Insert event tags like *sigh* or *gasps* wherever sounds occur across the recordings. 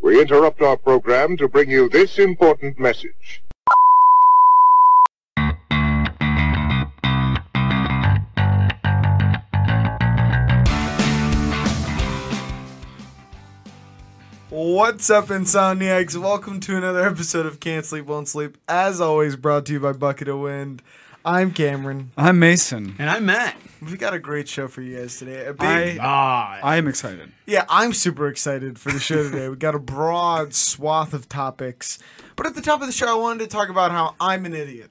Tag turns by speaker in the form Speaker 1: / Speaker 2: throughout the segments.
Speaker 1: We interrupt our program to bring you this important message.
Speaker 2: What's up, Insomniacs? Welcome to another episode of Can't Sleep, Won't Sleep. As always, brought to you by Bucket of Wind. I'm Cameron.
Speaker 3: I'm Mason.
Speaker 4: And I'm Matt.
Speaker 2: We've got a great show for you guys today. A big-
Speaker 3: I
Speaker 4: *laughs* Ah,
Speaker 3: I am excited.
Speaker 2: yeah, I'm super excited for the show today. we got a broad swath of topics. But at the top of the show, I wanted to talk about how I'm an idiot.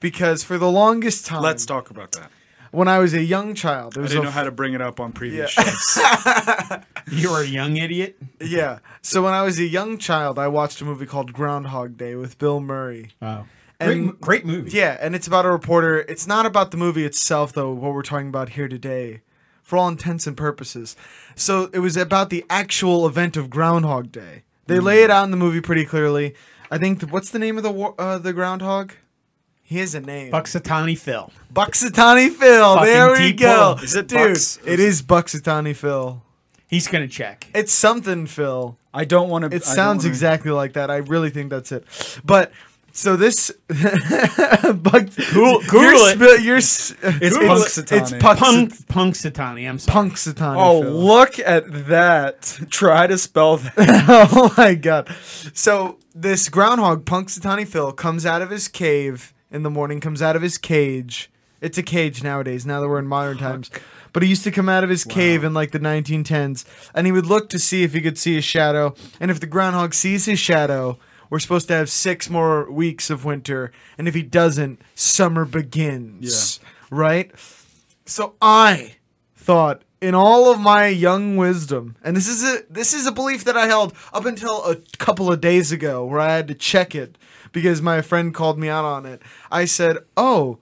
Speaker 2: Because for the longest time,
Speaker 3: Let's talk about that.
Speaker 2: when I was a young child, there
Speaker 3: I
Speaker 2: was
Speaker 3: didn't
Speaker 2: Um, a
Speaker 3: know how to bring it up on previous
Speaker 2: Yeah.
Speaker 3: shows.
Speaker 4: you're a young idiot.
Speaker 2: yeah. So when I was a young child, I watched a movie called Groundhog Day with Bill Murray.
Speaker 4: Wow. Great,
Speaker 2: And-
Speaker 4: mo- great movie.
Speaker 2: Yeah, and it's about a reporter. It's not about the movie itself, though, what we're talking about here today, for all intents and purposes. So it was about the actual event of Groundhog Day. They lay
Speaker 3: Hmm.
Speaker 2: it out in the movie pretty clearly. I think, the, what's the name of the war, uh, the groundhog? He has a name.
Speaker 4: Buxatani Phil.
Speaker 2: Buxitani Phil.
Speaker 4: Fucking
Speaker 2: There we
Speaker 4: deep
Speaker 2: go.
Speaker 4: pull.
Speaker 3: Is it
Speaker 2: Dude,
Speaker 3: Bucks?
Speaker 2: it is Buxitani Phil.
Speaker 4: He's going to check.
Speaker 2: It's something, Phil.
Speaker 3: I don't want to.
Speaker 2: It sounds exactly like that. I really think that's it. But so this *laughs* Buck, cool,
Speaker 4: Google
Speaker 2: you're
Speaker 4: it.
Speaker 2: spi- you're s- it's
Speaker 3: Punxsutawney.
Speaker 2: It's Punk,
Speaker 4: Punk Punxsutawney. I'm sorry.
Speaker 2: Punxsutawney.
Speaker 3: Oh,
Speaker 2: Phil.
Speaker 3: look at that! Try to spell
Speaker 2: *laughs*
Speaker 3: that.
Speaker 2: oh my god! So this groundhog Punxsutawney Phil comes out of his cave in the morning. Comes out of his cage. It's a cage nowadays. Now that we're in modern times, but he used to come out of his cave in like the 1910s, and he would look to see if he could see a shadow. And if the groundhog sees his shadow, we're supposed to have six more weeks of winter. And if he doesn't, summer begins. Right. So I thought in all of my young wisdom, and this is a this is a belief that I held up until a couple of days ago where I had to check it because my friend called me out on it. I said, "Oh,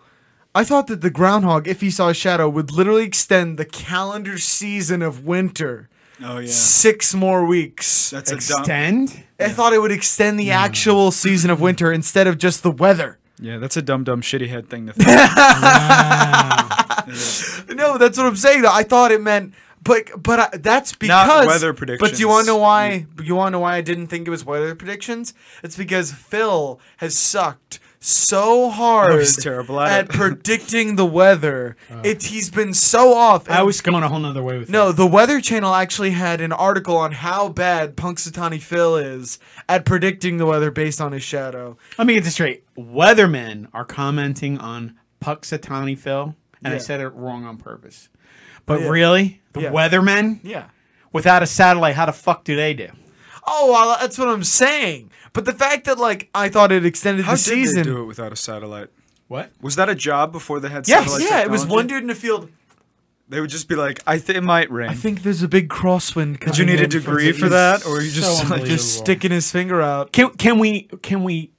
Speaker 2: I thought that the groundhog, if he saw a shadow, would literally extend the calendar season of winter
Speaker 3: Oh yeah,
Speaker 2: six more weeks.
Speaker 3: that's a dumb.
Speaker 4: Extend?
Speaker 2: I thought it would extend the actual season of winter instead of just the weather."
Speaker 3: Yeah, that's a dumb, dumb, shitty head
Speaker 2: *laughs*
Speaker 3: thing to think.
Speaker 2: No, that's what I'm saying. Though I thought it meant, but but I, that's because
Speaker 3: weather
Speaker 2: But do you want
Speaker 3: predictions.
Speaker 2: to know why? You want to know why I didn't think it was weather predictions? It's because Phil has sucked so hard
Speaker 3: he's terrible at it. *laughs* Oh.
Speaker 2: predicting the weather. It's he's been so off.
Speaker 4: I
Speaker 2: and-
Speaker 4: was going a whole nother way with
Speaker 2: no, the Weather Channel actually had an article on how bad Punxsutawney Phil is at predicting the weather based on his shadow.
Speaker 4: that. Let me get this straight. Weathermen are commenting on Puxatani Phil, and I
Speaker 2: Yeah.
Speaker 4: said it wrong on purpose. But
Speaker 2: Yeah.
Speaker 4: really? The
Speaker 2: Yeah.
Speaker 4: weathermen?
Speaker 2: Yeah.
Speaker 4: Without a satellite, how the fuck do they do?
Speaker 2: Oh, well, that's what I'm saying. But the fact that like I thought it extended
Speaker 3: How
Speaker 2: the
Speaker 3: did
Speaker 2: season.
Speaker 3: they do it without a satellite?
Speaker 4: What?
Speaker 3: Was that a job before they had?
Speaker 2: Yes,
Speaker 3: satellite
Speaker 2: yeah, it was
Speaker 3: technology?
Speaker 2: one dude in the field.
Speaker 3: They would just be like, "I think it might rain."
Speaker 2: I think there's a big crosswind.
Speaker 3: Did you need a degree for that, or you
Speaker 4: so
Speaker 3: just *laughs* like,
Speaker 4: unbelievable.
Speaker 3: just
Speaker 2: Just sticking his finger out.
Speaker 4: Can can we can we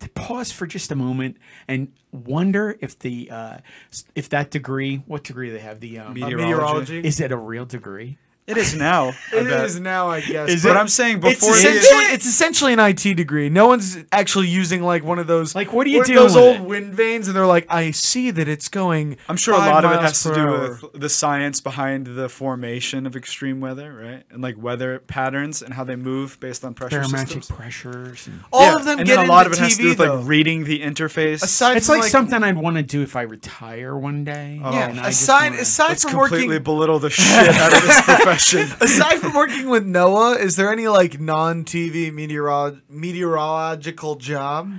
Speaker 4: t- pause for just a moment and wonder if the uh, s- if that degree, what degree they have, the um,
Speaker 2: Uh,
Speaker 3: meteorology?
Speaker 4: is it a real degree?
Speaker 3: It is now. I
Speaker 2: It
Speaker 3: bet.
Speaker 2: is now, I guess.
Speaker 4: Is
Speaker 2: but
Speaker 3: But
Speaker 4: it-
Speaker 3: I'm saying
Speaker 2: it's
Speaker 3: before they-
Speaker 2: essentially it's essentially an IT degree. No one's actually using like one of those
Speaker 4: Like, what are you
Speaker 2: one of
Speaker 4: doing
Speaker 2: Those
Speaker 4: with
Speaker 2: old
Speaker 4: it?
Speaker 2: wind vanes, and they're like, I see that it's going.
Speaker 3: I'm sure a
Speaker 2: five
Speaker 3: lot of it
Speaker 2: miles
Speaker 3: has to
Speaker 2: per
Speaker 3: do
Speaker 2: hour."
Speaker 3: with the science behind the formation of extreme weather, right? And like weather patterns and how they move based on pressure
Speaker 4: Barometric
Speaker 3: systems.
Speaker 4: pressures. and-
Speaker 2: all
Speaker 3: Yeah,
Speaker 2: of them
Speaker 3: and
Speaker 2: get
Speaker 3: then a lot of
Speaker 2: into
Speaker 3: it
Speaker 2: TV
Speaker 3: has to do with
Speaker 2: though.
Speaker 3: like reading the interface.
Speaker 2: aside
Speaker 4: It's
Speaker 2: from,
Speaker 4: like, something I'd want to do if I retire one day.
Speaker 2: Yeah,
Speaker 4: and I just
Speaker 2: aside
Speaker 4: wanna-
Speaker 2: aside
Speaker 3: Let's
Speaker 2: from
Speaker 3: completely
Speaker 2: working
Speaker 3: belittle the shit out
Speaker 2: *laughs*
Speaker 3: of this profession.
Speaker 2: aside from working with Noah, is there any like non-TV meteorolo- meteorological job?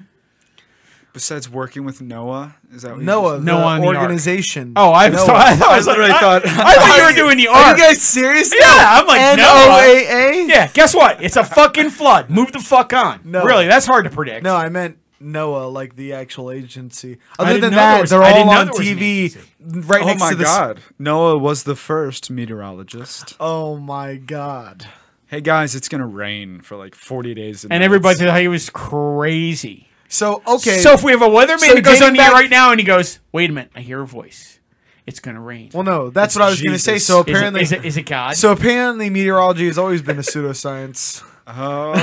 Speaker 3: Besides working with Noah, is that what you
Speaker 2: Noah,
Speaker 3: just-
Speaker 4: Noah
Speaker 2: the
Speaker 4: on the Ark.
Speaker 2: organization.
Speaker 4: oh, I
Speaker 2: Noah.
Speaker 4: thought I thought
Speaker 3: I
Speaker 4: was like,
Speaker 3: literally *laughs*
Speaker 4: I-
Speaker 3: thought.
Speaker 4: I thought you were doing the
Speaker 2: Are
Speaker 4: art.
Speaker 2: you guys serious?
Speaker 4: Yeah, I'm like,
Speaker 2: N
Speaker 4: Noah.
Speaker 2: O A A.
Speaker 4: yeah, guess what?
Speaker 2: *laughs*
Speaker 4: It's a fucking flood. Move the fuck on.
Speaker 2: No.
Speaker 4: Really, that's hard to predict.
Speaker 2: No, I meant Noah, like the actual agency.
Speaker 4: I
Speaker 2: Other
Speaker 4: didn't
Speaker 2: than
Speaker 4: know there
Speaker 2: that,
Speaker 4: was-
Speaker 2: they're
Speaker 4: I
Speaker 2: all
Speaker 4: didn't know
Speaker 2: on
Speaker 4: there was an
Speaker 2: TV,
Speaker 4: agency.
Speaker 2: right
Speaker 3: Oh
Speaker 2: next
Speaker 3: my
Speaker 2: to the. s-
Speaker 3: god. Noah was the first meteorologist.
Speaker 2: Oh my god.
Speaker 3: Hey guys, it's going to rain for like 40 days
Speaker 4: and everybody thought he was crazy.
Speaker 2: So okay.
Speaker 4: So if we have a weatherman
Speaker 2: So
Speaker 4: who goes
Speaker 2: dating
Speaker 4: on the air
Speaker 2: back-
Speaker 4: right now and he goes, "Wait a minute, I hear a voice. It's gonna rain."
Speaker 2: well, no, that's what I was going to say. So
Speaker 4: Is it-
Speaker 2: apparently,
Speaker 4: is it, is, it God?
Speaker 2: so apparently, meteorology has always been a pseudoscience. *laughs*
Speaker 3: Oh.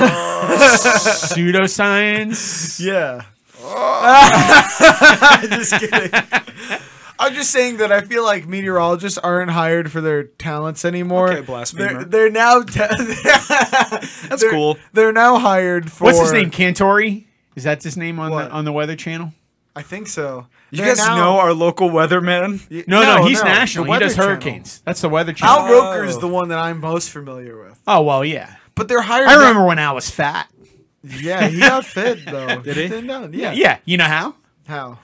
Speaker 4: *laughs* pseudoscience.
Speaker 2: Yeah.
Speaker 4: Oh.
Speaker 2: *laughs* just kidding. I'm just saying that I feel like meteorologists aren't hired for their talents anymore.
Speaker 3: Okay, blasphemer.
Speaker 2: They're, they're now. *laughs* ta-
Speaker 3: That's
Speaker 2: They're-
Speaker 3: cool.
Speaker 2: They're now hired for.
Speaker 4: What's his name? Cantori? Is that his name on
Speaker 2: What?
Speaker 4: the on the Weather Channel?
Speaker 2: I think so.
Speaker 3: You guys know our local weatherman?
Speaker 4: No, no, he's national. He does hurricanes. Oh. That's the Weather Channel.
Speaker 2: Al Roker's the one that I'm most familiar with.
Speaker 4: oh well, yeah.
Speaker 2: But they're hired.
Speaker 4: I remember when I was fat.
Speaker 2: Yeah, he got fed though. Did
Speaker 3: he?
Speaker 2: No, yeah.
Speaker 4: Yeah, you know how?
Speaker 2: How?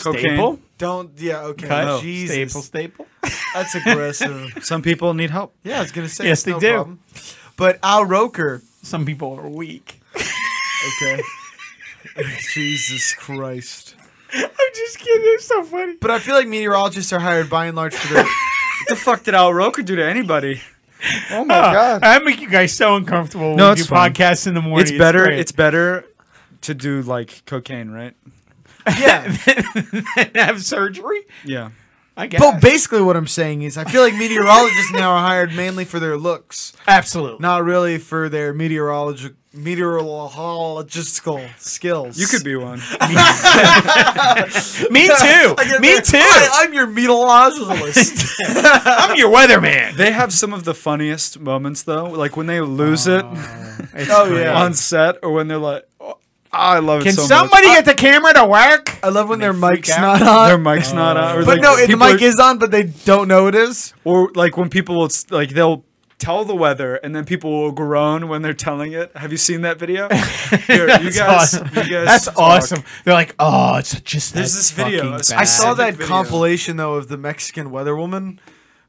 Speaker 3: Cocaine.
Speaker 4: Staple,
Speaker 2: Don't. Yeah. Okay.
Speaker 4: cut,
Speaker 2: Jesus.
Speaker 4: staple, staple.
Speaker 2: That's aggressive.
Speaker 3: Some people need help.
Speaker 2: *laughs* yeah, I was gonna say.
Speaker 4: Yes,
Speaker 2: it's
Speaker 4: they
Speaker 2: no
Speaker 4: do.
Speaker 2: problem. But Al Roker.
Speaker 4: Some people are weak.
Speaker 2: Okay. Jesus Christ.
Speaker 4: *laughs* I'm just kidding. It's so funny.
Speaker 2: But I feel like meteorologists are hired by and large for
Speaker 4: *laughs*
Speaker 2: their.
Speaker 3: What the fuck did Al Roker do to anybody?
Speaker 2: oh my
Speaker 4: Uh, I make you guys so uncomfortable when
Speaker 3: No,
Speaker 4: we do
Speaker 3: it's fine.
Speaker 4: podcasts in the morning.
Speaker 3: It's better.
Speaker 4: great.
Speaker 3: It's
Speaker 4: *laughs*
Speaker 3: better to do like cocaine, right?
Speaker 2: Yeah.
Speaker 4: have surgery.
Speaker 3: Yeah.
Speaker 4: I guess.
Speaker 2: But basically, what I'm saying is, I feel like meteorologists now are hired mainly for their looks,
Speaker 4: Absolutely.
Speaker 2: not really for their meteorologic meteorological skills.
Speaker 3: You could be one.
Speaker 4: Me
Speaker 2: *laughs*
Speaker 4: too.
Speaker 2: I get
Speaker 4: Me
Speaker 2: that.
Speaker 4: too.
Speaker 2: I, am your
Speaker 4: *laughs*
Speaker 2: meteorologist.
Speaker 4: I'm your weatherman.
Speaker 3: *laughs* They have some of the funniest moments though, like when they lose
Speaker 4: It's
Speaker 2: Oh,
Speaker 4: great.
Speaker 3: it
Speaker 2: yeah.
Speaker 3: *laughs* on set, or when they're like, oh, "I love it
Speaker 4: Can
Speaker 3: so
Speaker 4: somebody get the camera to work?
Speaker 2: I love when their
Speaker 4: freak
Speaker 2: mic's
Speaker 4: out.
Speaker 2: not
Speaker 3: much."
Speaker 2: on.
Speaker 3: Their mic's
Speaker 4: Ah.
Speaker 3: not on, or
Speaker 2: but
Speaker 3: like
Speaker 2: no, it, the
Speaker 3: people
Speaker 2: mic
Speaker 3: are-
Speaker 2: is on, but they don't know it is.
Speaker 3: or like when people will s- like they'll tell the weather, and then people will groan when they're telling it. Have you seen that
Speaker 4: *laughs*
Speaker 3: video? Here, you
Speaker 4: That's
Speaker 3: guys,
Speaker 4: awesome.
Speaker 3: you guys
Speaker 4: That's
Speaker 3: talk.
Speaker 4: awesome. They're like, oh, it's just
Speaker 3: There's
Speaker 4: that
Speaker 3: this video.
Speaker 4: fucking
Speaker 3: I
Speaker 2: I
Speaker 4: bad."
Speaker 2: saw that
Speaker 3: video.
Speaker 2: compilation though of the Mexican weather woman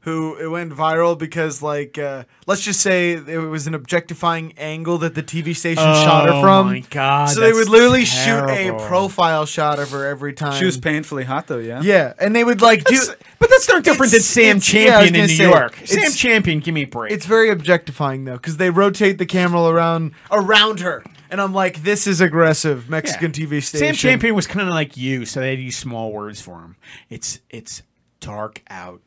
Speaker 2: who it went viral because like uh, let's just say it was an objectifying angle that the TV station shot her
Speaker 4: Oh my
Speaker 2: from.
Speaker 4: god!
Speaker 2: so they would
Speaker 4: that's
Speaker 2: literally shoot
Speaker 4: terrible.
Speaker 2: a profile shot of her every time.
Speaker 3: She was painfully hot though, yeah.
Speaker 2: yeah, and they would like do
Speaker 4: That's- but that's no different than
Speaker 2: It's-
Speaker 4: Sam
Speaker 2: it's- yeah, I was
Speaker 4: Champion in
Speaker 2: gonna
Speaker 4: New
Speaker 2: say,
Speaker 4: York.
Speaker 2: it's-
Speaker 4: Sam Champion, give me a break.
Speaker 2: it's very objectifying though cuz they rotate the camera around around her. And I'm like this is aggressive
Speaker 4: Yeah.
Speaker 2: Mexican TV station.
Speaker 4: Sam Champion was kind of like you, so they had to use small words for him. It's it's dark out.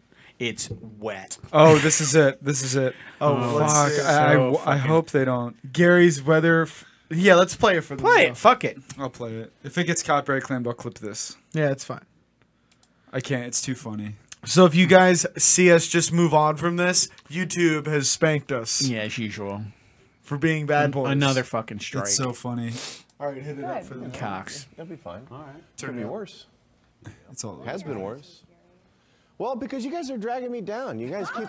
Speaker 4: It's wet.
Speaker 3: Oh, this is it. This is it. Oh,
Speaker 2: let's
Speaker 3: fuck.
Speaker 2: see.
Speaker 3: I, I
Speaker 4: So
Speaker 3: w- I
Speaker 4: fucking-
Speaker 3: hope they don't.
Speaker 2: Gary's weather f- Yeah, let's play it for them.
Speaker 4: Play
Speaker 2: though.
Speaker 4: it. Fuck it.
Speaker 3: I'll play it. If it gets copyright claimed, I'll clip this.
Speaker 2: Yeah, it's fine.
Speaker 3: I can't. It's too funny.
Speaker 2: So if you guys see us just move on from this, YouTube has spanked us
Speaker 4: Yeah, as usual.
Speaker 2: for being bad boys.
Speaker 4: Another fucking strike.
Speaker 3: It's so funny.
Speaker 2: All right, hit it up for them.
Speaker 4: Cox.
Speaker 5: That'll be fine. All right. It's gonna be worse.
Speaker 3: It's
Speaker 5: *laughs*
Speaker 3: all.
Speaker 5: Has been worse. Well, because you guys are dragging me down. You guys keep.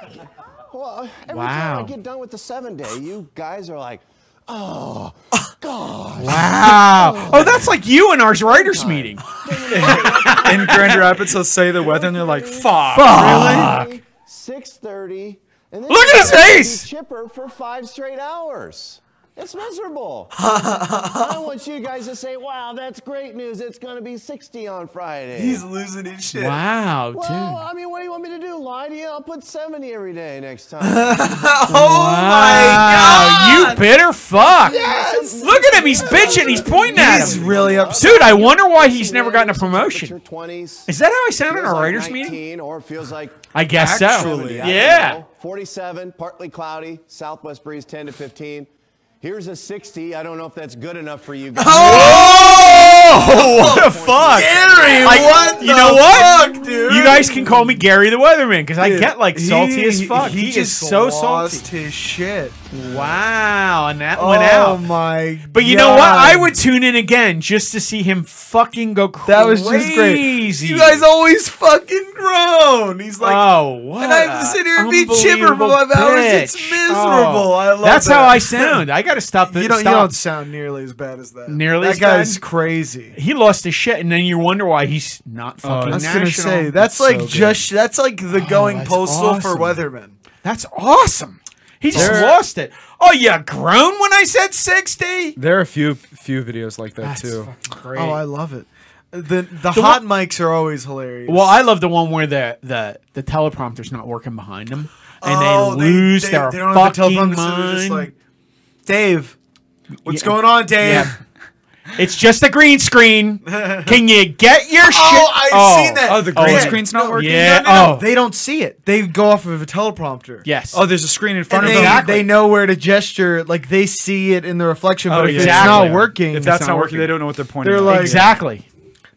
Speaker 5: Well, every time
Speaker 4: Wow.
Speaker 5: I get done with the seven day, you guys are like, oh, God.
Speaker 4: Wow. Oh, that's like you and ours writers meeting.
Speaker 3: In Grand Rapids, they'll say the weather, and they're like, "Fuck."
Speaker 5: Really? Six thirty. And then
Speaker 4: Look at
Speaker 5: you
Speaker 4: his
Speaker 5: guys be
Speaker 4: face!
Speaker 5: Chipper for five straight hours. It's
Speaker 4: *laughs*
Speaker 5: miserable. I want you guys to say, wow, that's great news. It's going to be 60 on Friday.
Speaker 2: He's losing his shit.
Speaker 4: Wow, dude.
Speaker 5: well, I mean, what do you want me to do? Lie to you? I'll put 70 every day next
Speaker 4: *laughs*
Speaker 5: time.
Speaker 2: Oh
Speaker 4: Wow, you bitter fuck. Look at him. He's bitching. He's pointing at
Speaker 2: He's
Speaker 4: him.
Speaker 2: really upset.
Speaker 4: Dude, I wonder why *laughs* he's never gotten a promotion.
Speaker 5: Twenties.
Speaker 4: Is that how I sound in a writers meeting?
Speaker 5: Or it feels like
Speaker 4: I guess
Speaker 3: Actually,
Speaker 4: so.
Speaker 5: I don't
Speaker 4: Yeah.
Speaker 5: know, 47, partly cloudy, southwest breeze 10 to 15. Here's a 60. I don't know if that's good enough
Speaker 4: *laughs*
Speaker 5: for you guys.
Speaker 4: Oh, *laughs* what the fuck?
Speaker 2: Gary,
Speaker 4: I-
Speaker 2: what
Speaker 4: you
Speaker 2: the
Speaker 4: know what?
Speaker 2: fuck, dude?
Speaker 4: You guys can call me Gary the Weatherman because I
Speaker 2: Dude,
Speaker 4: get like salty
Speaker 2: he-
Speaker 4: as fuck. He, is
Speaker 2: just
Speaker 4: so
Speaker 2: lost
Speaker 4: salty.
Speaker 2: his shit.
Speaker 4: Wow, and that
Speaker 2: oh
Speaker 4: went out.
Speaker 2: my!
Speaker 4: But you know what?
Speaker 2: God.
Speaker 4: I would tune in again just to see him fucking go crazy.
Speaker 2: That was just great. You guys always fucking groan. He's like,
Speaker 4: oh, what?
Speaker 2: and I have to sit here and be chipper for
Speaker 4: unbelievable
Speaker 2: five hours. It's
Speaker 4: bitch.
Speaker 2: miserable. I love
Speaker 4: That's how
Speaker 2: that.
Speaker 4: I sound. I got to
Speaker 2: *laughs*
Speaker 4: stop. The,
Speaker 2: you don't. You
Speaker 4: stop.
Speaker 2: don't sound nearly as bad as that.
Speaker 4: Nearly
Speaker 2: That
Speaker 4: as bad?
Speaker 2: guy's crazy.
Speaker 4: he lost his shit, and then you wonder why he's not fucking
Speaker 2: I was
Speaker 4: national.
Speaker 2: gonna say Oh, that's like
Speaker 3: It's so
Speaker 2: just that's like the going
Speaker 4: Oh, that's
Speaker 2: postal for
Speaker 4: awesome.
Speaker 2: weathermen.
Speaker 4: That's awesome. He just
Speaker 3: There-
Speaker 4: lost it. Oh, you groan when I said 60?
Speaker 3: There are a few few videos like that
Speaker 4: That's
Speaker 3: too.
Speaker 4: fucking great.
Speaker 2: Oh, I love it. The the hot mics are always hilarious.
Speaker 4: well, I love the one where the, the, the teleprompter's not working behind them. And
Speaker 2: Oh,
Speaker 4: they lose their
Speaker 2: they don't have the
Speaker 4: fucking
Speaker 2: telephone,
Speaker 4: mind.
Speaker 2: so they're just like, Dave, what's
Speaker 4: Yeah.
Speaker 2: going on, Dave?
Speaker 4: Yeah. it's just a green screen.
Speaker 2: *laughs*
Speaker 4: Can you get your shit?
Speaker 2: Oh, I seen that.
Speaker 3: Oh, the green
Speaker 4: yeah.
Speaker 3: screen's not working.
Speaker 4: Yeah.
Speaker 2: No, no,
Speaker 4: oh,
Speaker 2: they don't see it. They go off of a teleprompter.
Speaker 4: yes.
Speaker 3: Oh, there's a screen in
Speaker 2: And
Speaker 3: front
Speaker 2: they,
Speaker 3: of them.
Speaker 2: they know where to gesture. Like they see it in the reflection,
Speaker 3: Oh,
Speaker 2: but if
Speaker 3: yeah.
Speaker 4: Exactly.
Speaker 2: it's not working,
Speaker 3: If that's not working, they don't know what they're pointing.
Speaker 2: They're
Speaker 3: at.
Speaker 2: like-
Speaker 4: exactly.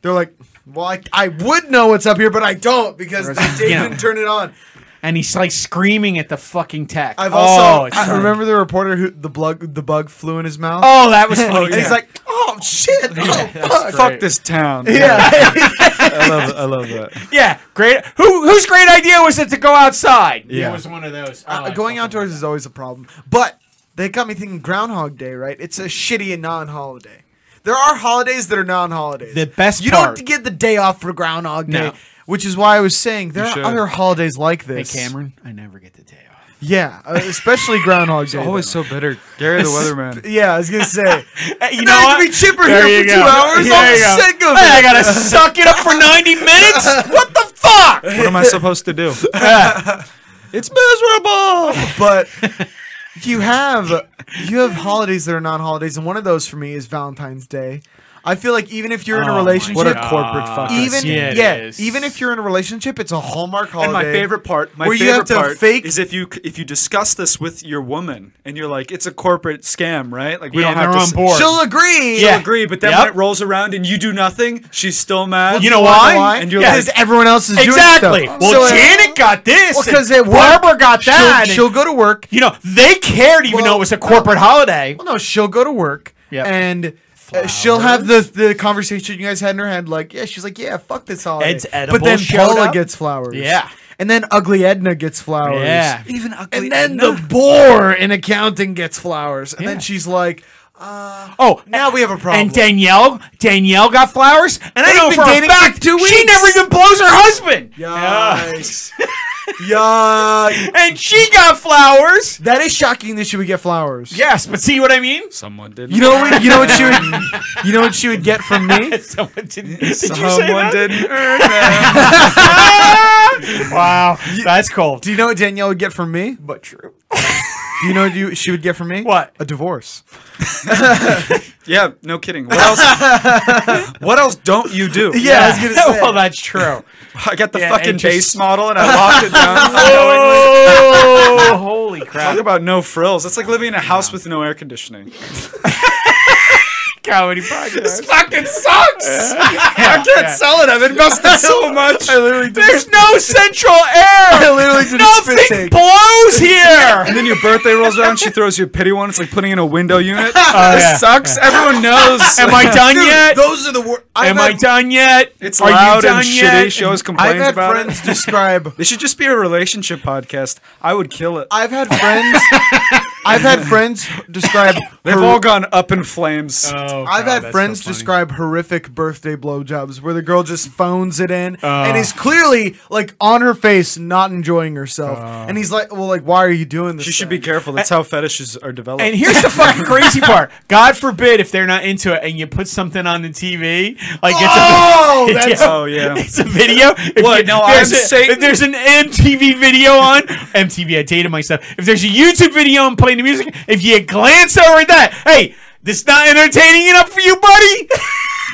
Speaker 2: They're like, well, I, I would know what's up here, but I don't because *laughs* Dave
Speaker 4: Yeah.
Speaker 2: didn't turn it on.
Speaker 4: and he's like screaming at the fucking tech.
Speaker 2: I've
Speaker 4: oh,
Speaker 2: also
Speaker 4: it's
Speaker 2: I *laughs*
Speaker 4: funny.
Speaker 2: remember the reporter who the bug the bug flew in his mouth.
Speaker 4: Oh, that was funny.
Speaker 2: and he's
Speaker 4: *laughs*
Speaker 2: like, oh shit, oh, fuck.
Speaker 3: Fuck this town.
Speaker 2: *laughs* Yeah.
Speaker 3: I love it. I love that.
Speaker 4: yeah, great. Who whose great idea was it to go outside?
Speaker 2: Yeah.
Speaker 4: it was one of those. Oh,
Speaker 2: Uh, going outdoors is always a problem. But they got me thinking Groundhog Day, right? It's a shitty and non-holiday. There are holidays that are non-holidays.
Speaker 4: The best
Speaker 2: You
Speaker 4: part-
Speaker 2: don't get the day off for Groundhog Day,
Speaker 4: No.
Speaker 2: which is why I was saying there are
Speaker 3: should.
Speaker 2: other holidays like
Speaker 4: Hey,
Speaker 2: this.
Speaker 4: Cameron, I never get the day
Speaker 2: *laughs*
Speaker 4: off.
Speaker 2: Yeah, uh, especially Groundhog Day.
Speaker 3: It's always
Speaker 2: though.
Speaker 3: so bitter. Gary
Speaker 2: *laughs*
Speaker 3: the Weatherman.
Speaker 2: Yeah, I was gonna say.
Speaker 4: you
Speaker 2: know
Speaker 4: know
Speaker 2: what?
Speaker 4: what?
Speaker 2: There you go. There you go. Hey,
Speaker 4: I
Speaker 2: I
Speaker 4: gotta suck it up for ninety minutes. What the fuck?
Speaker 3: What am I supposed to do? it's miserable.
Speaker 4: *laughs*
Speaker 2: but you have you have holidays that are non-holidays, and one of those for me is Valentine's Day. I feel like even if you're in
Speaker 4: Oh
Speaker 2: a
Speaker 4: my
Speaker 2: relationship,
Speaker 4: What a corporate fuck
Speaker 2: even
Speaker 4: us. Yeah,
Speaker 2: yeah,
Speaker 4: it is.
Speaker 2: even if you're in a relationship, it's a Hallmark holiday.
Speaker 3: And my favorite part, my
Speaker 2: where
Speaker 3: favorite
Speaker 2: you have to
Speaker 3: part
Speaker 2: fake
Speaker 3: is if you if you discuss this with your woman and you're like, it's a corporate scam, right? Like *laughs* we
Speaker 4: Yeah,
Speaker 3: don't have
Speaker 4: they're
Speaker 3: to
Speaker 4: on
Speaker 3: s-
Speaker 4: board.
Speaker 2: she'll agree.
Speaker 3: she'll
Speaker 4: Yeah.
Speaker 3: agree, but then
Speaker 4: Yep.
Speaker 3: when it rolls around and you do nothing, she's still mad.
Speaker 4: You know why?
Speaker 2: And
Speaker 3: And
Speaker 2: you're
Speaker 3: you're
Speaker 2: because
Speaker 3: like-
Speaker 2: everyone else is
Speaker 4: Exactly.
Speaker 2: doing stuff.
Speaker 4: Well,
Speaker 2: So, uh,
Speaker 4: Janet got this.
Speaker 2: well,
Speaker 4: and
Speaker 2: 'cause at work,
Speaker 4: Barbara got
Speaker 2: she'll-
Speaker 4: that. and-
Speaker 2: She'll, go to work.
Speaker 4: you know, they cared even though
Speaker 2: Well,
Speaker 4: it was a corporate holiday.
Speaker 2: Well, no, she'll go to work.
Speaker 4: Yep.
Speaker 2: And. uh, she'll have the the conversation you guys had in her head, like, yeah, she's like, yeah, fuck this holiday.
Speaker 4: Ed's edible
Speaker 2: but then
Speaker 4: showed
Speaker 2: Paula
Speaker 4: up.
Speaker 2: gets flowers.
Speaker 4: Yeah.
Speaker 2: And then ugly Edna gets flowers.
Speaker 4: Yeah.
Speaker 3: even ugly.
Speaker 2: And then the boar in accounting gets flowers. And
Speaker 4: Yeah.
Speaker 2: then she's like,
Speaker 4: Oh, *laughs*
Speaker 2: now we have a problem.
Speaker 4: And Danielle, Danielle got flowers, and I
Speaker 2: They've
Speaker 4: know
Speaker 2: been
Speaker 4: for a
Speaker 2: dating for
Speaker 4: fact
Speaker 2: two
Speaker 4: she
Speaker 2: weeks.
Speaker 4: never even blows her husband.
Speaker 2: Yikes. Yikes.
Speaker 4: *laughs* And she got flowers.
Speaker 2: That is shocking that she would get flowers.
Speaker 4: Yes, but see what I mean?
Speaker 3: someone did.
Speaker 2: You know what you know what she would you know what she would get from me?
Speaker 4: *laughs* Someone didn't. Did you say
Speaker 3: someone
Speaker 4: that?
Speaker 3: didn't earn
Speaker 4: *laughs*
Speaker 3: that.
Speaker 4: Wow, that's cold.
Speaker 2: Do you know what Danielle would get from me?
Speaker 4: But true.
Speaker 2: Do you know what you, she would get from me?
Speaker 4: What?
Speaker 2: A divorce.
Speaker 3: yeah, no kidding. What else?
Speaker 4: *laughs*
Speaker 3: what else don't you do?
Speaker 2: Yeah, I was gonna say.
Speaker 4: well, that's *laughs* true.
Speaker 3: I got the
Speaker 4: Yeah,
Speaker 3: fucking
Speaker 4: and just-
Speaker 3: base model and I locked it
Speaker 4: *laughs*
Speaker 3: down. knowingly.
Speaker 4: Oh, holy
Speaker 3: Talk
Speaker 4: crap!
Speaker 3: about no frills. That's like living in a house with no air conditioning.
Speaker 4: Comedy *laughs* podcast.
Speaker 3: fucking sucks.
Speaker 4: *laughs*
Speaker 3: I can't
Speaker 4: yeah.
Speaker 3: sell it. I've invested so much. *laughs* I literally
Speaker 4: There's no central air. *laughs*
Speaker 2: I literally did a spit
Speaker 4: Nothing
Speaker 2: take.
Speaker 4: blows here.
Speaker 3: And then your birthday rolls around. She throws you a pity one. It's like putting in a window
Speaker 4: *laughs*
Speaker 3: unit. this
Speaker 4: Oh, yeah.
Speaker 3: sucks. Everyone knows.
Speaker 4: *laughs* *laughs* Am I done yet?
Speaker 2: Those are the worst.
Speaker 4: Am I done yet?
Speaker 3: It's
Speaker 4: Are you
Speaker 3: loud
Speaker 4: done
Speaker 3: and
Speaker 4: yet?
Speaker 3: shitty. She always
Speaker 2: I've
Speaker 3: complains
Speaker 2: had
Speaker 3: about
Speaker 2: friends
Speaker 3: it. *laughs*
Speaker 2: describe
Speaker 3: This should just be a relationship podcast. I would kill it.
Speaker 2: I've had
Speaker 3: *laughs*
Speaker 2: friends I've had friends describe
Speaker 3: They've
Speaker 2: her-
Speaker 3: all gone up in flames.
Speaker 4: Oh,
Speaker 2: I've had friends describe horrific birthday blowjobs where the girl just phones it in
Speaker 3: Uh.
Speaker 2: and is clearly like on her face, not enjoying herself. and he's like, "Well, like, why are you doing this?"
Speaker 3: you Uh. should be
Speaker 2: then?"
Speaker 3: careful. That's how fetishes are developed. *laughs*
Speaker 4: *laughs* And here's the fucking crazy part. God forbid if they're not into it and you put something on the TV, like
Speaker 2: Oh,
Speaker 4: it's a
Speaker 2: that's-
Speaker 3: *laughs*
Speaker 4: *laughs*
Speaker 3: oh yeah.
Speaker 4: It's a video. If
Speaker 3: What?
Speaker 4: you-
Speaker 3: No,
Speaker 4: there's
Speaker 3: I'm
Speaker 4: a,
Speaker 3: Satan.
Speaker 4: If there's an MTV video on MTV, I dated myself. If there's a YouTube video and playing the music, if you glance over at that, hey, this not entertaining enough for you, buddy. *laughs*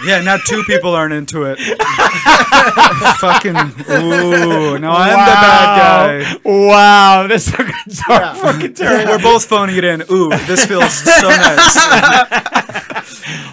Speaker 3: Yeah, now two people aren't into it. Fucking ooh. No, I'm the bad guy.
Speaker 4: Wow, this took *laughs* a dark
Speaker 2: Yeah.
Speaker 4: fucking *laughs* turn.
Speaker 3: We're both phoning it in. Ooh, this feels so
Speaker 4: *laughs*
Speaker 3: nice.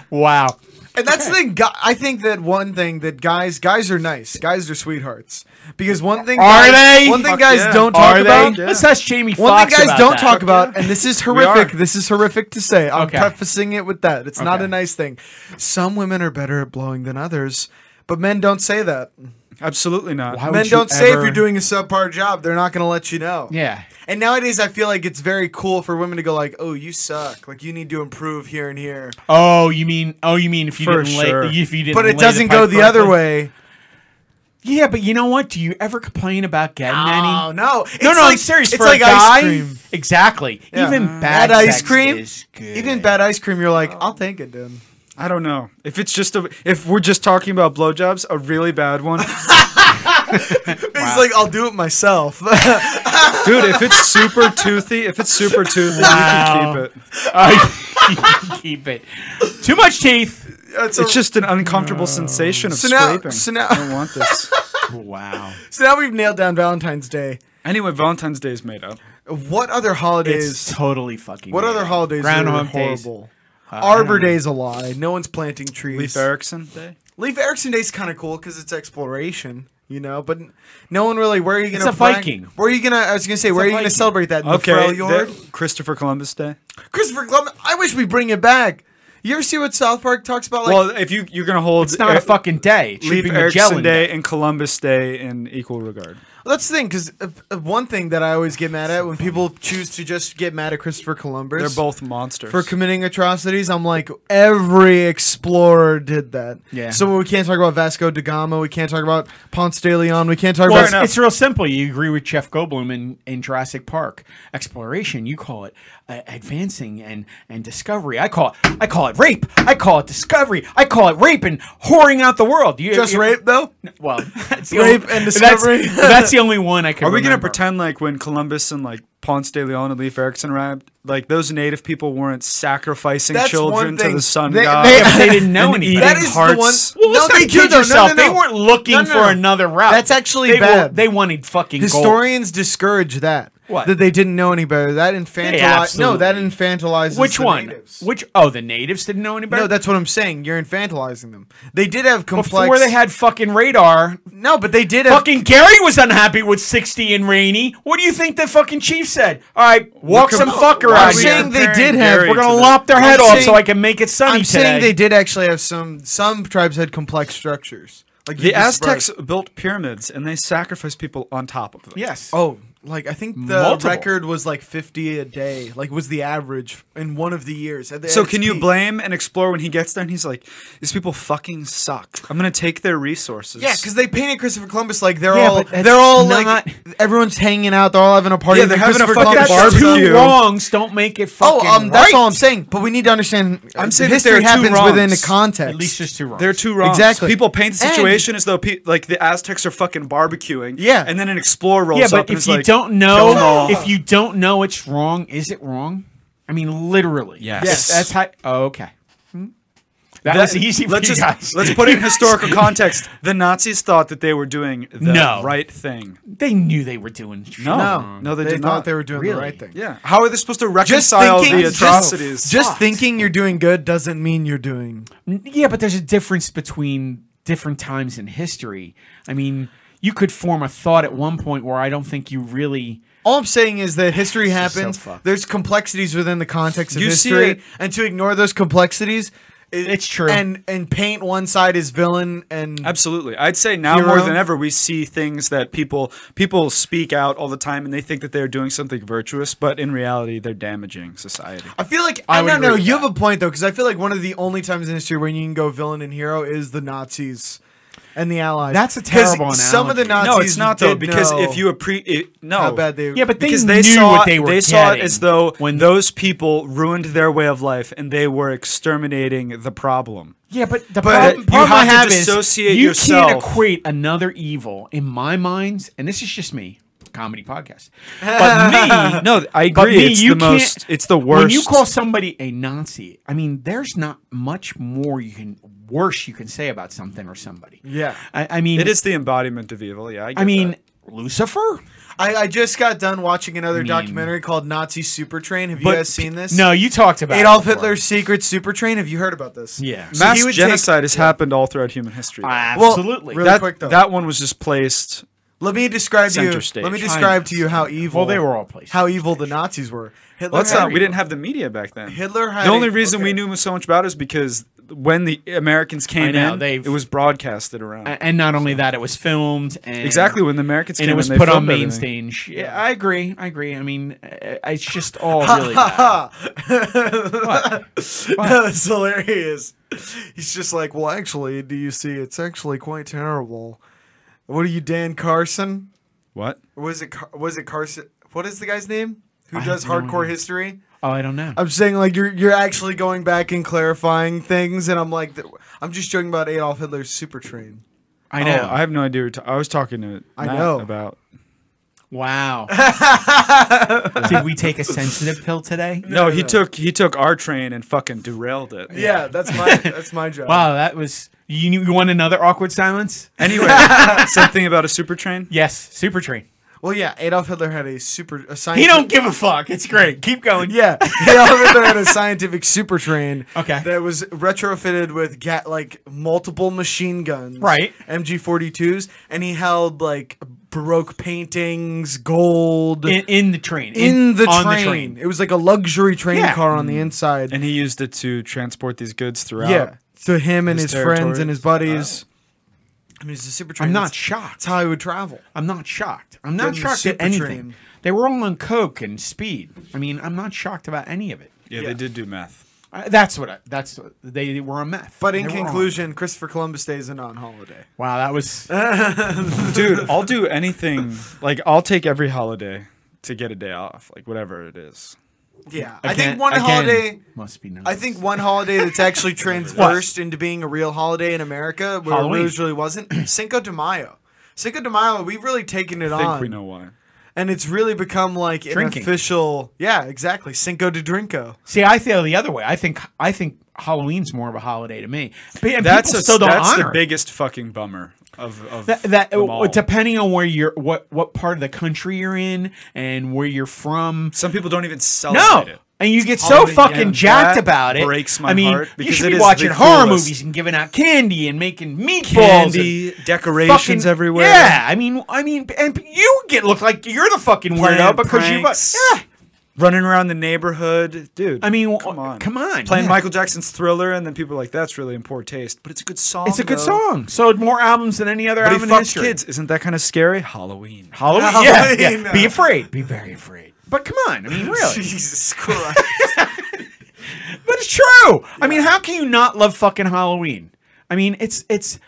Speaker 4: Wow.
Speaker 2: And that's the thing. gu- I think that one thing that guys, guys are nice. Guys are sweethearts. Because one thing,
Speaker 4: Are
Speaker 2: guys-
Speaker 4: they?
Speaker 2: One thing
Speaker 3: Fuck
Speaker 2: guys
Speaker 3: yeah.
Speaker 2: don't talk
Speaker 4: Are
Speaker 2: about.
Speaker 4: they? Let's ask Jamie Foxx.
Speaker 2: One thing guys
Speaker 4: about
Speaker 2: don't
Speaker 4: that.
Speaker 2: talk about, and this is horrific. This is horrific to say. I'm
Speaker 4: Okay.
Speaker 2: prefacing it with that. It's not
Speaker 4: Okay.
Speaker 2: a nice thing. Some women are better at blowing than others, but men don't say that.
Speaker 3: Absolutely not.
Speaker 4: Why would
Speaker 2: Men
Speaker 4: you
Speaker 2: don't say if
Speaker 4: ever-
Speaker 2: you're doing a subpar job. They're not going to let you know.
Speaker 4: Yeah.
Speaker 2: And nowadays, I feel like it's very cool for women to go like, "Oh, you suck. Like you need to improve here and here."
Speaker 4: Oh, you mean? Oh, you mean if you
Speaker 3: For
Speaker 4: didn't
Speaker 3: sure.
Speaker 4: lay? If you didn't.
Speaker 2: But
Speaker 4: lay
Speaker 2: it doesn't go
Speaker 4: pipe
Speaker 2: the other
Speaker 4: correctly?
Speaker 2: way.
Speaker 4: Yeah, but you know what? Do you ever complain about getting
Speaker 2: Oh
Speaker 4: any?
Speaker 2: no! It's
Speaker 4: No, no,
Speaker 2: like,
Speaker 4: I'm serious.
Speaker 2: It's
Speaker 4: For
Speaker 2: like
Speaker 4: a guy,
Speaker 2: ice cream.
Speaker 4: exactly.
Speaker 2: Yeah.
Speaker 4: Even
Speaker 2: Mm.
Speaker 4: bad,
Speaker 2: Bad ice
Speaker 4: sex
Speaker 2: cream?
Speaker 4: is good.
Speaker 2: Even bad ice cream, you're
Speaker 4: Oh.
Speaker 2: like, I'll take it, dude.
Speaker 3: I don't know. If it's just a, if we're just talking about blowjobs, a really bad one,
Speaker 2: It's like I'll do it myself. *laughs*
Speaker 3: dude. If it's super toothy, if it's super toothy, you
Speaker 4: Wow.
Speaker 3: can keep it.
Speaker 4: I *laughs* keep it. Too much teeth.
Speaker 2: That's
Speaker 3: It's just an uncomfortable sensation of
Speaker 2: So now-
Speaker 3: scraping.
Speaker 2: so now-
Speaker 3: I don't want this.
Speaker 4: Wow.
Speaker 2: so now we've nailed down Valentine's Day.
Speaker 3: Anyway, Valentine's Day is made up.
Speaker 2: What other
Speaker 4: It's
Speaker 2: holidays?
Speaker 4: totally fucking.
Speaker 2: What
Speaker 4: weird.
Speaker 2: other holidays are
Speaker 4: Groundhog Days.
Speaker 2: horrible?
Speaker 4: Uh,
Speaker 2: Arbor Day's a lie. No one's planting trees.
Speaker 3: Leif Erikson Day.
Speaker 2: Leif Erikson Day's kind of cool because it's exploration. You know, but n- no one really. Where are you gonna?
Speaker 4: a
Speaker 2: brag-
Speaker 4: Viking.
Speaker 2: Where are you gonna? I was gonna say, where are you gonna
Speaker 4: Viking.
Speaker 2: celebrate that? In
Speaker 3: Okay,
Speaker 2: the
Speaker 3: that-
Speaker 2: Freljord?
Speaker 3: Christopher Columbus Day.
Speaker 2: Christopher Columbus. I wish we bring it back. You ever see what South Park talks about? Like,
Speaker 3: well, if you you're gonna hold
Speaker 4: It's not
Speaker 2: Eh,
Speaker 4: a fucking day. It should
Speaker 3: Leave
Speaker 4: be
Speaker 3: Erickson
Speaker 4: Magellan
Speaker 3: Day and Columbus Day in equal regard.
Speaker 2: that's the thing, because uh, uh, one thing that I always get mad at when people choose to just get mad at Christopher Columbus.
Speaker 3: They're both monsters.
Speaker 2: for committing atrocities. I'm like, every explorer did that.
Speaker 4: Yeah.
Speaker 2: So we can't talk about Vasco da Gama. We can't talk about Ponce de Leon. We can't talk
Speaker 4: Well,
Speaker 2: about.
Speaker 4: it's, it's real simple. You agree with Jeff Goldblum in, in Jurassic Park exploration. You call it uh, advancing and and discovery. I call it I call it rape. I call it discovery. I call it rape and whoring out the world. You,
Speaker 2: Just
Speaker 4: you-
Speaker 2: rape though. *laughs*
Speaker 4: Well, that's the
Speaker 2: Rape
Speaker 4: only-
Speaker 2: and
Speaker 4: that's-
Speaker 2: discovery.
Speaker 4: That's, the only one I can.
Speaker 3: Are we gonna
Speaker 4: remember.
Speaker 3: pretend like when Columbus and like Ponce de Leon and Leif Erikson arrived, like those native people weren't sacrificing
Speaker 2: That's one
Speaker 3: children to
Speaker 2: thing.
Speaker 3: the sun
Speaker 2: They- *laughs*
Speaker 3: god?
Speaker 2: they-
Speaker 4: Yeah, but they didn't know
Speaker 3: and
Speaker 4: anything.
Speaker 3: eating
Speaker 2: That is the one-
Speaker 3: hearts?
Speaker 4: Well,
Speaker 2: No,
Speaker 4: let's
Speaker 2: they
Speaker 4: not kid
Speaker 2: did. No, no,
Speaker 4: yourself.
Speaker 2: no, no.
Speaker 4: They weren't looking
Speaker 2: No, no,
Speaker 4: for
Speaker 2: no.
Speaker 4: another route.
Speaker 2: That's actually
Speaker 4: they wa-
Speaker 2: bad.
Speaker 4: they wanted fucking gold.
Speaker 2: Historians discourage that.
Speaker 4: What?
Speaker 2: That they didn't know any better. That infantilizes. No,
Speaker 4: absolutely.
Speaker 2: that infantilizes.
Speaker 4: Which
Speaker 2: the
Speaker 4: one?
Speaker 2: natives.
Speaker 4: Which? Oh, the natives didn't know any better.
Speaker 2: No, that's what I'm saying. You're infantilizing them. They did have complex.
Speaker 4: before they had fucking radar.
Speaker 2: No, but they did have.
Speaker 4: Fucking Gary was unhappy with 60 and rainy. What do you think the fucking chief said? All right, walk some fucker
Speaker 2: I'm
Speaker 4: out
Speaker 2: saying
Speaker 4: here.
Speaker 2: they did have.
Speaker 4: We're gonna
Speaker 3: to the-
Speaker 4: lop their
Speaker 2: I'm
Speaker 4: head off so
Speaker 2: saying-
Speaker 4: I can make it sunny
Speaker 2: I'm
Speaker 4: today.
Speaker 2: saying they did actually have some. Some tribes had complex structures. Like you'd
Speaker 3: *laughs* The
Speaker 2: be surprised.
Speaker 3: Aztecs built pyramids and they sacrificed people on top of them.
Speaker 4: Yes.
Speaker 2: Oh, like I think the
Speaker 4: Multiple.
Speaker 2: record was like 50 a day. Like was the average in one of the years. At the-
Speaker 3: So
Speaker 2: at its
Speaker 3: can you
Speaker 2: peak.
Speaker 3: blame and explore when he gets there and he's like, these people fucking suck. I'm gonna take their resources.
Speaker 2: Yeah, because they painted Christopher Columbus like they're
Speaker 4: Yeah,
Speaker 2: all
Speaker 4: but that's
Speaker 2: they're all
Speaker 4: not-
Speaker 2: like everyone's hanging out, they're all having a party.
Speaker 3: Yeah,
Speaker 2: and
Speaker 3: they're
Speaker 2: then
Speaker 3: having a
Speaker 2: Christopher
Speaker 3: fucking
Speaker 2: Columbus
Speaker 4: that's
Speaker 2: shows up.
Speaker 3: barbecue.
Speaker 4: two wrongs don't make it fucking
Speaker 2: Oh, um, that's
Speaker 4: right.
Speaker 2: all I'm saying. But we need to understand.
Speaker 3: I'm
Speaker 2: uh,
Speaker 3: saying that
Speaker 2: history
Speaker 3: there are two
Speaker 2: happens within a
Speaker 3: wrongs.
Speaker 2: context.
Speaker 4: At least there's two wrongs.
Speaker 3: They're too wrong.
Speaker 2: Exactly.
Speaker 3: People paint the
Speaker 2: And-
Speaker 3: situation as though pe- like the Aztecs are fucking barbecuing.
Speaker 2: Yeah.
Speaker 3: And then an explorer rolls
Speaker 4: yeah,
Speaker 3: up
Speaker 4: but
Speaker 3: and
Speaker 4: if
Speaker 3: is
Speaker 4: you
Speaker 3: like,
Speaker 4: don't
Speaker 3: "Kill 'em
Speaker 4: know,
Speaker 3: all."
Speaker 4: if you don't know it's wrong, is it wrong? I mean, literally.
Speaker 3: Yes.
Speaker 2: Yes.
Speaker 4: That's how. Oh, okay. That,
Speaker 3: That-
Speaker 4: was easy for
Speaker 3: let's
Speaker 4: you
Speaker 3: just
Speaker 4: guys.
Speaker 3: let's put it in historical context. The Nazis thought that they were doing the
Speaker 4: No.
Speaker 3: right thing.
Speaker 4: *laughs* they knew they were doing. shit
Speaker 3: No,
Speaker 4: wrong.
Speaker 3: no, they,
Speaker 2: thought
Speaker 3: did not.
Speaker 2: they were doing the
Speaker 4: Really?
Speaker 2: right thing.
Speaker 3: Yeah, how are they supposed to
Speaker 2: Just
Speaker 3: reconcile
Speaker 2: thinking,
Speaker 3: the
Speaker 2: just-
Speaker 3: atrocities?
Speaker 2: Just, thinking you're doing good doesn't mean you're doing.
Speaker 4: Yeah, but there's a difference between different times in history. I mean, you could form a thought at one point where I don't think you really.
Speaker 2: All I'm saying is that history happens.
Speaker 4: fucked.
Speaker 2: There's complexities within the context of
Speaker 3: You see
Speaker 2: history,
Speaker 3: it-
Speaker 2: and to ignore those complexities, i-
Speaker 4: It's true.
Speaker 2: And and paint one side as villain and
Speaker 3: Absolutely. I'd say now
Speaker 2: Hero.
Speaker 3: more than ever we see things that people people speak out all the time and they think that they're doing something virtuous, but in reality they're damaging society.
Speaker 2: I feel like I,
Speaker 4: would
Speaker 2: don't know.
Speaker 4: agree with
Speaker 2: You
Speaker 4: that.
Speaker 2: have a point though, because I feel like one of the only times in history when you can go villain and hero is the Nazis and the Allies.
Speaker 4: That's a
Speaker 2: 'Cause
Speaker 4: terrible
Speaker 2: Some of the
Speaker 4: analogy.
Speaker 2: Nazis.
Speaker 3: No, it's not though
Speaker 2: did
Speaker 3: because
Speaker 2: know
Speaker 3: if you appreciate no
Speaker 2: how bad they.
Speaker 4: Yeah, but they,
Speaker 3: because
Speaker 4: knew
Speaker 3: they saw
Speaker 4: what they were.
Speaker 3: saw it
Speaker 4: getting
Speaker 3: as though
Speaker 4: when
Speaker 3: when those people ruined their way of life and they were exterminating the problem.
Speaker 4: yeah, but the
Speaker 3: But
Speaker 4: problem,
Speaker 3: you
Speaker 4: problem I
Speaker 3: have to
Speaker 4: have is
Speaker 3: dissociate
Speaker 4: you can't
Speaker 3: yourself.
Speaker 4: equate another evil in my mind, and this is just me, comedy podcast.
Speaker 3: *laughs*
Speaker 4: But me,
Speaker 3: No, I
Speaker 4: but
Speaker 3: agree.
Speaker 4: me,
Speaker 3: it's
Speaker 4: you
Speaker 3: the
Speaker 4: can't-
Speaker 3: most. It's the worst.
Speaker 4: When you call somebody a Nazi, I mean, there's not much more you can worse you can say about something or somebody.
Speaker 2: Yeah.
Speaker 4: I, I mean,
Speaker 3: it is the embodiment of evil. Yeah, I, get
Speaker 4: I mean,
Speaker 3: that.
Speaker 4: Lucifer.
Speaker 2: I, I just got done watching another documentary called Nazi Supertrain. Have you guys seen this?
Speaker 4: No, you talked about
Speaker 2: Adolf
Speaker 4: it before.
Speaker 2: Hitler's secret supertrain. Have you heard about this?
Speaker 4: Yeah.
Speaker 2: So he
Speaker 3: mass
Speaker 2: would take-
Speaker 3: genocide has happened all throughout human history.
Speaker 2: Well,
Speaker 4: Absolutely.
Speaker 2: Ah, really
Speaker 3: that
Speaker 2: quick though.
Speaker 3: that one was just placed.
Speaker 2: let me describe to you.
Speaker 3: Center stage.
Speaker 2: Let me
Speaker 3: China.
Speaker 2: describe to you how evil.
Speaker 4: Well, they were all placed
Speaker 2: How evil the Nazis were. Hitler.
Speaker 3: Well, that's
Speaker 2: had-
Speaker 3: not. uh, We didn't have the media back then.
Speaker 2: Hitler had
Speaker 3: The only
Speaker 2: a-
Speaker 3: reason
Speaker 2: okay.
Speaker 3: we knew so much about it is because when the Americans
Speaker 4: I
Speaker 3: came
Speaker 4: know,
Speaker 3: in,
Speaker 4: they've-
Speaker 3: it was broadcasted around.
Speaker 4: A- Uh, and not only that, it was filmed. And,
Speaker 3: exactly when the Americans
Speaker 4: and
Speaker 3: came
Speaker 4: it was
Speaker 3: in, they
Speaker 4: put on
Speaker 3: filmed
Speaker 4: main
Speaker 3: everything.
Speaker 4: stage. Yeah, I agree. I agree. I mean, uh, it's
Speaker 3: *laughs*
Speaker 4: just all really bad.
Speaker 2: *laughs* That was hilarious. He's just like, well, actually, do you see? It's actually quite terrible. What are you, Dan Carson?
Speaker 3: What?
Speaker 2: Was it Car- was it Carson? What is the guy's name? Who
Speaker 4: I
Speaker 2: does
Speaker 4: have no
Speaker 2: hardcore
Speaker 4: idea.
Speaker 2: history?
Speaker 4: Oh, I
Speaker 3: *laughs*
Speaker 4: don't know.
Speaker 2: I'm saying like you're you're actually going back and clarifying things, and I'm like, th- I'm just joking about Adolf Hitler's super train.
Speaker 4: I know.
Speaker 3: Oh, I have no idea. What you're ta- I was talking to.
Speaker 2: I
Speaker 3: Matt
Speaker 2: know.
Speaker 3: about. *laughs*
Speaker 4: wow. Did we take a sensitive pill today?
Speaker 3: No, he took he took our train and fucking derailed it.
Speaker 2: Yeah, that's
Speaker 4: *laughs*
Speaker 2: my that's my job.
Speaker 4: Wow, that was. You, you want another awkward silence?
Speaker 2: *laughs*
Speaker 3: Anyway, something about a super train.
Speaker 4: Yes, super train.
Speaker 2: Well, yeah, Adolf Hitler had a super a scientific.
Speaker 4: He don't give a fuck. It's great. Keep
Speaker 2: *laughs*
Speaker 4: going.
Speaker 2: Yeah, Adolf Hitler had a scientific super train.
Speaker 4: Okay.
Speaker 2: That was retrofitted with ga- like multiple machine guns.
Speaker 4: Right.
Speaker 2: MG42s, and he held like Baroque paintings, gold
Speaker 4: In, in the train.
Speaker 2: in the,
Speaker 4: on
Speaker 2: train. It was like a luxury train
Speaker 4: Yeah. Mm-hmm.
Speaker 2: car on the inside.
Speaker 3: And he used it to transport these goods throughout.
Speaker 2: yeah. So him and his,
Speaker 3: His
Speaker 2: friends and his buddies.
Speaker 3: territories.
Speaker 2: I mean, it's a super train.
Speaker 4: I'm not
Speaker 2: That's- That's
Speaker 4: shocked.
Speaker 2: how he would travel.
Speaker 4: I'm not shocked. I'm
Speaker 2: Getting
Speaker 4: not
Speaker 2: the
Speaker 4: shocked at
Speaker 2: super
Speaker 4: anything.
Speaker 2: train.
Speaker 4: They were all on coke and speed. I mean, I'm not shocked about any of it.
Speaker 3: Yeah, they did do math.
Speaker 4: I, that's what I, that's they were on meth.
Speaker 2: But in
Speaker 4: They were on-
Speaker 2: conclusion, Christopher Columbus Day a non-holiday.
Speaker 4: wow, that was
Speaker 3: Dude, I'll do anything. Like, I'll take every holiday to get a day off. Like, whatever it is.
Speaker 2: Yeah, I
Speaker 4: Again-
Speaker 2: think one
Speaker 4: again,
Speaker 2: holiday.
Speaker 4: must be.
Speaker 2: I
Speaker 4: noticed.
Speaker 2: think one holiday that's actually transversed into being a real holiday in America, where
Speaker 4: Halloween.
Speaker 2: it originally wasn't, *clears throat* Cinco de Mayo. Cinco de Mayo, we've really taken it
Speaker 3: I think
Speaker 2: on,
Speaker 3: we know why.
Speaker 2: and it's really become like
Speaker 4: Drinking.
Speaker 2: an official. Yeah, exactly. Cinco de Drinko.
Speaker 4: See, I feel the other way. I think I think Halloween's more of a holiday to me. But, and
Speaker 3: That's
Speaker 4: people
Speaker 3: a,
Speaker 4: still don't
Speaker 3: that's
Speaker 4: honor
Speaker 3: the
Speaker 4: it.
Speaker 3: biggest fucking bummer of, of
Speaker 4: that, that oh,
Speaker 3: them all.
Speaker 4: depending on where you're what what part of the country you're in and where you're from.
Speaker 3: Some people don't even celebrate
Speaker 4: No.
Speaker 3: it.
Speaker 4: And you get so
Speaker 3: Halloween,
Speaker 4: fucking
Speaker 3: yeah,
Speaker 4: jacked
Speaker 3: that
Speaker 4: about it.
Speaker 3: breaks my
Speaker 4: I mean,
Speaker 3: heart
Speaker 4: you
Speaker 3: because
Speaker 4: should
Speaker 3: it
Speaker 4: be
Speaker 3: is
Speaker 4: watching
Speaker 3: the
Speaker 4: horror
Speaker 3: coolest.
Speaker 4: movies and giving out candy and making meatballs, and
Speaker 3: Candy, decorations
Speaker 4: fucking-
Speaker 3: everywhere.
Speaker 4: Yeah, I mean, I mean, and you get look like you're the fucking weirdo
Speaker 3: Playing
Speaker 4: because you.
Speaker 3: pranks,
Speaker 4: Yeah,
Speaker 3: running around the neighborhood, dude.
Speaker 4: I mean,
Speaker 3: come on,
Speaker 4: come on,
Speaker 3: Playing
Speaker 4: yeah.
Speaker 3: Michael Jackson's Thriller, and then people are like, "That's really in poor taste," but it's a good song.
Speaker 4: it's a good
Speaker 3: though.
Speaker 4: song. Sold more albums than any other
Speaker 3: But he
Speaker 4: album in
Speaker 3: fucked
Speaker 4: history.
Speaker 3: kids. Isn't that kind of scary? Halloween.
Speaker 4: Halloween,
Speaker 2: Halloween,
Speaker 4: *laughs* yeah, yeah.
Speaker 2: uh,
Speaker 4: Be afraid. Be very afraid. But come on,
Speaker 3: *laughs*
Speaker 4: I mean,
Speaker 2: *laughs*
Speaker 4: really.
Speaker 2: Jesus Christ.
Speaker 4: But it's true. I mean, how can you not love fucking Halloween? I mean, it's it's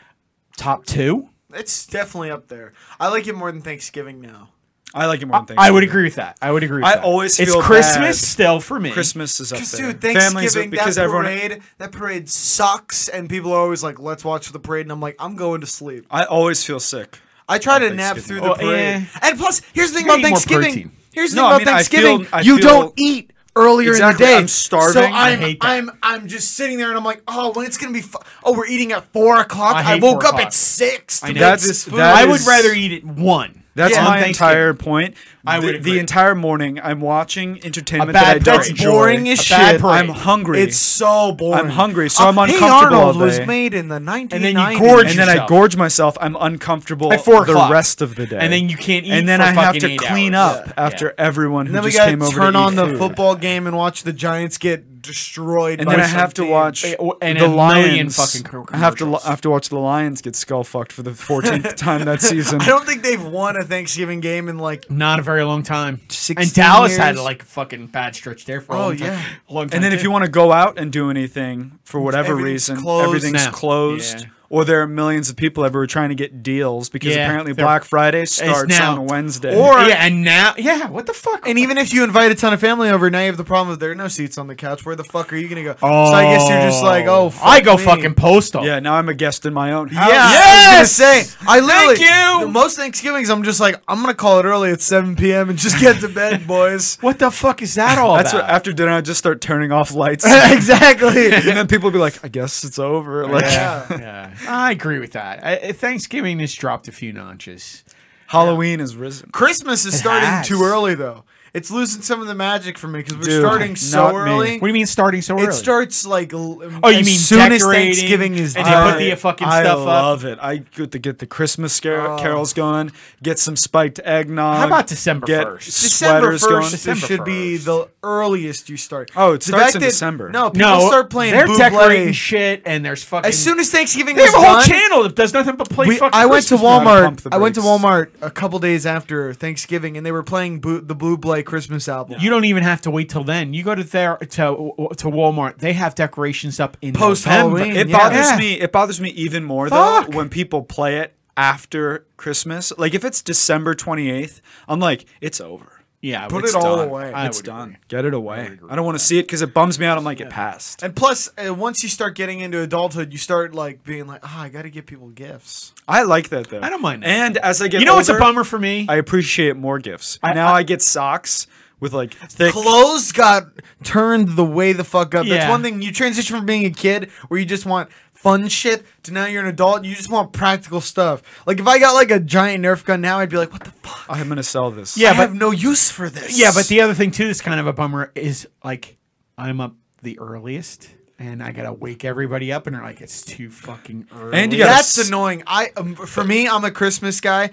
Speaker 4: top two.
Speaker 2: it's definitely up there. I like it more than Thanksgiving now.
Speaker 3: I like it more than Thanksgiving.
Speaker 4: I would agree with that. I would agree. with
Speaker 3: I
Speaker 4: that.
Speaker 3: always
Speaker 4: it's
Speaker 3: feel bad.
Speaker 4: Christmas still for me.
Speaker 3: Christmas is up
Speaker 2: Because
Speaker 3: there.
Speaker 2: dude,
Speaker 3: Families,
Speaker 2: Thanksgiving
Speaker 3: because
Speaker 2: that
Speaker 3: everyone.
Speaker 2: parade, that parade sucks, and people are always like, "Let's watch the parade," and I'm like, "I'm going to sleep."
Speaker 3: I always feel sick.
Speaker 2: I try to nap through
Speaker 3: Thanksgiving.
Speaker 2: the
Speaker 4: Well,
Speaker 2: parade.
Speaker 4: yeah.
Speaker 2: And plus, here's the thing
Speaker 4: You
Speaker 2: about
Speaker 4: gotta eat more
Speaker 2: Thanksgiving.
Speaker 4: protein.
Speaker 2: Here's the
Speaker 3: No,
Speaker 2: thing
Speaker 3: I
Speaker 2: about
Speaker 3: mean, I feel-
Speaker 2: Thanksgiving.
Speaker 3: I
Speaker 2: you
Speaker 3: feel-
Speaker 2: don't eat earlier
Speaker 3: Exactly,
Speaker 2: in the day.
Speaker 3: I'm starving.
Speaker 2: So
Speaker 3: I
Speaker 2: I'm,
Speaker 4: hate that.
Speaker 2: I'm, I'm just sitting there, and I'm like, oh, when it's gonna be? Fu- oh, we're eating at four o'clock.
Speaker 4: I
Speaker 2: I,
Speaker 4: hate
Speaker 2: woke
Speaker 4: four
Speaker 2: up
Speaker 4: o'clock.
Speaker 2: at six.
Speaker 4: I
Speaker 2: To
Speaker 4: know.
Speaker 2: make
Speaker 3: That's-
Speaker 2: this food.
Speaker 3: that
Speaker 4: I
Speaker 3: is-
Speaker 4: would rather eat it one.
Speaker 3: That's
Speaker 2: Yeah.
Speaker 4: On
Speaker 3: my
Speaker 4: Thanksgiving.
Speaker 3: entire point.
Speaker 4: I would
Speaker 3: the,
Speaker 4: agree.
Speaker 3: the entire morning, I'm watching entertainment
Speaker 4: A
Speaker 3: that I
Speaker 4: bad
Speaker 3: don't
Speaker 4: parade.
Speaker 2: That's
Speaker 3: enjoy.
Speaker 2: boring as
Speaker 4: A bad
Speaker 2: shit.
Speaker 4: parade.
Speaker 3: I'm hungry.
Speaker 2: It's so boring.
Speaker 3: I'm hungry, so I'm
Speaker 2: Uh, Hey
Speaker 3: uncomfortable all
Speaker 2: Arnold was
Speaker 3: day.
Speaker 2: made in the 1990s.
Speaker 4: then you gorge
Speaker 3: and then I
Speaker 4: yourself.
Speaker 3: gorge myself. I'm uncomfortable
Speaker 4: At four
Speaker 3: the
Speaker 4: o'clock.
Speaker 3: rest of the day,
Speaker 4: And then you can't eat
Speaker 3: And then
Speaker 4: for
Speaker 3: I have
Speaker 4: fucking
Speaker 3: to
Speaker 4: eight
Speaker 3: clean
Speaker 4: hours.
Speaker 3: up
Speaker 4: Yeah.
Speaker 3: after everyone who
Speaker 2: And then we
Speaker 3: just
Speaker 2: gotta
Speaker 3: came over.
Speaker 2: turn
Speaker 3: to
Speaker 2: on
Speaker 3: eat
Speaker 2: the
Speaker 3: food.
Speaker 2: football game and watch the Giants get destroyed.
Speaker 3: and
Speaker 2: by
Speaker 3: then I
Speaker 2: some
Speaker 3: have to
Speaker 2: team.
Speaker 3: watch
Speaker 4: and
Speaker 3: the
Speaker 4: a million
Speaker 3: Lions.
Speaker 4: fucking co-
Speaker 3: I have to lo-
Speaker 4: commercials.
Speaker 3: I have to watch the Lions get skull fucked for the
Speaker 4: *laughs*
Speaker 3: 14th time that season.
Speaker 2: I don't think they've won a Thanksgiving game in like
Speaker 4: Not a very long time.
Speaker 2: 16
Speaker 4: And Dallas had
Speaker 2: years.
Speaker 4: like a fucking bad stretch there for a
Speaker 2: Oh,
Speaker 4: long time.
Speaker 2: yeah.
Speaker 4: A long time.
Speaker 3: and then if
Speaker 4: too.
Speaker 3: you want to go out and do anything for whatever
Speaker 2: Everything's
Speaker 3: reason,
Speaker 2: closed
Speaker 3: everything's
Speaker 4: now.
Speaker 3: closed.
Speaker 4: Yeah.
Speaker 3: Or there are millions of people ever trying to get deals because
Speaker 4: Yeah,
Speaker 3: apparently
Speaker 4: they're-
Speaker 3: Black Friday starts
Speaker 4: now.
Speaker 3: on Wednesday.
Speaker 2: Or-
Speaker 4: yeah, and now, yeah, what the fuck?
Speaker 2: And even if you invite a ton of family over, now you have the problem of there are no seats on the couch. Where the fuck are you gonna go? so I guess you're just like, oh, fuck
Speaker 4: Oh. I go
Speaker 2: me.
Speaker 4: fucking postal.
Speaker 3: yeah, now I'm a guest in my own
Speaker 2: Yeah,
Speaker 3: house.
Speaker 4: Yes!
Speaker 2: I was gonna say. I literally
Speaker 4: Thank you!
Speaker 2: most Thanksgivings I'm just like I'm gonna call it early at 7 p.m. and just get to
Speaker 3: *laughs*
Speaker 2: bed, boys.
Speaker 4: What the fuck is that all
Speaker 3: That's
Speaker 4: about?
Speaker 3: what after dinner I just start turning off
Speaker 4: *laughs*
Speaker 3: lights.
Speaker 2: exactly.
Speaker 3: *laughs* and then people will be like, I guess it's over. Like
Speaker 2: Yeah.
Speaker 4: yeah, I agree with that. I, I- Thanksgiving has dropped a few notches.
Speaker 3: Halloween is risen.
Speaker 2: Christmas is
Speaker 4: It
Speaker 2: starting
Speaker 4: has.
Speaker 2: too early though. It's losing some of the magic for me because we're
Speaker 3: Dude,
Speaker 2: starting so
Speaker 3: not me.
Speaker 2: early.
Speaker 4: What do you mean starting so early?
Speaker 2: It starts like oh,
Speaker 4: Oh, you
Speaker 2: as
Speaker 4: mean
Speaker 2: soon as
Speaker 4: decorating,
Speaker 2: Thanksgiving is
Speaker 4: and they
Speaker 2: done.
Speaker 4: put the fucking
Speaker 3: I
Speaker 4: stuff up.
Speaker 3: love it. I get to get the Christmas scar-
Speaker 2: Oh.
Speaker 3: carols going, get some spiked eggnog.
Speaker 4: How about December
Speaker 3: get
Speaker 4: 1st?
Speaker 2: December
Speaker 3: sweaters going.
Speaker 2: first
Speaker 4: December
Speaker 2: should be
Speaker 4: 1st.
Speaker 2: the earliest you start.
Speaker 3: Oh, it
Speaker 2: The
Speaker 3: starts
Speaker 2: fact
Speaker 3: in
Speaker 2: that-
Speaker 3: December.
Speaker 2: No, people
Speaker 4: no,
Speaker 2: start playing.
Speaker 4: They're
Speaker 2: Buble.
Speaker 4: decorating shit, and there's fucking.
Speaker 2: as soon as Thanksgiving
Speaker 4: they
Speaker 2: is
Speaker 4: have a whole
Speaker 2: done,
Speaker 4: channel that does nothing but play
Speaker 2: we-
Speaker 4: fucking.
Speaker 2: I went to
Speaker 4: Christmas
Speaker 3: gotta pump
Speaker 2: Walmart.
Speaker 3: the
Speaker 2: I went to
Speaker 3: brakes.
Speaker 2: Walmart a couple days after Thanksgiving, and they were playing Bo- the Blue Blay Christmas album.
Speaker 4: You don't even have to wait till then. You go to their to to Walmart. They have decorations up in
Speaker 2: Post
Speaker 4: November.
Speaker 2: Halloween,
Speaker 3: It
Speaker 2: Yeah.
Speaker 3: bothers
Speaker 4: Yeah.
Speaker 3: me. It bothers me even more
Speaker 4: Fuck.
Speaker 3: though when people play it after Christmas. Like if it's December 28th, I'm like, it's over.
Speaker 4: Yeah,
Speaker 2: Put
Speaker 4: it's
Speaker 2: it all
Speaker 4: done.
Speaker 2: away.
Speaker 4: I
Speaker 3: It's
Speaker 4: would
Speaker 3: done.
Speaker 4: agree.
Speaker 3: Get it away. I, don't want to see it because it bums me out. I'm like, it passed.
Speaker 2: And plus, uh, once you start getting into adulthood, you start like being like, "Ah, I got to get people gifts."
Speaker 3: I like that though.
Speaker 4: I don't mind that.
Speaker 3: And as I get,
Speaker 4: You know what's a
Speaker 3: older,
Speaker 4: bummer for me?
Speaker 3: I appreciate more gifts.
Speaker 4: I-
Speaker 3: now
Speaker 4: I-
Speaker 3: I, get socks with like thick.
Speaker 2: Clothes got turned the way the fuck up. That's
Speaker 4: Yeah.
Speaker 2: one thing. You transition from being a kid where you just want fun shit to now you're an adult and you just want practical stuff. Like if I got like a giant Nerf gun now, I'd be like, what the fuck?
Speaker 3: I'm gonna sell this.
Speaker 2: I
Speaker 4: Yeah, but
Speaker 2: have no use for this.
Speaker 4: yeah, but the other thing too that's kind of a bummer is like I'm up the earliest and I gotta wake everybody up and they're like it's too fucking early.
Speaker 3: And you gotta
Speaker 2: that's
Speaker 3: s-
Speaker 2: annoying. I um, for me, I'm a Christmas guy.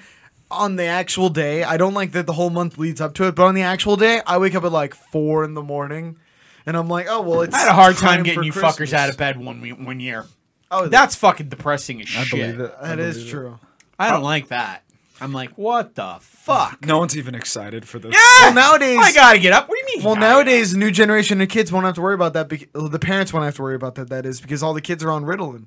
Speaker 2: On the actual day, I don't like that the whole month leads up to it, but on the actual day, I wake up at like four in the morning, and I'm like, oh well, it's
Speaker 4: I had a hard time
Speaker 2: for
Speaker 4: getting you
Speaker 2: Christmas.
Speaker 4: fuckers out of bed one we- one year.
Speaker 2: Oh,
Speaker 4: That's fucking depressing as
Speaker 3: I
Speaker 4: shit.
Speaker 3: believe it. I
Speaker 2: that
Speaker 3: believe
Speaker 2: is
Speaker 3: it.
Speaker 2: true.
Speaker 4: I
Speaker 2: Oh.
Speaker 4: don't like that. I'm like, what the fuck?
Speaker 3: No one's even excited for this.
Speaker 2: Well, nowadays,
Speaker 4: I gotta get up. What do you mean?
Speaker 2: Well,
Speaker 4: I-
Speaker 2: nowadays, the new generation of kids won't have to worry about that. Because, the parents won't have to worry about that. That is because all the kids are on Ritalin.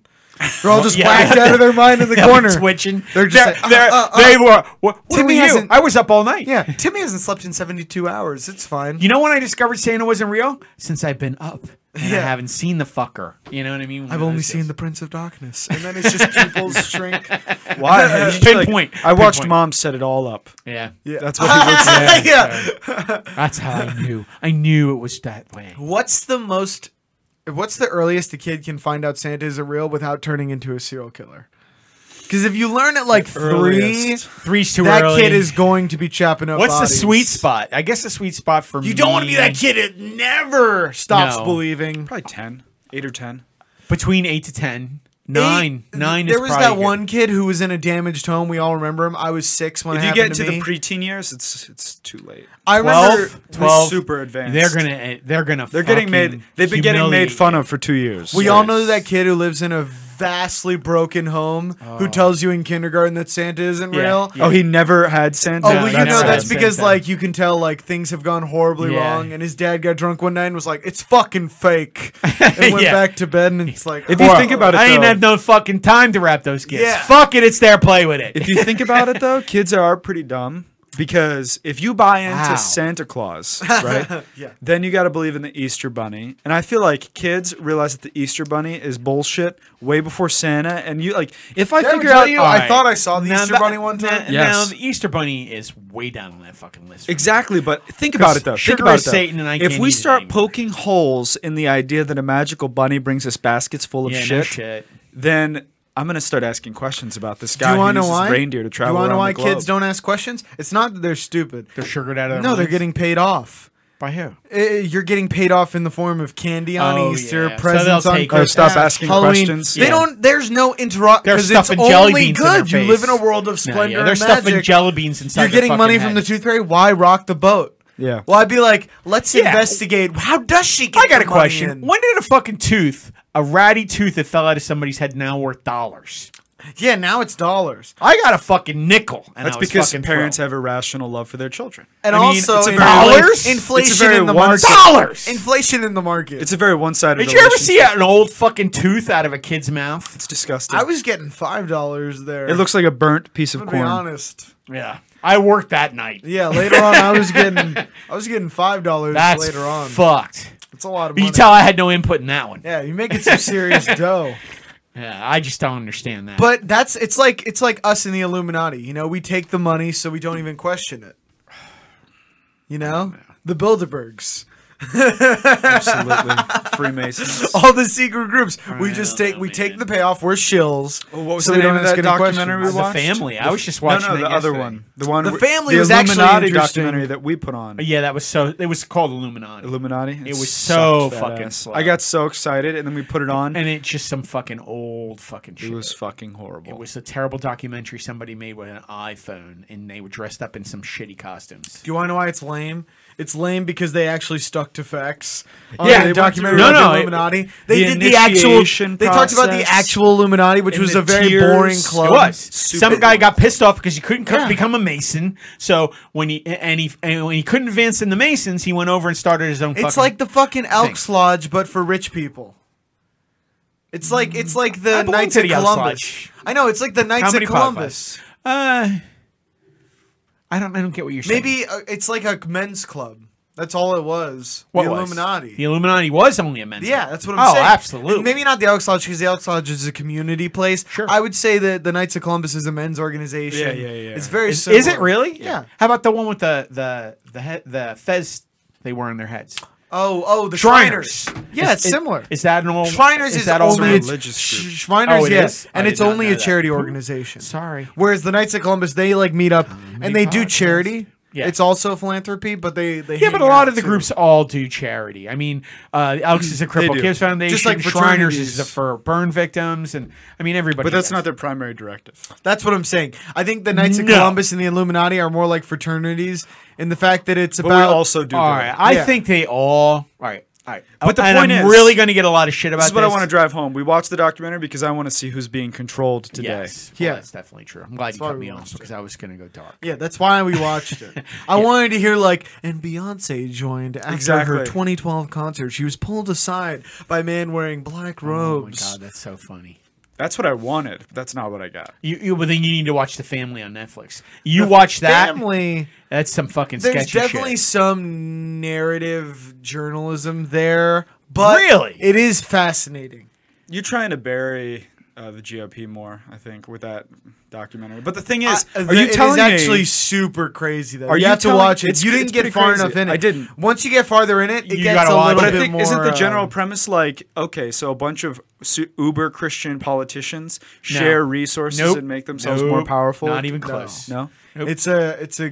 Speaker 2: They're all just
Speaker 4: yeah.
Speaker 2: whacked out of their mind in the
Speaker 4: *laughs* they'll be
Speaker 2: corner.
Speaker 4: twitching.
Speaker 2: They're just like, uh, uh, uh.
Speaker 4: they were. What, what do
Speaker 2: Timmy
Speaker 4: we do?
Speaker 2: hasn't-
Speaker 4: I was up all night.
Speaker 2: Yeah, Timmy hasn't slept in 72 hours. It's fine.
Speaker 4: You know when I discovered Santa wasn't real? Since I've been up. And I
Speaker 2: Yeah.
Speaker 4: haven't seen the fucker. You know what I mean? One
Speaker 2: I've
Speaker 4: of
Speaker 2: only
Speaker 4: those
Speaker 2: seen
Speaker 4: days.
Speaker 2: the Prince of Darkness, and then it's just pupils shrink.
Speaker 4: *laughs*
Speaker 3: Why? It's just
Speaker 4: Pinpoint.
Speaker 3: I watched
Speaker 4: Pinpoint.
Speaker 3: mom set it all up.
Speaker 4: Yeah.
Speaker 2: Yeah,
Speaker 3: That's what he
Speaker 4: *laughs*
Speaker 3: would say.
Speaker 2: *laughs* yeah.
Speaker 4: That's how I knew. I knew it was that way.
Speaker 2: What's the most? What's the earliest a kid can find out Santa isn't real without turning into a serial killer? Because if you learn at like three,
Speaker 3: earliest.
Speaker 4: Three's too
Speaker 2: that
Speaker 4: early.
Speaker 2: kid is going to be chopping up.
Speaker 4: What's the
Speaker 2: bodies.
Speaker 4: sweet spot? I guess the sweet spot for me.
Speaker 2: You don't want to be that kid that never stops
Speaker 4: No.
Speaker 2: believing.
Speaker 3: Probably ten, eight or ten.
Speaker 4: Between eight to ten. Nine.
Speaker 2: Eight-
Speaker 4: nine
Speaker 2: There
Speaker 4: is
Speaker 2: was
Speaker 4: probably
Speaker 2: that
Speaker 4: good.
Speaker 2: one kid who was in a damaged home. We all remember him. I was six when it
Speaker 3: If you
Speaker 2: happened
Speaker 3: get to,
Speaker 2: me.
Speaker 3: the preteen years, it's it's too late.
Speaker 2: I remember.
Speaker 4: 12, 12
Speaker 3: super advanced.
Speaker 4: They're gonna. eh, They're gonna.
Speaker 3: They're getting made. They've been getting made fun of for two years.
Speaker 2: We all know that kid who lives in a vastly broken home who tells you in kindergarten that Santa isn't
Speaker 4: Oh. Yeah,
Speaker 2: real.
Speaker 4: yeah.
Speaker 3: Oh, he never had Santa.
Speaker 2: Oh,
Speaker 4: No,
Speaker 2: well, you
Speaker 4: that's
Speaker 2: know
Speaker 4: sad.
Speaker 2: that's because
Speaker 4: Santa.
Speaker 2: like you can tell like things have gone horribly
Speaker 4: Yeah.
Speaker 2: wrong, and his dad got drunk one night and was like, "It's fucking
Speaker 4: *laughs*
Speaker 2: fake," and went
Speaker 4: Yeah.
Speaker 2: back to bed, and it's like,
Speaker 3: If you
Speaker 2: "Oh,
Speaker 3: think about it,
Speaker 4: I ain't
Speaker 3: though-
Speaker 4: have no fucking time to wrap those kids.
Speaker 2: Yeah.
Speaker 4: Fuck it, it's their play with it.
Speaker 3: If you think about it, though, kids are pretty dumb because if you buy into
Speaker 4: Wow.
Speaker 3: Santa
Speaker 4: *laughs*
Speaker 3: Claus, right, yeah. then you got to believe in the Easter Bunny. And I feel like kids realize that the Easter Bunny is bullshit way before Santa. And you like, if I
Speaker 2: Did I
Speaker 3: figure
Speaker 2: tell
Speaker 3: out,
Speaker 2: you,
Speaker 3: all
Speaker 2: I
Speaker 3: right,
Speaker 2: thought I saw the
Speaker 4: *laughs* Now
Speaker 2: Easter
Speaker 4: that-
Speaker 2: Bunny one
Speaker 4: now-
Speaker 2: time.
Speaker 4: Now
Speaker 3: Yes.
Speaker 4: the Easter Bunny is way down on that fucking list. for me.
Speaker 3: Exactly, but think about it though. Think
Speaker 4: sugar
Speaker 3: about
Speaker 4: is
Speaker 3: it though.
Speaker 4: Satan and I
Speaker 3: if
Speaker 4: can't
Speaker 3: we
Speaker 4: eat it
Speaker 3: start
Speaker 4: anymore.
Speaker 3: poking holes in the idea that a magical bunny brings us baskets full of
Speaker 4: Yeah, no
Speaker 3: shit,
Speaker 4: shit.
Speaker 3: then I'm gonna start asking questions about this
Speaker 2: Do
Speaker 3: guy
Speaker 2: you
Speaker 3: who
Speaker 2: want to
Speaker 3: uses
Speaker 2: know why?
Speaker 3: reindeer to travel
Speaker 2: Do you wanna
Speaker 3: around
Speaker 2: know why
Speaker 3: the globe.
Speaker 2: kids don't ask questions? It's not that they're stupid.
Speaker 4: They're sugared out of their
Speaker 2: no, they're
Speaker 4: minds.
Speaker 2: getting paid off.
Speaker 4: by who?
Speaker 2: Uh, You're getting paid off in the form of candy on
Speaker 4: Oh,
Speaker 2: Easter,
Speaker 4: yeah. So
Speaker 2: presents
Speaker 4: they'll
Speaker 2: on
Speaker 4: take it. Oh,
Speaker 2: Christmas,
Speaker 3: stop asking
Speaker 2: Halloween.
Speaker 3: questions.
Speaker 2: They
Speaker 4: Yeah.
Speaker 2: don't. There's no interrupt
Speaker 4: They're
Speaker 2: because it's
Speaker 4: stuffing jelly
Speaker 2: only
Speaker 4: beans in their
Speaker 2: good. You
Speaker 4: face.
Speaker 2: live in a world of
Speaker 4: No,
Speaker 2: splendor
Speaker 4: yeah, they're
Speaker 2: and
Speaker 4: stuffing
Speaker 2: magic.
Speaker 4: jelly beans inside.
Speaker 2: You're
Speaker 4: their
Speaker 2: getting money
Speaker 4: fucking
Speaker 2: from the
Speaker 4: heads.
Speaker 2: tooth fairy. Why rock the boat?
Speaker 3: Yeah.
Speaker 2: Well, I'd be like, let's
Speaker 4: Yeah.
Speaker 2: investigate. How does she get?
Speaker 4: I got
Speaker 2: the money
Speaker 4: a question.
Speaker 2: in?
Speaker 4: When did a fucking tooth, a ratty tooth that fell out of somebody's head, now worth dollars?
Speaker 2: Yeah, now it's dollars.
Speaker 4: I got a fucking nickel, and
Speaker 3: That's
Speaker 4: I was
Speaker 3: because
Speaker 4: fucking
Speaker 3: parents
Speaker 4: thrilled.
Speaker 3: have irrational love for their children.
Speaker 2: And
Speaker 3: I mean,
Speaker 2: also
Speaker 3: it's a
Speaker 2: in-
Speaker 3: very
Speaker 4: Dollars?
Speaker 2: inflation
Speaker 3: It's a very
Speaker 2: in the
Speaker 3: one-
Speaker 2: market.
Speaker 4: dollars.
Speaker 2: Inflation in the market.
Speaker 3: It's a very one-sided.
Speaker 4: Did you ever see
Speaker 3: relationship.
Speaker 4: an old fucking tooth out of a kid's mouth?
Speaker 3: It's disgusting.
Speaker 2: I was getting five dollars there.
Speaker 3: It looks like a burnt piece of
Speaker 2: To be
Speaker 3: corn.
Speaker 2: honest,
Speaker 4: Yeah, I worked that night.
Speaker 2: yeah. Later on, I was getting, I was getting five dollars
Speaker 4: *laughs* That's
Speaker 2: later on.
Speaker 4: fucked.
Speaker 2: It's a lot of
Speaker 4: You
Speaker 2: money.
Speaker 4: can tell I had no input in that one.
Speaker 2: yeah, you're making some serious dough.
Speaker 4: Yeah, I just don't understand that.
Speaker 2: But that's it's like it's like us in the Illuminati. You know, we take the money so we don't even question it. You know, the Bilderbergs,
Speaker 3: Absolutely,
Speaker 2: *laughs*
Speaker 3: Freemasons.
Speaker 2: all the secret groups. We just take we take the payoff. We're shills.
Speaker 3: Well, what was
Speaker 2: so
Speaker 3: the
Speaker 2: we
Speaker 3: name
Speaker 2: don't
Speaker 3: of
Speaker 2: ask
Speaker 3: that
Speaker 2: any
Speaker 3: documentary
Speaker 2: questions.
Speaker 3: we
Speaker 4: the
Speaker 3: watched?
Speaker 4: family, I was just
Speaker 3: No,
Speaker 4: watching
Speaker 3: no,
Speaker 4: that
Speaker 3: the other
Speaker 4: yesterday.
Speaker 3: one, the one
Speaker 2: The
Speaker 3: where-
Speaker 2: family
Speaker 3: the
Speaker 2: was actually
Speaker 3: Illuminati
Speaker 2: interesting.
Speaker 3: documentary that we put on.
Speaker 4: Yeah, that was so. It was called Illuminati.
Speaker 3: Illuminati.
Speaker 4: It was so
Speaker 3: sucked that
Speaker 4: fucking
Speaker 3: ass.
Speaker 4: slow.
Speaker 3: I got so excited, and then we put it on.
Speaker 4: and it's just some fucking old fucking shit.
Speaker 3: it was fucking horrible.
Speaker 4: It was a terrible documentary somebody made with an iPhone, and they were dressed up in some shitty costumes.
Speaker 2: Do you want to know why it's lame? It's lame because they actually stuck to facts. On
Speaker 4: Yeah,
Speaker 2: the
Speaker 4: they went through-
Speaker 2: documentary
Speaker 4: No,
Speaker 2: on
Speaker 4: no,
Speaker 2: the
Speaker 4: it-
Speaker 2: Illuminati. They
Speaker 3: the
Speaker 2: did the actual.
Speaker 3: initiation
Speaker 2: They talked about the
Speaker 3: process
Speaker 2: actual Illuminati, which
Speaker 3: and
Speaker 2: was
Speaker 3: the
Speaker 2: a very
Speaker 3: tiers.
Speaker 2: boring club.
Speaker 4: It was.
Speaker 3: Super
Speaker 4: Some guy got pissed off because he couldn't co-
Speaker 2: Yeah.
Speaker 4: become a Mason. So when he and he and when he couldn't advance in the Masons, he went over and started his own.
Speaker 2: It's
Speaker 4: fucking-
Speaker 2: like the fucking Elks Lodge, but for rich people. It's like it's like the
Speaker 4: I belong
Speaker 2: Knights
Speaker 4: to
Speaker 2: of
Speaker 4: the Elks
Speaker 2: Columbus.
Speaker 4: Lodge.
Speaker 2: I know it's like the Knights
Speaker 4: How many
Speaker 2: of Columbus.
Speaker 4: podcasts? Uh, I don't. I don't get what you're saying.
Speaker 2: Maybe uh, it's like a men's club. That's all it was.
Speaker 4: what
Speaker 2: the
Speaker 4: was?
Speaker 2: Illuminati.
Speaker 4: The Illuminati was only a men's.
Speaker 2: yeah,
Speaker 4: club.
Speaker 2: that's what I'm saying.
Speaker 4: Oh, absolutely.
Speaker 2: Maybe not the Elks Lodge because the Elks Lodge is a community place.
Speaker 4: Sure.
Speaker 2: I would say that the Knights of Columbus is a men's organization.
Speaker 3: Yeah, yeah, yeah.
Speaker 2: It's very
Speaker 4: Is,
Speaker 2: similar.
Speaker 4: is it really?
Speaker 2: Yeah.
Speaker 4: How about the one with the the the he- the fez they were on their heads?
Speaker 2: Oh, oh, the
Speaker 4: Shriners.
Speaker 2: Shriners. Yeah, it's
Speaker 4: Is-
Speaker 2: similar.
Speaker 4: Is that normal?
Speaker 2: Shriners is,
Speaker 4: that also
Speaker 2: only
Speaker 3: a
Speaker 2: it's-
Speaker 3: religious
Speaker 2: Sh-
Speaker 3: group?
Speaker 2: Shriners,
Speaker 4: Oh, it
Speaker 2: yes,
Speaker 4: is?
Speaker 2: and
Speaker 4: I
Speaker 2: it's
Speaker 4: did not
Speaker 2: only
Speaker 4: know
Speaker 2: a
Speaker 4: that.
Speaker 2: charity organization.
Speaker 4: Sorry.
Speaker 2: Whereas the Knights of Columbus, they like meet up and they do
Speaker 4: podcast.
Speaker 2: charity.
Speaker 4: Yeah.
Speaker 2: It's also philanthropy, but they they
Speaker 4: Yeah,
Speaker 2: hang
Speaker 4: but a lot
Speaker 2: out,
Speaker 4: of the
Speaker 2: too.
Speaker 4: groups all do charity. I mean, uh, Alex is a Cripple
Speaker 3: do.
Speaker 4: Kids Foundation.
Speaker 2: Just like
Speaker 4: Shriners is
Speaker 2: fraternities.
Speaker 4: for burn victims, and I mean everybody.
Speaker 3: But that's
Speaker 4: does.
Speaker 3: not their primary directive.
Speaker 2: That's what I'm saying. I think the Knights of
Speaker 4: No.
Speaker 2: Columbus and the Illuminati are more like fraternities in the fact that it's
Speaker 3: But we
Speaker 2: about
Speaker 3: also do.
Speaker 4: All
Speaker 3: do
Speaker 4: right,
Speaker 3: it.
Speaker 4: I
Speaker 2: Yeah.
Speaker 4: think they all. All right, all right.
Speaker 3: But the
Speaker 4: And
Speaker 3: point
Speaker 4: I'm
Speaker 3: is-
Speaker 4: really going to get a lot of shit about
Speaker 3: This is what I want to
Speaker 4: to
Speaker 3: drive home. We watch the documentary because I want to see who's being controlled today.
Speaker 4: Yes,
Speaker 2: Yeah.
Speaker 4: yeah, that's definitely true. I'm glad you
Speaker 2: why
Speaker 4: cut
Speaker 2: we
Speaker 4: me off
Speaker 2: watched it.
Speaker 4: because I was going to go dark.
Speaker 2: Yeah, that's why we watched it. I wanted to hear like, and Beyonce joined after
Speaker 3: Exactly.
Speaker 2: her 2012 concert. She was pulled aside by a man wearing black
Speaker 4: Oh my
Speaker 2: robes.
Speaker 4: god, that's so funny.
Speaker 3: That's what I wanted. but That's not what I got.
Speaker 4: You, you well, then you need to watch the family on Netflix. You watch that.
Speaker 2: Family.
Speaker 4: That's some fucking
Speaker 2: There's
Speaker 4: sketchy
Speaker 2: definitely
Speaker 4: shit.
Speaker 2: some narrative journalism there, but
Speaker 4: Really?
Speaker 2: it is fascinating.
Speaker 3: You're trying to bury uh, the GOP more, I think, with that documentary. But the thing is,
Speaker 2: I-
Speaker 3: are
Speaker 2: the-
Speaker 3: you
Speaker 2: Uh, it is
Speaker 3: telling
Speaker 2: actually
Speaker 3: me?
Speaker 2: super crazy though.
Speaker 3: Are
Speaker 2: you,
Speaker 3: you
Speaker 2: have to
Speaker 3: telling-
Speaker 2: watch it.
Speaker 3: it's-
Speaker 2: You didn't
Speaker 3: it's
Speaker 2: get
Speaker 3: pretty
Speaker 2: far
Speaker 3: crazy.
Speaker 2: enough in it.
Speaker 3: I didn't.
Speaker 2: Once you get farther in it, it
Speaker 4: You
Speaker 2: gets
Speaker 4: gotta
Speaker 2: a
Speaker 4: watch
Speaker 2: little
Speaker 4: it.
Speaker 3: But I
Speaker 2: bit
Speaker 3: think
Speaker 2: more.
Speaker 3: isn't the general
Speaker 2: um,
Speaker 3: premise like okay, so a bunch of su- uber Christian politicians share resources
Speaker 4: Nope.
Speaker 3: and make themselves more
Speaker 4: Nope.
Speaker 3: powerful?
Speaker 4: Not even close.
Speaker 3: No.
Speaker 2: it's a it's a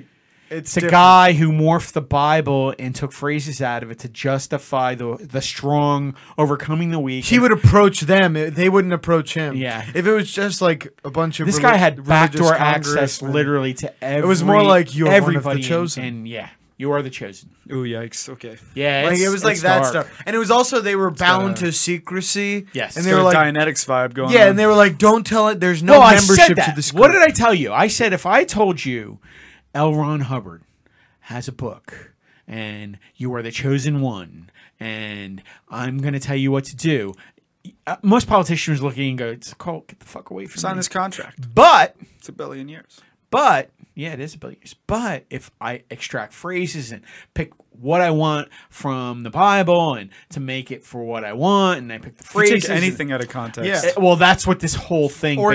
Speaker 2: it's,
Speaker 4: It's a guy who morphed the Bible and took phrases out of it to justify the the strong overcoming the weak.
Speaker 2: he
Speaker 4: And
Speaker 2: would approach them. it- They wouldn't approach him.
Speaker 4: Yeah.
Speaker 2: If it was just like a bunch of
Speaker 4: This
Speaker 2: relig-
Speaker 4: guy had
Speaker 2: religious
Speaker 4: backdoor access,
Speaker 2: congressmen.
Speaker 4: literally to every.
Speaker 2: was more like, "You are one of the
Speaker 4: everybody and-
Speaker 2: chosen."
Speaker 4: and, yeah, you are the chosen.
Speaker 3: Ooh, yikes. Okay.
Speaker 4: Yeah,
Speaker 2: Like
Speaker 4: it's-
Speaker 2: it was like
Speaker 4: it's
Speaker 2: that
Speaker 4: dark.
Speaker 2: stuff, and it was also they were bound
Speaker 3: got a-
Speaker 2: to secrecy.
Speaker 4: Yes.
Speaker 2: and
Speaker 4: It's
Speaker 2: they
Speaker 3: They
Speaker 2: were
Speaker 3: were
Speaker 2: like,
Speaker 3: Dianetics vibe going.
Speaker 2: yeah,
Speaker 3: on.
Speaker 2: and they were like, don't tell it. There's
Speaker 4: No,
Speaker 2: no,
Speaker 4: I
Speaker 2: membership
Speaker 4: said that.
Speaker 2: to this.
Speaker 4: What did I tell you? I said if I told you, L. Ron Hubbard has a book, and you are the chosen one, and I'm going to tell you what to do. uh, Most politicians looking and go, "It's a cult. Get the fuck away from
Speaker 3: sign
Speaker 4: me."
Speaker 3: this contract.
Speaker 4: But
Speaker 3: It's a billion years.
Speaker 4: But yeah, it is a billion years. But if I extract phrases and pick what I want from the Bible and to make it for what I want, and I pick the
Speaker 3: You
Speaker 4: phrases.
Speaker 3: take
Speaker 4: and-
Speaker 3: anything out of context.
Speaker 2: Yeah.
Speaker 4: Eh, well, that's what this whole thing. basically to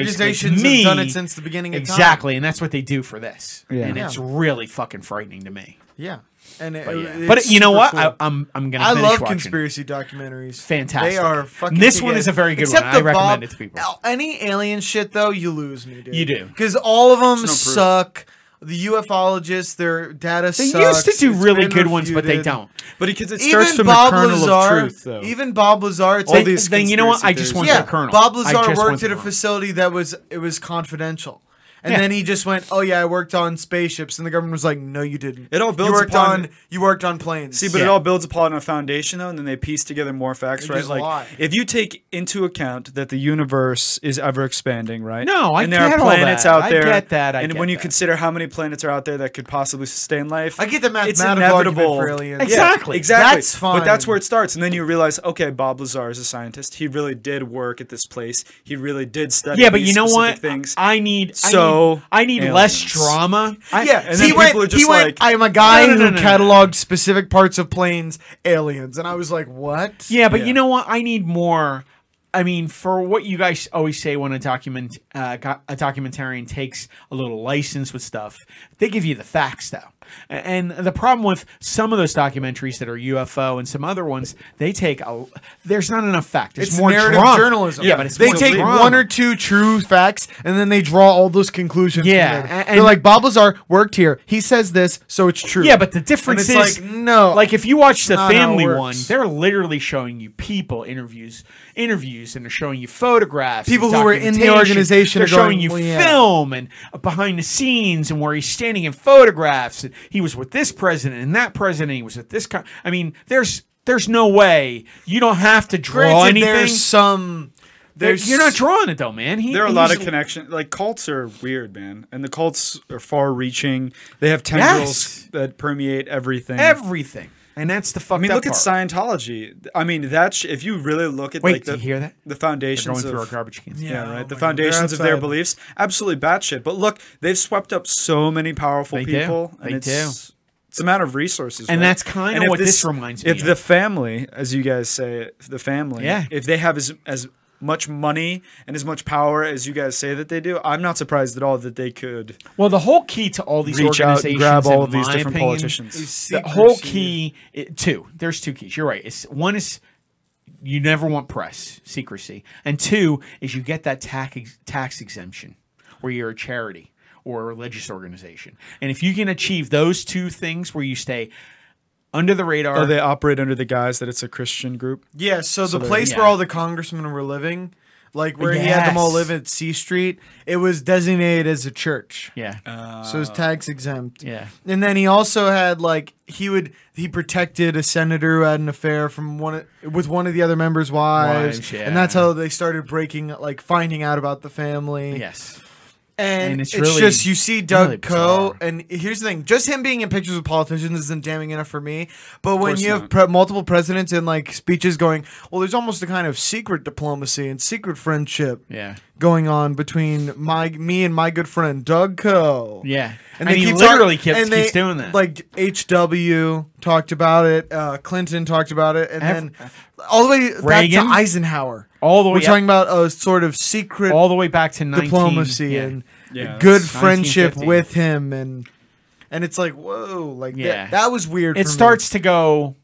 Speaker 2: Organizations have done
Speaker 4: me-
Speaker 2: it since the beginning of time.
Speaker 4: exactly, and that's what they do for this,
Speaker 3: Yeah.
Speaker 4: and it's
Speaker 2: Yeah.
Speaker 4: really fucking frightening to me.
Speaker 2: Yeah, and it,
Speaker 4: But, yeah.
Speaker 2: it-
Speaker 4: but
Speaker 2: it's
Speaker 4: you know
Speaker 2: super
Speaker 4: what?
Speaker 2: cool.
Speaker 4: I, I'm I'm gonna.
Speaker 2: I
Speaker 4: finish
Speaker 2: love
Speaker 4: watching.
Speaker 2: conspiracy documentaries.
Speaker 4: Fantastic.
Speaker 2: They are fucking.
Speaker 4: This
Speaker 2: kick
Speaker 4: one
Speaker 2: ass.
Speaker 4: is a very good
Speaker 2: Except
Speaker 4: one. I
Speaker 2: the
Speaker 4: recommend
Speaker 2: Bob-
Speaker 4: it to people.
Speaker 2: Al- Any alien shit though, you lose me, dude.
Speaker 4: You do.
Speaker 2: because all of them
Speaker 3: proof.
Speaker 2: suck. The ufologists, their data.
Speaker 4: They used to do really good ones, but they don't.
Speaker 3: But because it starts
Speaker 2: Even
Speaker 3: from
Speaker 2: Bob
Speaker 3: the kernel
Speaker 2: Lazar,
Speaker 3: of truth, though.
Speaker 2: even Bob Lazar, it's
Speaker 4: They-
Speaker 2: like-
Speaker 3: these
Speaker 4: then you know what? I
Speaker 3: conspiracy
Speaker 4: just
Speaker 3: theories.
Speaker 4: want
Speaker 2: yeah,
Speaker 4: the colonel.
Speaker 2: Bob
Speaker 4: I
Speaker 2: Lazar
Speaker 4: just want
Speaker 2: worked
Speaker 4: the
Speaker 2: at a
Speaker 4: colonel.
Speaker 2: facility that was it was confidential. And
Speaker 4: Yeah.
Speaker 2: then he just went, "Oh yeah, I worked on spaceships." And the government was like, "No, you didn't.
Speaker 3: It all builds
Speaker 2: you worked
Speaker 3: upon-
Speaker 2: on you worked on planes."
Speaker 3: See, but it
Speaker 4: Yeah.
Speaker 3: all builds upon a foundation, though, and then they piece together more facts,
Speaker 2: They
Speaker 3: right?
Speaker 2: just
Speaker 3: Like,
Speaker 2: lie.
Speaker 3: if you take into account that the universe is ever expanding, right?
Speaker 4: No, I
Speaker 3: and there
Speaker 4: get
Speaker 3: are
Speaker 4: all
Speaker 3: planets
Speaker 4: that.
Speaker 3: out
Speaker 4: I
Speaker 3: there.
Speaker 4: get that, I
Speaker 3: and
Speaker 4: get
Speaker 3: when you
Speaker 4: that.
Speaker 3: consider how many planets are out there that could possibly sustain life,
Speaker 2: I get the
Speaker 3: it's
Speaker 2: mathematical argument
Speaker 3: inevitable.
Speaker 2: for aliens.
Speaker 3: Yeah,
Speaker 4: Exactly.
Speaker 3: exactly.
Speaker 2: That's
Speaker 3: But that's
Speaker 2: fine.
Speaker 3: where it starts, and then you realize, okay, Bob Lazar is a scientist. He really did work at this place. He really did study.
Speaker 4: Yeah, but
Speaker 3: these
Speaker 4: you know
Speaker 3: specific
Speaker 4: what?
Speaker 3: Things.
Speaker 4: I need
Speaker 3: So,
Speaker 4: I need, I need less
Speaker 3: aliens.
Speaker 4: drama. *laughs* I,
Speaker 2: yeah,
Speaker 3: and
Speaker 2: he
Speaker 3: then people
Speaker 2: went.
Speaker 3: are
Speaker 2: he
Speaker 3: just
Speaker 2: went.
Speaker 3: like,
Speaker 2: I am a guy
Speaker 4: no, no,
Speaker 2: who
Speaker 4: no, no.
Speaker 2: cataloged specific parts of planes, aliens, and I was like, "What?"
Speaker 4: Yeah, but
Speaker 3: Yeah.
Speaker 4: you know what? I need more. I mean, for what you guys always say when a document uh, go- a documentarian takes a little license with stuff, they give you the facts though. A- And the problem with some of those documentaries that are UFO and some other ones, they take a there's not enough fact. There's
Speaker 2: It's
Speaker 4: more
Speaker 2: narrative
Speaker 4: drama.
Speaker 2: journalism.
Speaker 4: Yeah, but it's
Speaker 2: they
Speaker 4: more
Speaker 2: take
Speaker 4: drama.
Speaker 2: one or two true facts and then they draw all those conclusions. from
Speaker 4: Yeah,
Speaker 2: there.
Speaker 4: a-
Speaker 2: they're
Speaker 4: and-
Speaker 2: like Bob Lazar worked here. He says this, so it's true.
Speaker 4: Yeah, but the difference
Speaker 2: And it's
Speaker 4: is
Speaker 2: like, no,
Speaker 4: Like if you watch the
Speaker 2: not how it
Speaker 4: family
Speaker 2: works.
Speaker 4: one, they're literally showing you people interviews, interviews, and they're showing you photographs.
Speaker 2: People
Speaker 4: and
Speaker 2: who were in the
Speaker 4: documentation.
Speaker 2: organization
Speaker 4: They're
Speaker 2: are going,
Speaker 4: showing you
Speaker 2: "Well, yeah."
Speaker 4: film and uh, behind the scenes and where he's standing in photographs. And he was with this president and that president. and He was with this. Co- I mean, there's there's no way you don't have to draw
Speaker 2: Granted,
Speaker 4: anything.
Speaker 2: there's some. There's
Speaker 4: you're not drawing it though, man. He,
Speaker 3: There are
Speaker 4: *laughs*
Speaker 3: a lot of
Speaker 4: he's-
Speaker 3: connections. Like cults are weird, man, and the cults are far-reaching. They have tendrils
Speaker 4: Yes.
Speaker 3: that permeate everything.
Speaker 4: everything, and that's the fucked
Speaker 3: I mean,
Speaker 4: up
Speaker 3: look at
Speaker 4: part.
Speaker 3: Scientology. I mean, that's if you really look at
Speaker 4: Wait,
Speaker 3: like
Speaker 4: do
Speaker 3: the
Speaker 4: you hear that?
Speaker 3: the
Speaker 4: They're
Speaker 3: foundations
Speaker 4: going through our
Speaker 3: of
Speaker 4: garbage cans.
Speaker 3: yeah,
Speaker 2: Yeah, oh
Speaker 3: right. the
Speaker 2: my God, they're
Speaker 3: foundations of their
Speaker 2: outside.
Speaker 3: beliefs, absolutely batshit. But look, they've swept up so many powerful
Speaker 4: They do.
Speaker 3: people,
Speaker 4: They
Speaker 3: and it's it's a matter of resources,
Speaker 4: And
Speaker 3: right?
Speaker 4: that's kinda
Speaker 3: if
Speaker 4: what this reminds me
Speaker 3: If
Speaker 4: of.
Speaker 3: the family, as you guys say, if the family,
Speaker 4: Yeah.
Speaker 3: if they have as as much money and as much power as you guys say that they do, I'm not surprised at all that they could
Speaker 4: Well, the whole key to all these
Speaker 3: reach out and
Speaker 4: organizations,
Speaker 3: grab all
Speaker 4: in
Speaker 3: of these
Speaker 4: my
Speaker 3: different
Speaker 4: opinion,
Speaker 3: politicians.
Speaker 4: The
Speaker 2: Secrecy.
Speaker 4: whole key, it, two. There's two keys. You're right. It's one is you never want press secrecy, and two is you get that tax ex- tax exemption where you're a charity or a religious organization, and if you can achieve those two things where you stay under the radar,
Speaker 3: Or Oh, they operate under the guise that it's a Christian group.
Speaker 2: Yeah, so, the
Speaker 3: they're-
Speaker 2: place
Speaker 4: yeah.
Speaker 2: where all the congressmen were living, like where he had them all
Speaker 4: Yes.
Speaker 2: live at C Street, it was designated as a church.
Speaker 4: yeah,
Speaker 2: So
Speaker 4: Oh.
Speaker 2: his tax exempt.
Speaker 4: yeah.
Speaker 2: And then he also had like he would he protected a senator who had an affair from one of, with one of the other members' wives,
Speaker 4: Wives,
Speaker 2: and that's
Speaker 4: yeah.
Speaker 2: how they started breaking like finding out about the family.
Speaker 4: yes.
Speaker 2: and,
Speaker 4: And it's
Speaker 2: it's,
Speaker 4: really-
Speaker 2: just you see Doug
Speaker 4: really
Speaker 2: Coe,
Speaker 4: bizarre.
Speaker 2: and here's the thing: just him being in pictures with politicians isn't damning enough for me. But when
Speaker 3: course
Speaker 2: you have
Speaker 3: not.
Speaker 2: pre- multiple presidents and like speeches going, well, there's almost a kind of secret diplomacy and secret friendship
Speaker 4: Yeah,
Speaker 2: going on between my me and my good friend Doug Coe.
Speaker 4: yeah, and,
Speaker 2: they
Speaker 4: he
Speaker 2: keep
Speaker 4: literally
Speaker 2: talk-
Speaker 4: keeps,
Speaker 2: and
Speaker 4: keeps
Speaker 2: they-
Speaker 4: doing that.
Speaker 2: Like HW talked about it, uh, Clinton talked about it, and
Speaker 4: Ev-
Speaker 2: then all the way back to
Speaker 4: Reagan?
Speaker 2: Eisenhower.
Speaker 4: all the
Speaker 2: We're
Speaker 4: way,
Speaker 2: talking about a sort of secret
Speaker 4: all the way back to 19,
Speaker 2: diplomacy
Speaker 4: yeah.
Speaker 2: and
Speaker 3: Yeah,
Speaker 2: good
Speaker 3: that's
Speaker 2: friendship
Speaker 4: 1950.
Speaker 2: with him and and it's like whoa like that-
Speaker 4: Yeah.
Speaker 2: that, was weird
Speaker 4: it starts to go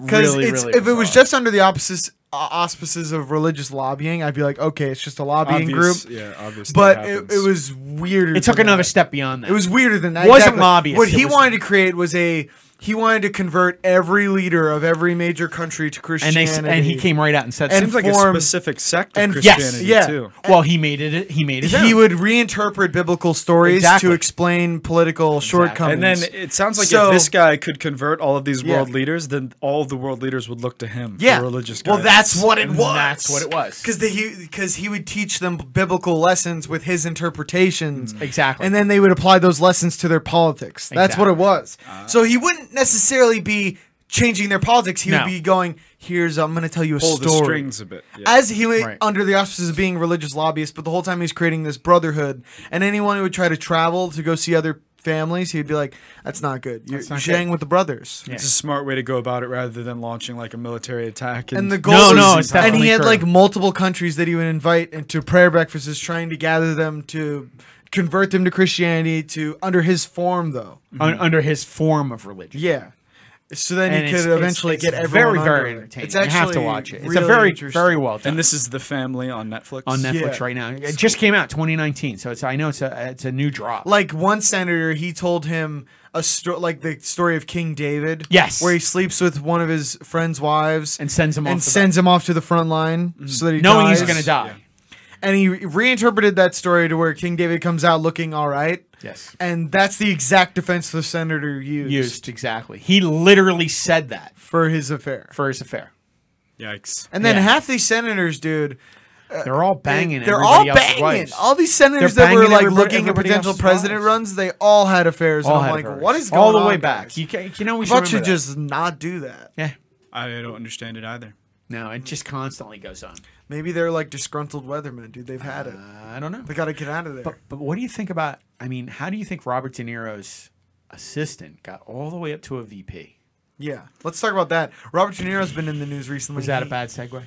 Speaker 2: because
Speaker 4: really,
Speaker 2: it's
Speaker 4: really
Speaker 2: if it was
Speaker 4: bizarre.
Speaker 2: just under the auspices uh, auspices of religious lobbying i'd be like okay it's just a lobbying
Speaker 3: Obvious-
Speaker 2: group
Speaker 3: Yeah, obviously.
Speaker 2: but it,
Speaker 3: happens.
Speaker 2: it was weirder
Speaker 4: it took
Speaker 2: than
Speaker 4: another
Speaker 2: that.
Speaker 4: step beyond that.
Speaker 2: it was weirder than that
Speaker 4: Wasn't
Speaker 2: exactly.
Speaker 4: lobbyist,
Speaker 2: what
Speaker 4: it
Speaker 2: he
Speaker 4: was-
Speaker 2: wanted to create was a he wanted to convert every leader of every major country to
Speaker 4: and they
Speaker 2: christianity
Speaker 4: s- and he came right out and said
Speaker 2: And
Speaker 3: seems like a
Speaker 2: form-
Speaker 3: specific sect of
Speaker 2: and- yes,
Speaker 3: Christianity
Speaker 2: yeah.
Speaker 3: too.
Speaker 4: well he made it he made it
Speaker 2: he would reinterpret biblical stories
Speaker 4: Exactly.
Speaker 2: to explain political shortcomings
Speaker 3: And then it sounds like
Speaker 2: So-
Speaker 3: if this guy could convert all of these
Speaker 2: Yeah.
Speaker 3: world leaders, then all of the world leaders would look to him
Speaker 2: yeah.
Speaker 3: for religious
Speaker 2: Well, that's
Speaker 3: guidance.
Speaker 2: what it was.
Speaker 4: that's what it was.
Speaker 2: Because he because he would teach them biblical lessons with his interpretations.
Speaker 4: Mm-hmm. Exactly.
Speaker 2: And then they would apply those lessons to their politics. That's what it
Speaker 4: Exactly.
Speaker 2: was.
Speaker 3: Ah.
Speaker 2: so he wouldn't necessarily be changing their politics. He
Speaker 4: No.
Speaker 2: would be going, "Here's I'm going to tell you a
Speaker 3: pull the
Speaker 2: story."
Speaker 3: strings a bit. Yeah.
Speaker 2: As he went
Speaker 4: Right.
Speaker 2: under the auspices of being a religious lobbyist, but the whole time he's creating this brotherhood. And anyone who would try to travel to go see other families, he'd be like, "That's not good. You're,
Speaker 4: not
Speaker 2: you
Speaker 4: good."
Speaker 2: hang with the brothers."
Speaker 4: Yeah.
Speaker 3: it's a smart way to go about it rather than launching like a military attack.
Speaker 2: And the goal
Speaker 4: No,
Speaker 2: was-
Speaker 4: no, it's
Speaker 2: and
Speaker 4: definitely
Speaker 2: he had
Speaker 4: true.
Speaker 2: like multiple countries that he would invite into prayer breakfasts, trying to gather them to convert them to Christianity to under his form though.
Speaker 4: un- under his form of religion.
Speaker 2: Mm-hmm. Yeah. So then
Speaker 4: And
Speaker 2: he
Speaker 4: it's-
Speaker 2: could
Speaker 4: it's-
Speaker 2: eventually
Speaker 4: it's
Speaker 2: get everyone.
Speaker 4: very very
Speaker 2: under it.
Speaker 4: entertaining. you have to
Speaker 2: actually
Speaker 4: watch it. It's a
Speaker 2: really
Speaker 4: very
Speaker 2: interesting.
Speaker 4: very well done.
Speaker 3: and this is the family on Netflix.
Speaker 4: on Netflix
Speaker 2: Yeah.
Speaker 4: right now. It just came out 2019, so it's I know it's a it's a new drop.
Speaker 2: like one senator, he told him a story like the story of King David.
Speaker 4: Yes.
Speaker 2: Where he sleeps with one of his friends' wives
Speaker 4: And sends him
Speaker 2: and
Speaker 4: off the Mm-hmm.
Speaker 2: sends him off to the front line so that he
Speaker 4: knowing he's
Speaker 2: dies.
Speaker 4: going to die.
Speaker 2: and he reinterpreted that story to where King David comes out looking all right.
Speaker 4: Yes.
Speaker 2: And that's the exact defense the senator used,
Speaker 4: Used exactly. He literally said that
Speaker 2: for his affair.
Speaker 4: for his affair.
Speaker 3: Yikes!
Speaker 2: And then
Speaker 4: Yeah.
Speaker 2: half these senators, dude,
Speaker 4: They're all banging.
Speaker 2: Uh, they're all
Speaker 4: everybody else's
Speaker 2: banging.
Speaker 4: wives.
Speaker 2: All these senators
Speaker 4: They're
Speaker 2: that were
Speaker 4: banging
Speaker 2: like
Speaker 4: everybody-
Speaker 2: looking at
Speaker 4: everybody
Speaker 2: potential
Speaker 4: else's
Speaker 2: president
Speaker 4: wives.
Speaker 2: runs, they all had affairs.
Speaker 4: All
Speaker 2: and I'm
Speaker 4: had
Speaker 2: like,
Speaker 4: affairs.
Speaker 2: what is going
Speaker 4: all the
Speaker 2: on,
Speaker 4: way
Speaker 2: guys?
Speaker 4: back? You can, you can
Speaker 2: You
Speaker 4: always
Speaker 2: Buck should
Speaker 4: remember that.
Speaker 2: just not do that.
Speaker 4: yeah.
Speaker 3: I don't understand it either.
Speaker 4: No, it just constantly goes on.
Speaker 2: Maybe they're like disgruntled weathermen, dude. They've had it.
Speaker 4: I don't know.
Speaker 2: They got to get out of there.
Speaker 4: But, but what do you think about? I mean, how do you think Robert De Niro's assistant got all the way up to a VP?
Speaker 2: yeah. Let's talk about that. Robert De Niro's been in the news recently.
Speaker 4: Was that a
Speaker 2: He-
Speaker 4: bad segue?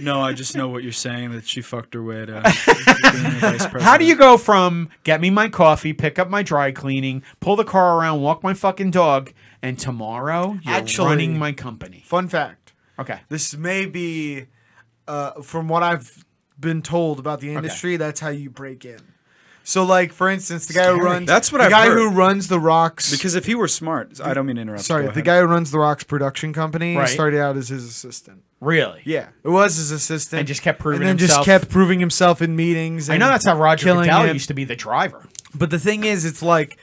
Speaker 3: No, I just know what you're saying that she fucked her way to uh, being the vice president.
Speaker 4: How do you go from get me my coffee, pick up my dry cleaning, pull the car around, walk my fucking dog, and tomorrow you're
Speaker 2: Actually-
Speaker 4: running my company?
Speaker 2: Fun fact.
Speaker 4: Okay.
Speaker 2: This may be, uh, from what I've been told about the industry, that's how you break in. So, like for instance, the guy who
Speaker 4: Scary.
Speaker 2: runs
Speaker 3: That's what
Speaker 2: the
Speaker 3: I've
Speaker 2: guy
Speaker 3: heard.
Speaker 2: who runs the Rocks
Speaker 3: Because if he were smart, I don't mean to interrupt.
Speaker 2: sorry
Speaker 3: Go
Speaker 2: the
Speaker 3: ahead.
Speaker 2: guy who runs the Rocks production company
Speaker 4: Right.
Speaker 2: started out as his assistant.
Speaker 4: Really?
Speaker 2: Yeah, it was his assistant,
Speaker 4: And just kept proving
Speaker 2: and then just
Speaker 4: himself.
Speaker 2: kept proving himself in meetings.
Speaker 4: I
Speaker 2: and
Speaker 4: know that's how Roger
Speaker 2: killing
Speaker 4: Goodell
Speaker 2: it.
Speaker 4: used to be the driver.
Speaker 2: But the thing is, it's like,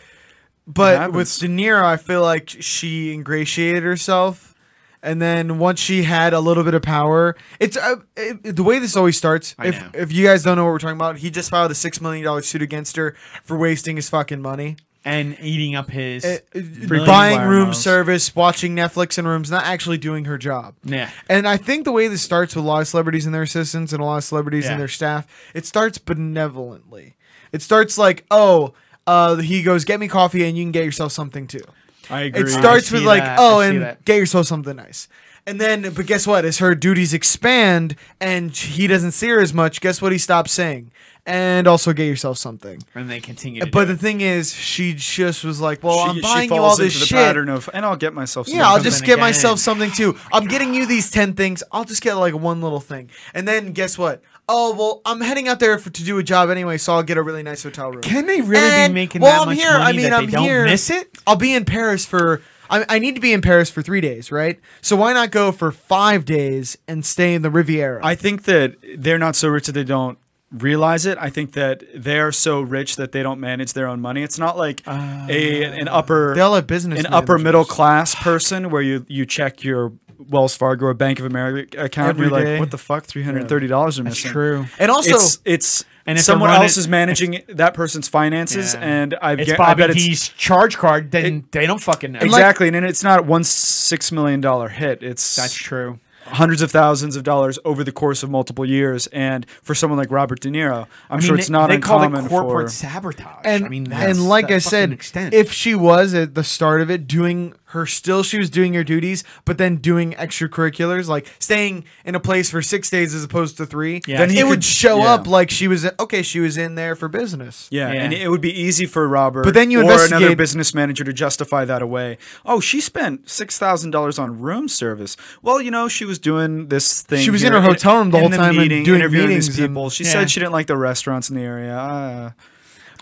Speaker 2: but with
Speaker 3: happens.
Speaker 2: De Niro, I feel like she ingratiated herself, and then once she had a little bit of power, it's uh, it, the way this always starts.
Speaker 4: I
Speaker 2: if
Speaker 4: know.
Speaker 2: if you guys don't know what we're talking about, he just filed a six million dollar suit against her for wasting his fucking money,
Speaker 4: And eating up his.
Speaker 2: Uh, uh,
Speaker 4: million
Speaker 2: buying
Speaker 3: wire
Speaker 2: room
Speaker 3: miles.
Speaker 2: service, watching Netflix in rooms, not actually doing her job.
Speaker 4: Yeah.
Speaker 2: And I think the way this starts with a lot of celebrities and their assistants and a lot of celebrities
Speaker 4: Yeah.
Speaker 2: and their staff, it starts benevolently. It starts like, oh, uh, he goes, get me coffee and you can get yourself something too.
Speaker 3: I agree.
Speaker 2: It starts
Speaker 4: see
Speaker 2: with like,
Speaker 4: that.
Speaker 2: oh,
Speaker 4: I see
Speaker 2: and
Speaker 4: that.
Speaker 2: get yourself something nice. And then, but guess what? As her duties expand and he doesn't see her as much, guess what? He stops saying. And also get yourself something.
Speaker 4: and they continue. To
Speaker 2: But
Speaker 4: do
Speaker 2: the
Speaker 4: it.
Speaker 2: thing is, she just was like, "Well,
Speaker 3: she,
Speaker 2: I'm
Speaker 3: she
Speaker 2: buying you
Speaker 3: falls
Speaker 2: all
Speaker 3: into
Speaker 2: this
Speaker 3: the
Speaker 2: shit."
Speaker 3: pattern of, and I'll get myself.
Speaker 2: Yeah, I'll
Speaker 3: something.
Speaker 2: just
Speaker 4: something
Speaker 2: get
Speaker 4: again.
Speaker 2: myself something too. I'm getting you these 10 things. I'll just get like one little thing. And then guess what? Oh, well, I'm heading out there for, to do a job anyway, so I'll get a really nice hotel room.
Speaker 4: Can they really
Speaker 2: And
Speaker 4: be making
Speaker 2: while
Speaker 4: that
Speaker 2: I'm
Speaker 4: much
Speaker 2: here,
Speaker 4: money
Speaker 2: I mean,
Speaker 4: that they
Speaker 2: I'm
Speaker 4: don't
Speaker 2: here-
Speaker 4: miss it?
Speaker 2: I'll be in Paris for. I, I need to be in Paris for three days, right? So why not go for five days and stay in the Riviera?
Speaker 3: I think that they're not so rich that they don't realize it. I think that they're so rich that they don't manage their own money. It's not like
Speaker 4: Uh,
Speaker 3: a an upper
Speaker 2: They'll have business
Speaker 3: an upper
Speaker 2: managers.
Speaker 3: middle class person where you you check your Wells Fargo or Bank of America account
Speaker 2: Every
Speaker 3: and you're
Speaker 2: day.
Speaker 3: like, what the fuck? Three hundred and thirty dollars are
Speaker 4: That's
Speaker 3: missing.
Speaker 4: true.
Speaker 2: and also,
Speaker 3: it's it's
Speaker 4: And
Speaker 3: and
Speaker 4: if
Speaker 3: someone
Speaker 4: they're running-
Speaker 3: else is managing that person's finances,
Speaker 4: Yeah.
Speaker 3: and I,
Speaker 4: it's
Speaker 3: gu- I
Speaker 4: Bobby
Speaker 3: bet it's
Speaker 4: D's charge card. Then they don't fucking know.
Speaker 2: like-
Speaker 3: exactly, and it's not one six million dollar hit. It's
Speaker 4: That's true.
Speaker 3: hundreds of thousands of dollars over the course of multiple years, and for someone like Robert De Niro, I'm
Speaker 4: I mean,
Speaker 3: sure it's
Speaker 4: they-
Speaker 3: not
Speaker 4: they call
Speaker 3: uncommon
Speaker 4: it corporate
Speaker 3: for.
Speaker 4: sabotage.
Speaker 2: and
Speaker 4: I mean, that's
Speaker 2: and like
Speaker 4: the
Speaker 2: I said,
Speaker 4: fucking extent.
Speaker 2: if she was at the start of it doing her still she was doing her duties, but then doing extracurriculars like staying in a place for six days as opposed to three,
Speaker 4: Yeah.
Speaker 2: then
Speaker 4: Then
Speaker 2: it
Speaker 4: he
Speaker 2: would
Speaker 3: could-
Speaker 2: show
Speaker 3: yeah.
Speaker 2: up like she was okay. She was in there for business.
Speaker 3: Yeah,
Speaker 4: Yeah.
Speaker 3: and it would be easy for Robert,
Speaker 2: But then you
Speaker 3: or another
Speaker 2: investigate-
Speaker 3: business manager to justify that away. Oh, she spent six thousand dollars on room service. Well, you know, she was doing this thing.
Speaker 2: She was in
Speaker 3: here
Speaker 2: her hotel room the whole
Speaker 3: in
Speaker 2: time and
Speaker 3: meeting,
Speaker 2: doing
Speaker 3: interviewing these
Speaker 2: meetings and-
Speaker 3: people. she
Speaker 4: Yeah.
Speaker 3: said she didn't like the restaurants in the area. Ah.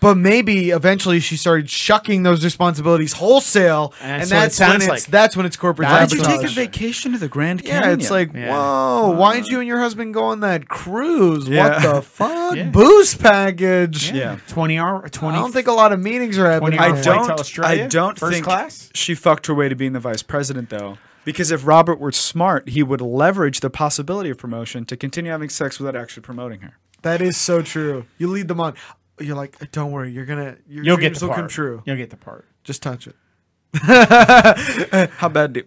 Speaker 2: But maybe eventually she started shucking those responsibilities wholesale, and,
Speaker 4: And that's what it
Speaker 2: that's when
Speaker 4: sounds
Speaker 2: it's
Speaker 4: like.
Speaker 2: that's when it's corporate
Speaker 4: Why'd
Speaker 3: Why'd
Speaker 4: you
Speaker 3: you
Speaker 4: take
Speaker 3: take
Speaker 2: sabotage.
Speaker 3: a
Speaker 4: Sabotage.
Speaker 3: vacation to the Grand Canyon?
Speaker 2: yeah, it's like,
Speaker 4: Yeah. Uh,
Speaker 2: whoa, why'd you and your husband go on that cruise?
Speaker 3: Yeah.
Speaker 2: What
Speaker 4: *laughs*
Speaker 2: the fuck?
Speaker 4: Yeah.
Speaker 2: Booze package.
Speaker 3: yeah.
Speaker 4: twenty hour, twenty.
Speaker 2: I don't think a lot of meetings are happening.
Speaker 4: I
Speaker 3: I
Speaker 4: Flight
Speaker 2: right
Speaker 4: to
Speaker 2: now.
Speaker 3: don't.
Speaker 4: Australia?
Speaker 3: I don't
Speaker 4: First
Speaker 3: think
Speaker 4: class?
Speaker 3: she fucked her way to being the vice president, though. Because if Robert were smart, he would leverage the possibility of promotion to continue having sex without actually promoting her.
Speaker 2: That is so true. You lead them on. You're like, don't worry, you're gonna your
Speaker 4: you'll get
Speaker 2: dreams
Speaker 4: the
Speaker 2: will
Speaker 4: part.
Speaker 2: come true.
Speaker 4: You'll get the part.
Speaker 2: Just touch it, *laughs*
Speaker 3: How bad do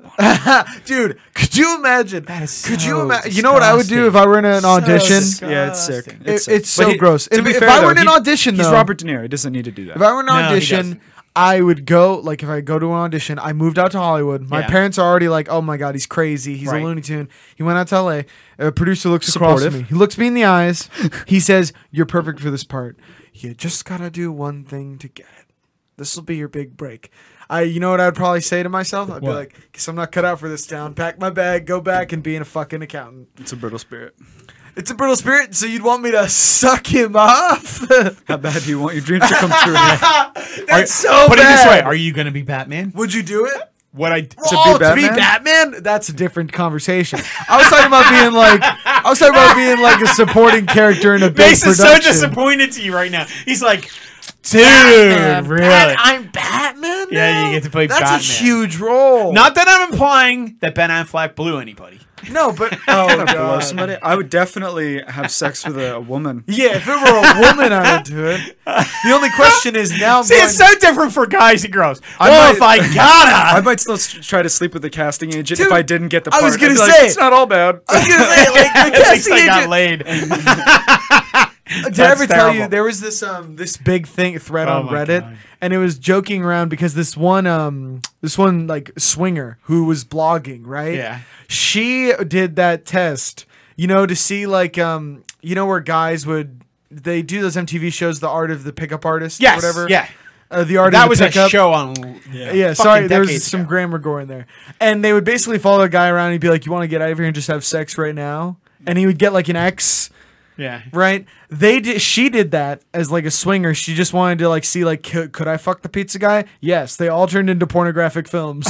Speaker 2: dude. Could you imagine?
Speaker 4: That is
Speaker 2: could you
Speaker 4: so
Speaker 2: imagine? You know what I would do if I were in an audition?
Speaker 4: disgusting.
Speaker 3: Yeah, it's sick.
Speaker 4: Disgusting.
Speaker 2: Oh, It-
Speaker 3: sick.
Speaker 2: it's
Speaker 3: But
Speaker 2: so
Speaker 3: he-
Speaker 2: gross.
Speaker 3: To
Speaker 2: If-
Speaker 3: be
Speaker 2: if
Speaker 3: fair,
Speaker 2: I
Speaker 3: though,
Speaker 2: were in an
Speaker 3: he-
Speaker 2: audition,
Speaker 3: he's
Speaker 2: though-
Speaker 3: Robert De Niro. He doesn't need to do that.
Speaker 2: If I were in an
Speaker 4: No, he
Speaker 2: audition,
Speaker 4: doesn't.
Speaker 2: I would go. Like if I go to an audition, I moved out to Hollywood. My
Speaker 4: Yeah.
Speaker 2: parents are already like, "Oh my god, he's crazy. He's
Speaker 4: Right.
Speaker 2: a Looney Tune." He went out to L.A. A producer looks across at
Speaker 3: Supportive.
Speaker 2: me. He looks me in the
Speaker 4: *laughs*
Speaker 2: eyes. he says, "You're perfect for this part. You just gotta do one thing to get it. This will be your big break." I, you know what I'd probably say to myself? I'd be
Speaker 4: What?
Speaker 2: like, "Guess I'm not cut out for this town. Pack my bag, go back, and be in a fucking accountant."
Speaker 3: it's a brittle spirit.
Speaker 2: It's a brittle spirit, so you'd want me to suck him *laughs* off?
Speaker 3: *laughs* How bad do you want your dreams to come
Speaker 2: *laughs*
Speaker 3: true? to
Speaker 2: That's so
Speaker 4: Put
Speaker 2: bad.
Speaker 4: it this way: Are you going to be Batman?
Speaker 2: Would you do it?
Speaker 4: What I
Speaker 2: oh,
Speaker 3: be
Speaker 2: to be
Speaker 3: Batman?
Speaker 2: Batman? That's a different conversation. I was talking about being like, I was talking about being like a supporting character in a big
Speaker 4: Mace is
Speaker 2: production.
Speaker 4: so disappointed to you right now. He's like, dude,
Speaker 2: Batman,
Speaker 4: really?
Speaker 2: Bat- I'm Batman.
Speaker 4: Yeah, you
Speaker 2: now?
Speaker 4: get to play
Speaker 2: That's
Speaker 4: Batman.
Speaker 2: a huge role.
Speaker 4: Not that I'm implying that Ben Affleck blew anybody.
Speaker 2: no,
Speaker 4: *laughs*
Speaker 2: but oh
Speaker 3: blow
Speaker 2: god.
Speaker 3: somebody? I would definitely have sex with
Speaker 2: *laughs*
Speaker 3: a woman.
Speaker 2: Yeah, if it were a woman, I would do it. The only question is now. I'm
Speaker 4: *laughs* See, it's so
Speaker 2: going-
Speaker 4: different for guys and girls. Oh
Speaker 3: I might-
Speaker 4: well, if *laughs* I
Speaker 3: I
Speaker 4: gotta,
Speaker 3: might still s- try to sleep with the casting agent if
Speaker 2: Dude,
Speaker 3: I didn't get the
Speaker 2: I
Speaker 3: part.
Speaker 2: was
Speaker 3: I'd
Speaker 2: gonna
Speaker 3: be like,
Speaker 2: say-
Speaker 3: it's not
Speaker 2: *laughs*
Speaker 3: all bad.
Speaker 2: I was gonna say, *laughs* like, the
Speaker 4: at least
Speaker 2: casting
Speaker 4: I got
Speaker 2: agent-
Speaker 4: laid.
Speaker 2: Did I
Speaker 4: That's
Speaker 2: ever tell you
Speaker 4: terrible.
Speaker 2: there was this um this big thing thread
Speaker 4: Oh
Speaker 2: on
Speaker 4: my
Speaker 2: Reddit
Speaker 4: God.
Speaker 2: and it was joking around because this one um this one like swinger who was blogging, right?
Speaker 4: Yeah.
Speaker 2: She did that test, you know, to see like um you know where guys would they do those MTV shows, the art of the pickup artist
Speaker 4: Yes,
Speaker 2: or whatever.
Speaker 4: yeah.
Speaker 2: Uh, the art
Speaker 4: That
Speaker 2: of the
Speaker 4: was
Speaker 2: pickup.
Speaker 4: a show on.
Speaker 2: Yeah,
Speaker 4: fucking
Speaker 2: sorry, there was
Speaker 4: decades
Speaker 2: some
Speaker 4: ago.
Speaker 2: grammar gore in there. And they would basically follow a guy around and be like, You want to get out of here and just have sex right now? And he would get like an X
Speaker 4: Yeah.
Speaker 2: right? They did. She did that as like a swinger. She just wanted to like see like could, could I fuck the pizza guy? Yes. They all turned into pornographic films,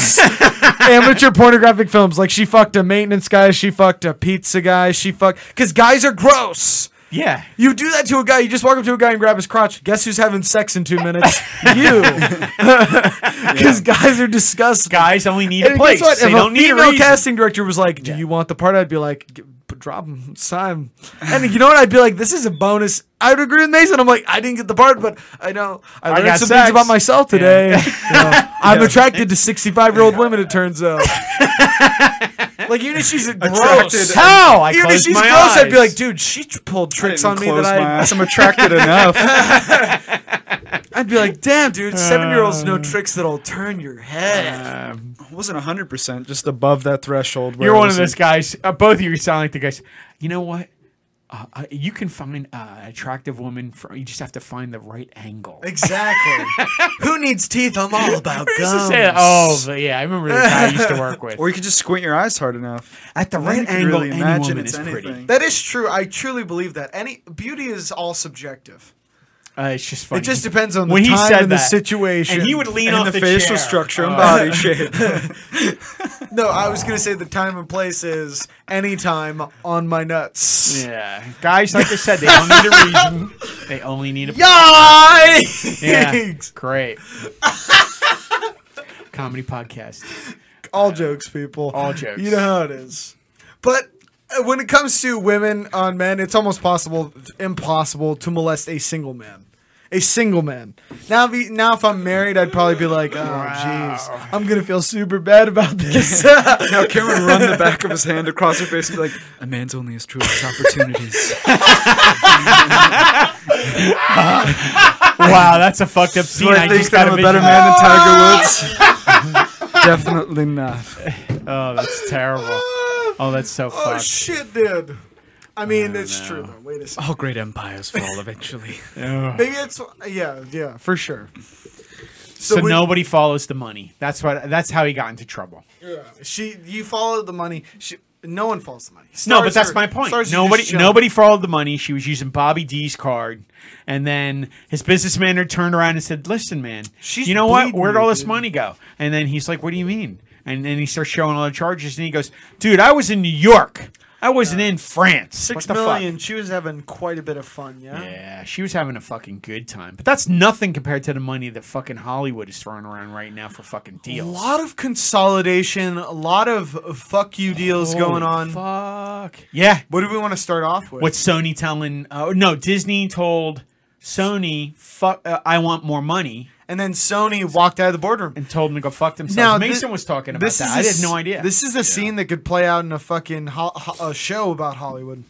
Speaker 2: amateur pornographic films. Like she fucked a maintenance guy. She fucked a pizza guy. She fucked because guys are gross.
Speaker 4: Yeah.
Speaker 2: You do that to a guy. You just walk up to a guy and grab his crotch. Guess who's having sex in two minutes? you, *laughs* because guys are disgusting.
Speaker 4: Guys only need
Speaker 2: And
Speaker 4: a
Speaker 2: guess
Speaker 4: place.
Speaker 2: what?
Speaker 4: They
Speaker 2: If
Speaker 4: don't
Speaker 2: a
Speaker 4: need a
Speaker 2: female
Speaker 4: reason.
Speaker 2: casting director was like, "Do you want the part?" I'd be like, "G- p- "Drop him, it's time." And you know what? I'd be like, "This is a bonus." I would agree with Mason. I'm like, "I didn't get the part, but I know I learned
Speaker 4: got
Speaker 2: some
Speaker 4: sex."
Speaker 2: things about myself
Speaker 4: Yeah.
Speaker 2: today."
Speaker 4: *laughs*
Speaker 2: You know, I'm attracted to 65 year old women. It turns out. like even if she's gross,
Speaker 3: Attracted-
Speaker 4: How? I
Speaker 2: even if
Speaker 4: closed
Speaker 2: she's gross,
Speaker 4: my
Speaker 2: I'd be
Speaker 4: eyes.
Speaker 2: *laughs* like, "Dude, she t- pulled tricks on me that
Speaker 3: Close my
Speaker 2: I."
Speaker 3: eyes. I'm attracted enough.
Speaker 2: I'd be like, damn, dude, seven year olds
Speaker 4: Uh.
Speaker 2: know tricks that'll turn your head.
Speaker 4: Um,
Speaker 3: I wasn't hundred percent, just above that threshold. where
Speaker 4: you're
Speaker 3: I
Speaker 4: one of
Speaker 3: was
Speaker 4: those
Speaker 3: like,
Speaker 4: guys. Uh, both of you sound like the guys. You know what? Uh, uh, you can find uh, attractive women. For, you just have to find the right angle. *laughs*
Speaker 2: Exactly. Who needs teeth? I'm all about
Speaker 4: I used to
Speaker 2: gums.
Speaker 4: say that- Oh, but yeah, I remember the guy I used to *laughs* work with.
Speaker 3: Or you could just squint your eyes hard enough.
Speaker 4: At the
Speaker 3: And then
Speaker 4: right
Speaker 3: you could
Speaker 4: angle,
Speaker 3: really
Speaker 4: any
Speaker 3: imagine
Speaker 4: woman
Speaker 3: it's
Speaker 4: is pretty.
Speaker 3: anything.
Speaker 2: That is true. I truly believe that. Any beauty is all subjective.
Speaker 4: Uh, it's just funny.
Speaker 2: It just depends on the
Speaker 4: When he
Speaker 2: time
Speaker 4: said
Speaker 2: and the
Speaker 4: that,
Speaker 2: situation.
Speaker 4: and he would lean
Speaker 3: And
Speaker 4: off
Speaker 3: the,
Speaker 4: the
Speaker 3: facial
Speaker 4: chair.
Speaker 3: structure and
Speaker 4: Oh. *laughs*
Speaker 2: *laughs*
Speaker 3: body shape.
Speaker 2: No, I was gonna say the time and place is anytime on my nuts.
Speaker 4: Yeah, guys, like I said, they only need a reason. They only *laughs* need a
Speaker 2: Yikes!
Speaker 4: yeah. *laughs* Great. Comedy podcast.
Speaker 2: All jokes, people.
Speaker 4: All
Speaker 2: *laughs*
Speaker 4: jokes.
Speaker 2: You know how it is. But uh, when it comes to women on men, it's almost possible, impossible to molest a single man. A single man. Now, if he, now if I'm married, I'd probably be like, oh, jeez, I'm gonna feel super bad about *laughs* this.
Speaker 3: Now Cameron run the back of his hand across her face and be like, "A man's only as true as his
Speaker 4: *laughs*
Speaker 3: opportunities."
Speaker 4: *laughs* Wow, that's a fucked up scene.
Speaker 3: Do I
Speaker 4: I
Speaker 3: think
Speaker 4: just
Speaker 3: that
Speaker 4: got
Speaker 3: I'm a
Speaker 4: a
Speaker 3: better man than Tiger Woods? *laughs* Definitely not.
Speaker 4: Oh, that's terrible. Oh, that's so
Speaker 2: oh
Speaker 4: fucked.
Speaker 2: shit, dude. I mean, it's true though. *sighs* Wait a second.
Speaker 3: All great empires fall eventually.
Speaker 4: Ugh.
Speaker 2: Maybe it's yeah, yeah, for sure.
Speaker 4: So,
Speaker 2: when-
Speaker 4: nobody follows the money. That's what. That's how he got into trouble.
Speaker 2: She, you follow the money. She, no one follows the money.
Speaker 4: no, but
Speaker 2: Stars
Speaker 4: that's
Speaker 2: are-
Speaker 4: my point.
Speaker 2: stars are just
Speaker 4: Nobody,
Speaker 2: shown.
Speaker 4: nobody followed the money. She was using Bobby D's card, and then his business manager turned around and said, "Listen, man,
Speaker 2: She's
Speaker 4: you know what?
Speaker 2: bleeding
Speaker 4: Where'd
Speaker 2: me,
Speaker 4: all this
Speaker 2: dude."
Speaker 4: money go?" And then he's like, "What do you mean?" And then he starts showing all the charges, and he goes, "Dude, I was in New York. I wasn't in France.
Speaker 2: Six
Speaker 4: what the
Speaker 2: million. She was having quite a bit of fun. Yeah.
Speaker 4: Fuck? Yeah, she was having a fucking good time, but that's nothing compared to the money that fucking Hollywood is throwing around right now for fucking
Speaker 2: A
Speaker 4: deals.
Speaker 2: lot of consolidation. A lot of fuck you deals going on.
Speaker 4: Fuck. Yeah,
Speaker 2: What do we want to start off with?
Speaker 4: What's Sony telling? Uh, no, Disney told Sony, "Fuck, uh, I want more money,"
Speaker 2: and then Sony walked out of the boardroom.
Speaker 4: and told them to go fuck themselves.
Speaker 2: Now, thi-
Speaker 4: Mason was talking about
Speaker 2: This
Speaker 4: that.
Speaker 2: is
Speaker 4: I
Speaker 2: a
Speaker 4: had
Speaker 2: s-
Speaker 4: no idea.
Speaker 2: This is a scene that could play out in a fucking ho- ho- a show about Hollywood.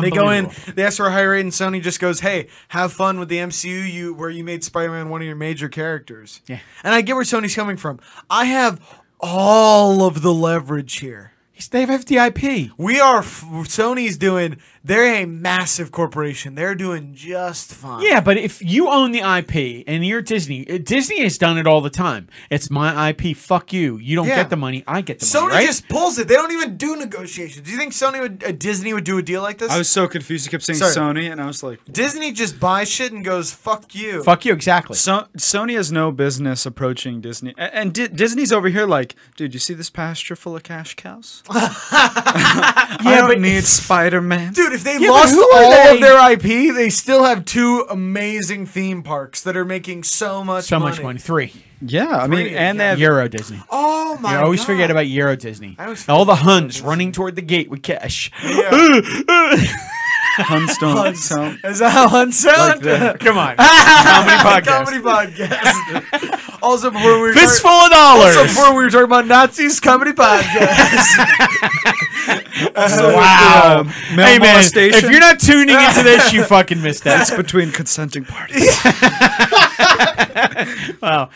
Speaker 2: They go in,
Speaker 4: Unbelievable.
Speaker 2: they ask for a high rate, and Sony just goes, "Hey, have fun with the MCU, you where you made Spider-Man one of your major characters."
Speaker 4: Yeah.
Speaker 2: and I get where Sony's coming from. I have all of the leverage here.
Speaker 4: They have the IP.
Speaker 2: We are f- Sony's doing. They're a massive corporation. They're doing just fine.
Speaker 4: Yeah, but if you own the IP and you're Disney, uh, Disney has done it all the time. It's my IP. Fuck you. You don't
Speaker 2: Yeah.
Speaker 4: get the money. I get the
Speaker 2: Sony
Speaker 4: money. Right?
Speaker 2: just pulls it. They don't even do negotiations. Do you think Sony would uh, Disney would do a deal like this?
Speaker 3: I was so confused. I kept saying
Speaker 2: Sorry.
Speaker 3: Sony, and I was like,
Speaker 2: Disney just buys shit and goes, "Fuck you."
Speaker 4: fuck you. Exactly.
Speaker 3: so- Sony has no business approaching Disney. A- And Di- Disney's over here like, dude, you see this pasture full of cash cows? I don't
Speaker 4: but-
Speaker 3: need Spider Man.
Speaker 2: Dude, if they
Speaker 4: Yeah, but
Speaker 2: lost
Speaker 4: who
Speaker 2: all
Speaker 4: are
Speaker 2: of
Speaker 4: they?
Speaker 2: their IP, they still have two amazing theme parks that are making so much
Speaker 4: so
Speaker 2: money.
Speaker 4: much money. Three.
Speaker 3: Yeah, I mean,
Speaker 2: Free,
Speaker 3: and they have
Speaker 4: Euro Disney.
Speaker 2: Oh my
Speaker 4: I always
Speaker 2: God.
Speaker 4: forget about Euro Disney.
Speaker 2: I always
Speaker 4: All the
Speaker 2: forget about
Speaker 4: Huns
Speaker 2: Disney.
Speaker 4: running toward the gate with cash.
Speaker 2: Yeah.
Speaker 4: *laughs*
Speaker 3: *laughs* Hunstone. so-
Speaker 2: Is that how Hunt
Speaker 3: like
Speaker 2: sound? *laughs*
Speaker 3: that.
Speaker 4: Come on. Comedy podcast.
Speaker 2: Comedy
Speaker 4: *laughs*
Speaker 2: podcast. also, before we were
Speaker 4: Fistful
Speaker 2: talking-
Speaker 4: of
Speaker 2: also
Speaker 4: dollars.
Speaker 2: before we were talking about Nazis, comedy
Speaker 4: *laughs*
Speaker 2: podcast.
Speaker 4: Wow.
Speaker 3: Um, male
Speaker 4: hey, man,
Speaker 3: molestation.
Speaker 4: if you're not tuning into this,
Speaker 2: *laughs*
Speaker 4: you fucking missed
Speaker 3: That's
Speaker 4: that.
Speaker 3: between consenting parties. *laughs*
Speaker 4: Wow.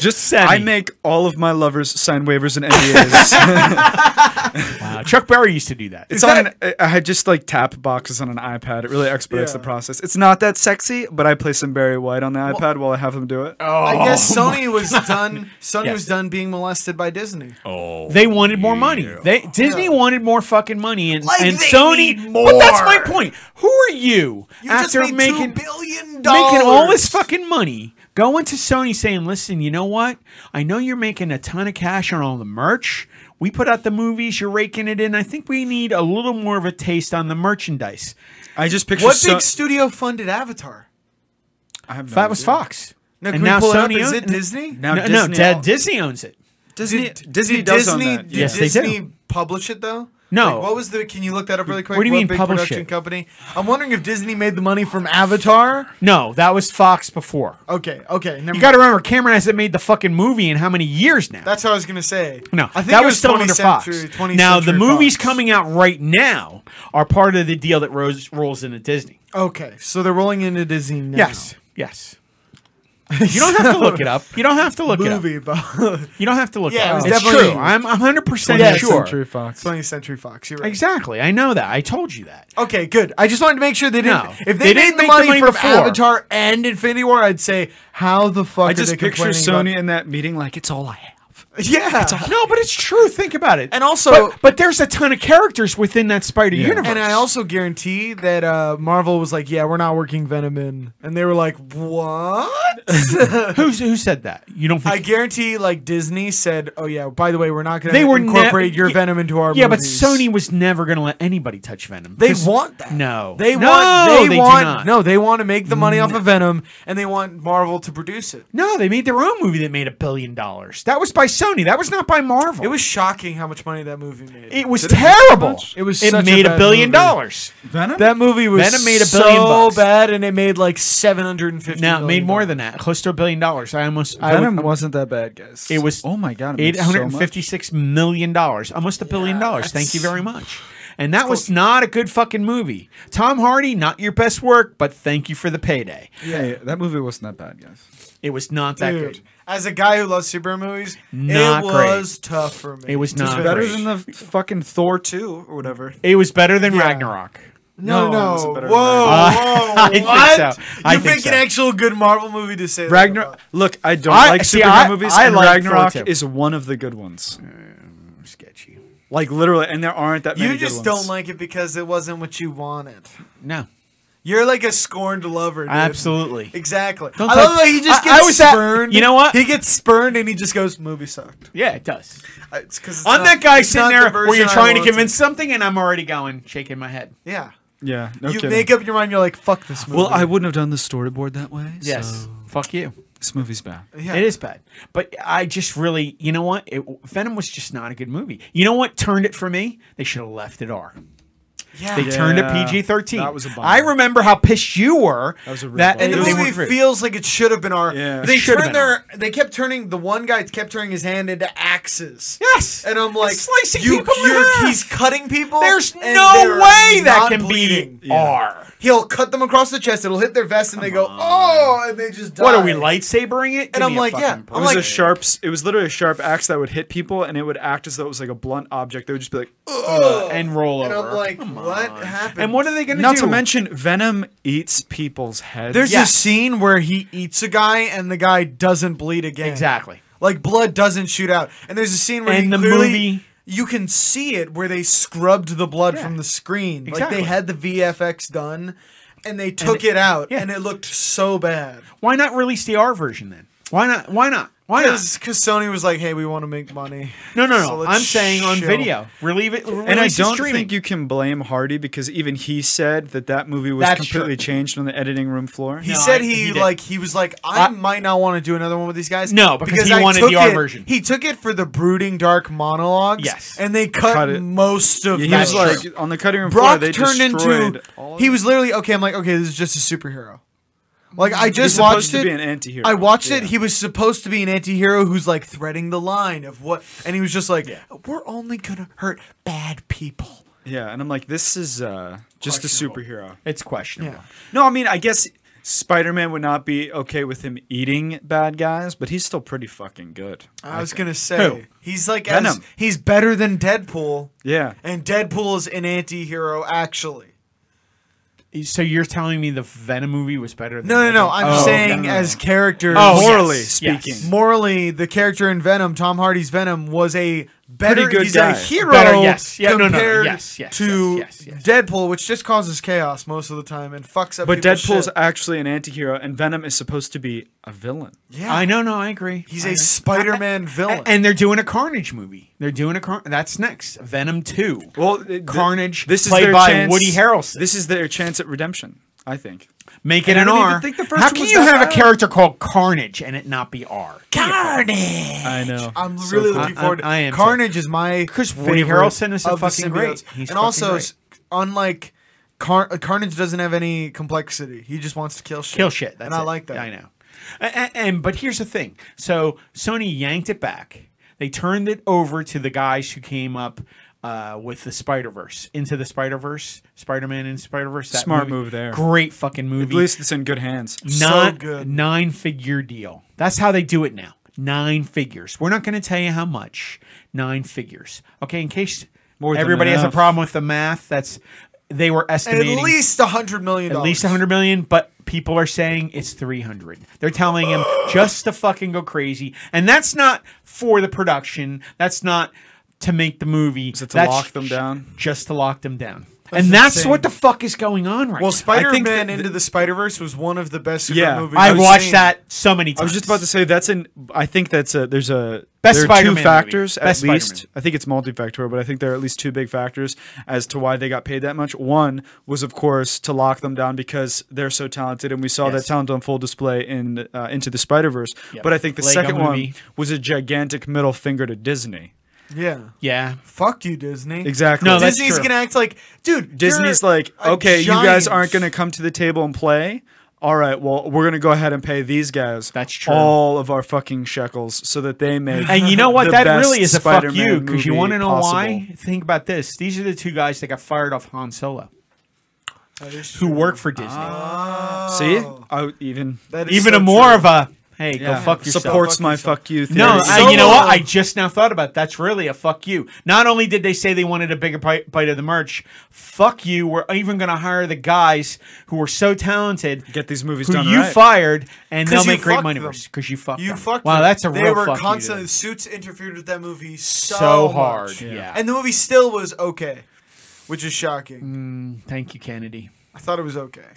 Speaker 3: Just
Speaker 4: Semi.
Speaker 3: I make all of my lovers sign waivers and *laughs* NDAs.
Speaker 4: wow. Chuck Berry used to do that.
Speaker 3: It's
Speaker 2: Is
Speaker 3: on.
Speaker 2: that-
Speaker 3: an, I I just like tap boxes on an iPad. It really expedites
Speaker 2: Yeah.
Speaker 3: the process. It's not that sexy, but I play some Barry White on the iPad while I have them do it. Oh,
Speaker 2: I guess
Speaker 4: *laughs*
Speaker 2: Sony was done. Sony
Speaker 4: Yes. Oh.
Speaker 2: was done being molested by Disney.
Speaker 4: They wanted more money. They Disney wanted more fucking money, and,
Speaker 2: Like
Speaker 4: and
Speaker 2: they
Speaker 4: Sony.
Speaker 2: need
Speaker 4: But that's my
Speaker 2: more.
Speaker 4: point. Who are you,
Speaker 2: You
Speaker 4: after
Speaker 2: just made
Speaker 4: making
Speaker 2: two billion dollars,
Speaker 4: making all this fucking money, going to Sony saying, "Listen, you know what? I know you're making a ton of cash on all the merch. We put out the movies. You're raking it in. I think we need a little more of a taste on the merchandise.
Speaker 3: I just picture.
Speaker 2: What
Speaker 3: so-
Speaker 2: big studio funded Avatar?
Speaker 3: I have no
Speaker 4: That was
Speaker 3: idea.
Speaker 4: Fox.
Speaker 2: Now,
Speaker 4: And
Speaker 2: can we pull it up?
Speaker 4: Sony
Speaker 2: Is
Speaker 4: own-
Speaker 2: it Disney?
Speaker 3: Now
Speaker 4: no,
Speaker 3: Disney,
Speaker 4: no, Dad, Disney owns it.
Speaker 3: Disney,
Speaker 2: Did-
Speaker 3: Disney
Speaker 2: did
Speaker 3: does
Speaker 2: Disney,
Speaker 3: own that.
Speaker 2: Did
Speaker 3: Yeah.
Speaker 4: Yes, they do.
Speaker 2: Disney publish it though?
Speaker 4: No.
Speaker 2: Like, what was the? Can you look that up really quick?
Speaker 4: What do you mean
Speaker 2: big
Speaker 4: publish
Speaker 2: production
Speaker 4: it?
Speaker 2: company? I'm wondering if Disney made the money from Avatar.
Speaker 4: No, that was Fox before.
Speaker 2: Okay, okay. Never
Speaker 4: You got to remember, Cameron hasn't made the fucking movie in how many years now?
Speaker 2: That's what I was gonna say.
Speaker 4: no,
Speaker 2: I think
Speaker 4: that
Speaker 2: it
Speaker 4: was, still
Speaker 2: 20th
Speaker 4: under
Speaker 2: century,
Speaker 4: Fox.
Speaker 2: 20th
Speaker 4: Now the
Speaker 2: century
Speaker 4: movies
Speaker 2: Fox.
Speaker 4: coming out right now are part of the deal that rolls rolls into Disney.
Speaker 2: Okay, so they're rolling into Disney now.
Speaker 4: Yes, yes. You don't have to look it up. You don't have to look it up.
Speaker 2: movie about *laughs*
Speaker 4: You don't have to look
Speaker 2: Yeah,
Speaker 4: it
Speaker 2: it
Speaker 4: up.
Speaker 2: was
Speaker 4: it's
Speaker 2: definitely-
Speaker 4: true. I'm I'm 100%
Speaker 2: 20th
Speaker 4: sure.
Speaker 3: Century Fox.
Speaker 2: 20th Century Fox. You're right.
Speaker 4: Exactly. I know that. I told you that.
Speaker 2: Okay, good. I just wanted to make sure they didn't.
Speaker 4: No.
Speaker 2: If
Speaker 4: They
Speaker 2: they,
Speaker 4: didn't
Speaker 2: made the
Speaker 4: make the
Speaker 2: money,
Speaker 4: money
Speaker 2: for
Speaker 4: before.
Speaker 2: Avatar and Infinity War, I'd say how the fuck
Speaker 3: I
Speaker 2: are they
Speaker 3: just picture
Speaker 2: complaining
Speaker 3: Sony
Speaker 2: about-
Speaker 3: in that meeting like it's all I have.
Speaker 2: *laughs* Yeah,
Speaker 4: No, but it's true. Think about it.
Speaker 2: And also-
Speaker 4: but, but there's a ton of characters within that Spider universe.
Speaker 2: and I also guarantee that uh, Marvel was like, "Yeah, we're not working Venom in," and they were like,
Speaker 4: *laughs*
Speaker 2: "What?"
Speaker 4: Who's who said that? You don't think
Speaker 2: I guarantee, like Disney said, "Oh yeah, by the way, we're not going
Speaker 4: they
Speaker 2: to
Speaker 4: were ne-
Speaker 2: incorporate your
Speaker 4: y-
Speaker 2: Venom into our
Speaker 4: Yeah,
Speaker 2: movies."
Speaker 4: but Sony was never going to let anybody touch Venom.
Speaker 2: They
Speaker 4: 'Cause-
Speaker 2: want that.
Speaker 4: No.
Speaker 2: They
Speaker 4: No,
Speaker 2: want. They,
Speaker 4: they do
Speaker 2: want.
Speaker 4: not.
Speaker 2: No, they want to make the money off of Venom, and they want Marvel to produce it.
Speaker 4: No, they made their own movie that made a billion dollars. That was by Sony. That was not by Marvel.
Speaker 2: It was shocking how much money that movie made.
Speaker 4: It was
Speaker 2: Did it-
Speaker 4: terrible.
Speaker 2: It was
Speaker 4: It
Speaker 2: such a
Speaker 4: made a,
Speaker 2: bad
Speaker 4: billion
Speaker 2: movie.
Speaker 4: dollars.
Speaker 3: Venom?
Speaker 2: That movie was
Speaker 4: Venom made a
Speaker 2: so
Speaker 4: billion bucks.
Speaker 2: bad, and it made like seven hundred and fifty.
Speaker 4: No, it made more than that. Close to a billion dollars. I almost. I
Speaker 3: Venom
Speaker 4: would-
Speaker 3: wasn't that bad, guys.
Speaker 4: It was-
Speaker 3: Oh my god, it
Speaker 4: Eight
Speaker 3: made so
Speaker 4: hundred
Speaker 3: much.
Speaker 4: and fifty-six million dollars, almost a billion dollars. Thank you very much. And that was not a good fucking movie. Tom Hardy, not your best work, but thank you for the payday.
Speaker 3: Hey, that movie wasn't that bad, guys.
Speaker 4: It was not that
Speaker 2: Dude,
Speaker 4: good.
Speaker 2: as a guy who loves superhero movies,
Speaker 4: Not
Speaker 2: it was tough for me.
Speaker 4: It was
Speaker 2: to
Speaker 4: not
Speaker 2: finish.
Speaker 4: great.
Speaker 3: Better than the fucking Thor two or whatever.
Speaker 4: It was better than Ragnarok.
Speaker 2: No,
Speaker 3: No, it
Speaker 2: no.
Speaker 3: wasn't
Speaker 2: Whoa,
Speaker 3: better than
Speaker 2: whoa.
Speaker 4: *laughs* I think
Speaker 2: what?
Speaker 4: so. I
Speaker 2: you
Speaker 4: think
Speaker 2: pick
Speaker 4: so.
Speaker 2: an actual good Marvel movie to say that
Speaker 3: Ragnarok.
Speaker 2: about.
Speaker 3: Look, I don't
Speaker 4: I-
Speaker 3: like
Speaker 4: see,
Speaker 3: superhero
Speaker 4: I-
Speaker 3: movies.
Speaker 4: I
Speaker 3: and
Speaker 4: like Thor
Speaker 3: Ragnarok
Speaker 4: too.
Speaker 3: is one of the good ones.
Speaker 4: Sketchy.
Speaker 3: Like literally, and there aren't that many.
Speaker 2: You just
Speaker 3: good
Speaker 2: don't
Speaker 3: ones.
Speaker 2: like it because it wasn't what you wanted.
Speaker 4: No,
Speaker 2: You're like a scorned lover. Dude.
Speaker 4: absolutely.
Speaker 2: Exactly.
Speaker 4: Don't
Speaker 2: I
Speaker 4: touch-
Speaker 2: love the way he just
Speaker 4: I- I
Speaker 2: gets
Speaker 4: was at-
Speaker 2: spurned.
Speaker 4: you know what?
Speaker 2: He gets spurned and he just goes, "Movie sucked."
Speaker 4: Yeah, it does.
Speaker 2: It's 'cause it's
Speaker 4: I'm
Speaker 2: not-
Speaker 4: that guy
Speaker 2: it's not
Speaker 4: sitting
Speaker 2: the
Speaker 4: there where you're
Speaker 2: version I
Speaker 4: trying to
Speaker 2: wanted.
Speaker 4: convince something, and I'm already going shaking my head.
Speaker 2: Yeah.
Speaker 3: Yeah, no
Speaker 2: you
Speaker 3: kidding.
Speaker 2: make up your mind. You're like, "Fuck this movie."
Speaker 3: well, I wouldn't have done the storyboard that way.
Speaker 4: Yes,
Speaker 3: so
Speaker 4: fuck you.
Speaker 3: this movie's bad.
Speaker 2: Yeah.
Speaker 4: It is bad. But I just really, you know what? It, Venom was just not a good movie. You know what turned it for me? They should have left it R.
Speaker 2: Yeah.
Speaker 4: They turned it
Speaker 3: Yeah,
Speaker 4: PG 13.
Speaker 3: that was a bummer.
Speaker 4: I remember how pissed you were. That
Speaker 3: was a real
Speaker 4: that,
Speaker 3: bummer.
Speaker 2: and
Speaker 4: and
Speaker 2: the
Speaker 4: they
Speaker 2: movie
Speaker 4: weren't-
Speaker 2: feels like it should have been R.
Speaker 3: Yeah.
Speaker 2: They
Speaker 4: It should have
Speaker 2: turned
Speaker 4: been
Speaker 2: their. They kept turning. The one guy kept turning his hand into axes.
Speaker 4: Yes.
Speaker 2: And I'm like,
Speaker 4: slicing
Speaker 2: you,
Speaker 4: people in
Speaker 2: you're-
Speaker 4: half.
Speaker 2: he's cutting people.
Speaker 4: There's no
Speaker 2: and they're
Speaker 4: way that
Speaker 2: not
Speaker 4: can
Speaker 2: bleeding.
Speaker 4: be R.
Speaker 2: He'll cut them across the chest. It'll hit their vest, and they go, "Oh!" and they just die.
Speaker 4: What are we lightsabering it? Give
Speaker 2: I'm
Speaker 4: me a
Speaker 2: like, yeah,
Speaker 4: fucking
Speaker 2: I'm
Speaker 3: It
Speaker 4: break.
Speaker 3: was
Speaker 2: like-
Speaker 3: a sharp. s- It was literally a sharp axe that would hit people, and it would act as though it was like a blunt object. They would just be like,
Speaker 2: Ugh.
Speaker 4: and roll
Speaker 2: And
Speaker 4: over.
Speaker 2: I'm like, what happened?
Speaker 4: and what are they going
Speaker 3: Not
Speaker 4: do?
Speaker 3: to mention, Venom eats people's heads.
Speaker 2: There's
Speaker 4: Yes.
Speaker 2: a scene where he eats a guy and the guy doesn't bleed again.
Speaker 4: Exactly.
Speaker 2: Like blood doesn't shoot out. And there's a scene where
Speaker 4: And
Speaker 2: he
Speaker 4: the
Speaker 2: clearly-
Speaker 4: movie-
Speaker 2: you can see it where they scrubbed the blood
Speaker 4: Yeah.
Speaker 2: from the screen. Like
Speaker 4: Exactly.
Speaker 2: they had the VFX done and they took it, out
Speaker 4: yeah.
Speaker 2: and it looked so bad.
Speaker 4: Why not release the R version then? Why not? Why not? Why not?
Speaker 2: Because Sony was like, hey, we want to make money.
Speaker 4: No, no, no.
Speaker 2: So let's
Speaker 4: I'm saying on
Speaker 2: chill.
Speaker 4: video. Relieve it.
Speaker 3: and I don't think you can blame Hardy because even he said that that movie was
Speaker 4: That's
Speaker 3: completely
Speaker 4: true.
Speaker 3: changed on the editing room floor.
Speaker 2: He
Speaker 4: No,
Speaker 2: said
Speaker 4: I-
Speaker 2: he,
Speaker 4: he did.
Speaker 2: like he was like I,
Speaker 4: I-
Speaker 2: might not want to do another one with these guys.
Speaker 4: No, because he wanted the
Speaker 2: took
Speaker 4: R
Speaker 2: it-
Speaker 4: version.
Speaker 2: He took it for the brooding dark monologues.
Speaker 4: Yes.
Speaker 2: and they cut,
Speaker 3: Cut it.
Speaker 2: most of.
Speaker 3: Yeah, he
Speaker 2: that
Speaker 3: was
Speaker 2: shit.
Speaker 3: like on the cutting room floor.
Speaker 2: Brock
Speaker 3: They
Speaker 2: turned into.
Speaker 3: destroyed all of
Speaker 2: He
Speaker 3: it.
Speaker 2: was literally okay. I'm like, okay, this is just a superhero. Like I
Speaker 3: He's
Speaker 2: just
Speaker 3: supposed
Speaker 2: watched
Speaker 3: to
Speaker 2: it.
Speaker 3: be an anti-hero.
Speaker 2: I watched it.
Speaker 3: Yeah.
Speaker 2: He was supposed to be an anti-hero who's like threading the line of what, and he was just like, "We're only gonna hurt bad people."
Speaker 3: Yeah, and I'm like, this is uh, just a superhero.
Speaker 4: It's questionable.
Speaker 2: Yeah.
Speaker 3: No, I mean, I guess Spider-Man would not be okay with him eating bad guys, but he's still pretty fucking good.
Speaker 2: I was gonna say
Speaker 4: Who?
Speaker 2: he's like As,
Speaker 3: Venom.
Speaker 2: he's better than Deadpool.
Speaker 3: Yeah.
Speaker 2: And Deadpool is an anti-hero, actually.
Speaker 4: So you're telling me the Venom movie was better? than
Speaker 2: No, no, no.
Speaker 4: Venom?
Speaker 2: I'm
Speaker 4: Oh,
Speaker 2: saying
Speaker 4: okay.
Speaker 2: as characters.
Speaker 4: Oh, yes,
Speaker 3: morally
Speaker 4: yes.
Speaker 3: speaking.
Speaker 2: Morally, the character in Venom, Tom Hardy's Venom, was a better
Speaker 3: Pretty good
Speaker 2: he's
Speaker 3: guy.
Speaker 2: a hero
Speaker 4: Better, yes. Yeah, no, no, no,
Speaker 2: compared
Speaker 4: yes, yes,
Speaker 2: to
Speaker 4: yes, yes, yes.
Speaker 2: Deadpool, which just causes chaos most of the time and fucks up.
Speaker 3: But
Speaker 2: people's
Speaker 3: Deadpool's
Speaker 2: shit.
Speaker 3: actually an anti-hero, and Venom is supposed to be a villain.
Speaker 2: yeah,
Speaker 4: I know. No, I agree.
Speaker 2: He's
Speaker 4: I
Speaker 2: a
Speaker 4: know.
Speaker 2: Spider-Man
Speaker 4: A-
Speaker 2: villain.
Speaker 4: and they're doing a Carnage movie. They're doing a Car- that's next. Venom two.
Speaker 3: Well, th-
Speaker 4: Carnage,
Speaker 3: This is
Speaker 4: played
Speaker 3: their
Speaker 4: by
Speaker 3: chance-
Speaker 4: Woody Harrelson.
Speaker 3: This is their chance at redemption, I think.
Speaker 4: Make it
Speaker 3: And I
Speaker 4: an
Speaker 3: don't even
Speaker 4: R.
Speaker 3: think the first
Speaker 4: How
Speaker 3: one
Speaker 4: can
Speaker 3: was
Speaker 4: you
Speaker 3: that
Speaker 4: have a
Speaker 3: bad.
Speaker 4: character called Carnage and it not be R?
Speaker 2: Carnage.
Speaker 3: I know.
Speaker 2: I'm really looking
Speaker 4: I-
Speaker 2: forward. to
Speaker 4: I- I am too.
Speaker 2: Carnage is my
Speaker 4: Chris Woody
Speaker 2: favorite
Speaker 4: Harrelson is so
Speaker 2: of the
Speaker 4: fucking great.
Speaker 2: symbiotes.
Speaker 4: He's
Speaker 2: and also,
Speaker 4: fucking great.
Speaker 2: s- unlike Car- Carnage, doesn't have any complexity. He just wants to kill shit.
Speaker 4: kill shit. That's
Speaker 2: and I
Speaker 4: it.
Speaker 2: like that.
Speaker 4: I know. A- a- And, but here's the thing. So Sony yanked it back. They turned it over to the guys who came up. uh, with the Spider Verse, Into the Spider Verse, Spider Man and Spider Verse.
Speaker 3: Smart move there.
Speaker 4: Great fucking movie.
Speaker 3: At least it's in good hands.
Speaker 2: So
Speaker 4: Nine,
Speaker 2: good.
Speaker 4: Nine figure deal. That's how they do it now. Nine figures. We're not going to tell you how much. Nine figures. Okay, in case
Speaker 3: More than
Speaker 4: everybody has a
Speaker 3: enough.
Speaker 4: problem with the math, that's they were
Speaker 2: And at
Speaker 4: estimating
Speaker 2: least a hundred million.
Speaker 4: at least 100 million, but people are saying it's 300. They're
Speaker 3: *gasps*
Speaker 4: telling him just to fucking go crazy. And that's not for the production. That's not to make the movie.
Speaker 3: Is it to
Speaker 4: That's
Speaker 3: lock them down?
Speaker 4: Just to lock them down.
Speaker 2: That's
Speaker 4: and that's
Speaker 2: insane.
Speaker 4: what the fuck is going on right
Speaker 2: Well,
Speaker 4: now.
Speaker 2: Spider Man
Speaker 3: that-
Speaker 2: Into the Spider Verse was one of the best super
Speaker 3: Yeah,
Speaker 2: movies.
Speaker 4: I
Speaker 2: I've
Speaker 4: watched
Speaker 2: seen.
Speaker 4: that so many times.
Speaker 3: I was just about to say that's in. I think that's a. There's a.
Speaker 4: Best
Speaker 3: there are
Speaker 4: Spider-Man
Speaker 3: two
Speaker 4: movie.
Speaker 3: factors
Speaker 4: Best
Speaker 3: at least.
Speaker 4: Spider-Man.
Speaker 3: I think it's multifactorial, but I think there are at least two big factors as to why they got paid that much. One was, of course, to lock them down because they're so talented, and we saw
Speaker 4: Yes.
Speaker 3: that talent on full display in uh, Into the Spider Verse. But I think the
Speaker 4: Lego
Speaker 3: second
Speaker 4: movie.
Speaker 3: one was a gigantic middle finger to Disney.
Speaker 2: Yeah.
Speaker 4: Yeah.
Speaker 2: Fuck you, Disney.
Speaker 3: Exactly.
Speaker 4: No, that's
Speaker 2: Disney's
Speaker 4: true.
Speaker 2: gonna act like, dude.
Speaker 3: Disney's
Speaker 2: you're
Speaker 3: like,
Speaker 2: a
Speaker 3: okay, you guys
Speaker 2: giant."
Speaker 3: aren't going to come to the table and play. All right, well, we're going to go ahead and pay these guys
Speaker 4: That's true.
Speaker 3: all of our fucking shekels so that they make. *laughs*
Speaker 4: And you know what?
Speaker 3: the
Speaker 4: That
Speaker 3: best
Speaker 4: really is a fuck
Speaker 3: Spider-Man
Speaker 4: you because you
Speaker 3: movie
Speaker 4: want to know
Speaker 3: possible.
Speaker 4: why? Think about this. These are the two guys that got fired off Han Solo who work
Speaker 3: Ah,
Speaker 4: for Disney.
Speaker 3: See, I even
Speaker 2: Oh, That is
Speaker 4: Even
Speaker 2: so
Speaker 4: a more
Speaker 2: true.
Speaker 4: of a hey,
Speaker 3: yeah,
Speaker 4: go fuck yourself.
Speaker 3: supports
Speaker 2: Fuck
Speaker 3: my
Speaker 2: yourself.
Speaker 3: fuck you. Theory.
Speaker 4: No,
Speaker 2: Theory.
Speaker 4: I, you know
Speaker 2: Solo.
Speaker 4: what? I just now thought about it. that's really a fuck you. Not only did they say they wanted a bigger bite, bite of the merch, fuck you. We're even going to hire the guys who are so talented.
Speaker 3: get these movies
Speaker 4: who
Speaker 3: done
Speaker 4: you
Speaker 3: right.
Speaker 4: fired and they'll
Speaker 2: you
Speaker 4: make great
Speaker 2: fucked
Speaker 4: money
Speaker 2: them.
Speaker 4: because you fucked
Speaker 2: You
Speaker 4: them.
Speaker 2: fucked.
Speaker 4: Wow,
Speaker 2: them.
Speaker 4: that's a
Speaker 2: They
Speaker 4: real
Speaker 2: were
Speaker 4: fuck you to
Speaker 2: constantly
Speaker 4: them.
Speaker 2: suits interfered with that movie so,
Speaker 4: So
Speaker 2: much.
Speaker 4: hard, yeah.
Speaker 2: And the movie still was okay, which is shocking.
Speaker 4: Mm. Thank you, Kennedy.
Speaker 2: I thought it was okay.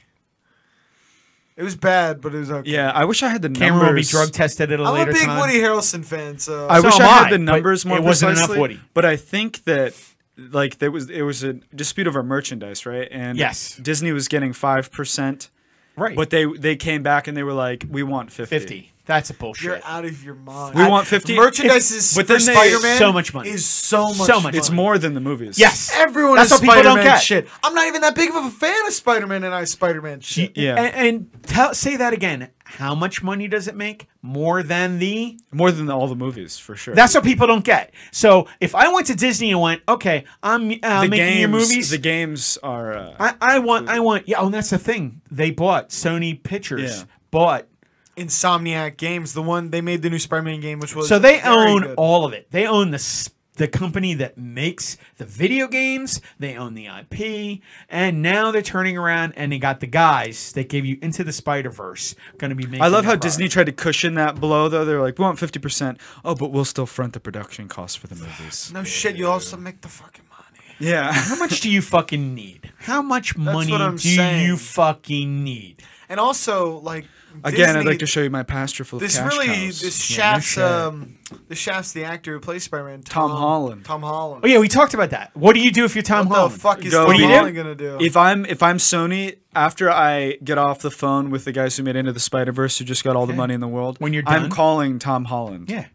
Speaker 2: It was bad, but it was okay.
Speaker 3: yeah, I wish I had the
Speaker 4: Cameron will be
Speaker 3: numbers.
Speaker 4: drug tested at a
Speaker 2: I'm a
Speaker 4: later
Speaker 2: big
Speaker 4: time.
Speaker 2: Woody Harrelson fan, so
Speaker 3: I
Speaker 4: So
Speaker 3: wish I
Speaker 4: am
Speaker 3: had
Speaker 4: I,
Speaker 3: the
Speaker 4: but
Speaker 3: numbers more
Speaker 4: it wasn't enough
Speaker 3: precisely,
Speaker 4: Woody.
Speaker 3: But I think that like there was it was a dispute over merchandise, right? And
Speaker 4: Yes.
Speaker 3: Disney was getting five percent.
Speaker 4: right?
Speaker 3: But they they came back and they were like, we want 50.
Speaker 4: fifty. That's a bullshit.
Speaker 2: you're out of your mind.
Speaker 3: We want 50
Speaker 2: merchandise
Speaker 3: if-
Speaker 2: is
Speaker 3: but
Speaker 2: for
Speaker 3: then they-
Speaker 2: Spider-Man.
Speaker 4: so much money.
Speaker 2: is so much.
Speaker 4: So much
Speaker 3: It's
Speaker 2: money.
Speaker 3: more than the movies.
Speaker 4: yes,
Speaker 2: Everyone is
Speaker 4: That's what people don't
Speaker 2: Spider-Man
Speaker 4: get.
Speaker 2: shit. I'm not even that big of a fan of Spider-Man, and I Spider-Man shit.
Speaker 3: Yeah.
Speaker 4: A- And, tell, say that again. How much money does it make? More than the.
Speaker 3: More than all the movies, for sure.
Speaker 4: That's what people don't get. So if I went to Disney and went, okay, I'm uh,
Speaker 3: the
Speaker 4: making
Speaker 3: games,
Speaker 4: your movies.
Speaker 3: The games are. Uh,
Speaker 4: I, I want, I want. Yeah, oh, and that's the thing. They bought Sony Pictures.
Speaker 3: Yeah.
Speaker 4: Bought.
Speaker 2: Insomniac Games, the one they made the new Spider-Man game, which was
Speaker 4: So they
Speaker 2: very
Speaker 4: own
Speaker 2: good.
Speaker 4: all of it. They own the s- the company that makes the video games. They own the IP, and now they're turning around and they got the guys that gave you Into the Spider Verse going to be making.
Speaker 3: I love
Speaker 4: the
Speaker 3: how
Speaker 4: product.
Speaker 3: Disney tried to cushion that blow, though. They were like, we want 50%. Oh, but we'll still front the production costs for the movies.
Speaker 2: No shit, you also make the fucking money.
Speaker 3: Yeah.
Speaker 4: How much do you fucking need? How much money
Speaker 2: what I'm
Speaker 4: do
Speaker 2: saying.
Speaker 4: you fucking need?
Speaker 2: And also, like
Speaker 3: *laughs* Again, I'd
Speaker 2: Disney-
Speaker 3: like to show you my pasture full of
Speaker 2: this
Speaker 3: cash
Speaker 2: really
Speaker 3: cows.
Speaker 2: this
Speaker 4: Yeah, no
Speaker 2: shafts
Speaker 4: shit.
Speaker 2: um this shafts the actor who plays Spider-Man,
Speaker 3: Tom Holland.
Speaker 2: Tom Holland.
Speaker 4: Oh yeah, we talked about that. What do you do if you're Tom
Speaker 2: What
Speaker 4: Holland?
Speaker 2: the fuck is
Speaker 3: Go
Speaker 2: Tom
Speaker 3: be-
Speaker 2: Holland gonna do?
Speaker 3: If I'm if I'm Sony, after I get off the phone with the guys who made Into the Spider Verse, who just got all the money in the world,
Speaker 4: When you're
Speaker 3: I'm
Speaker 4: done?
Speaker 3: calling Tom Holland.
Speaker 4: Yeah,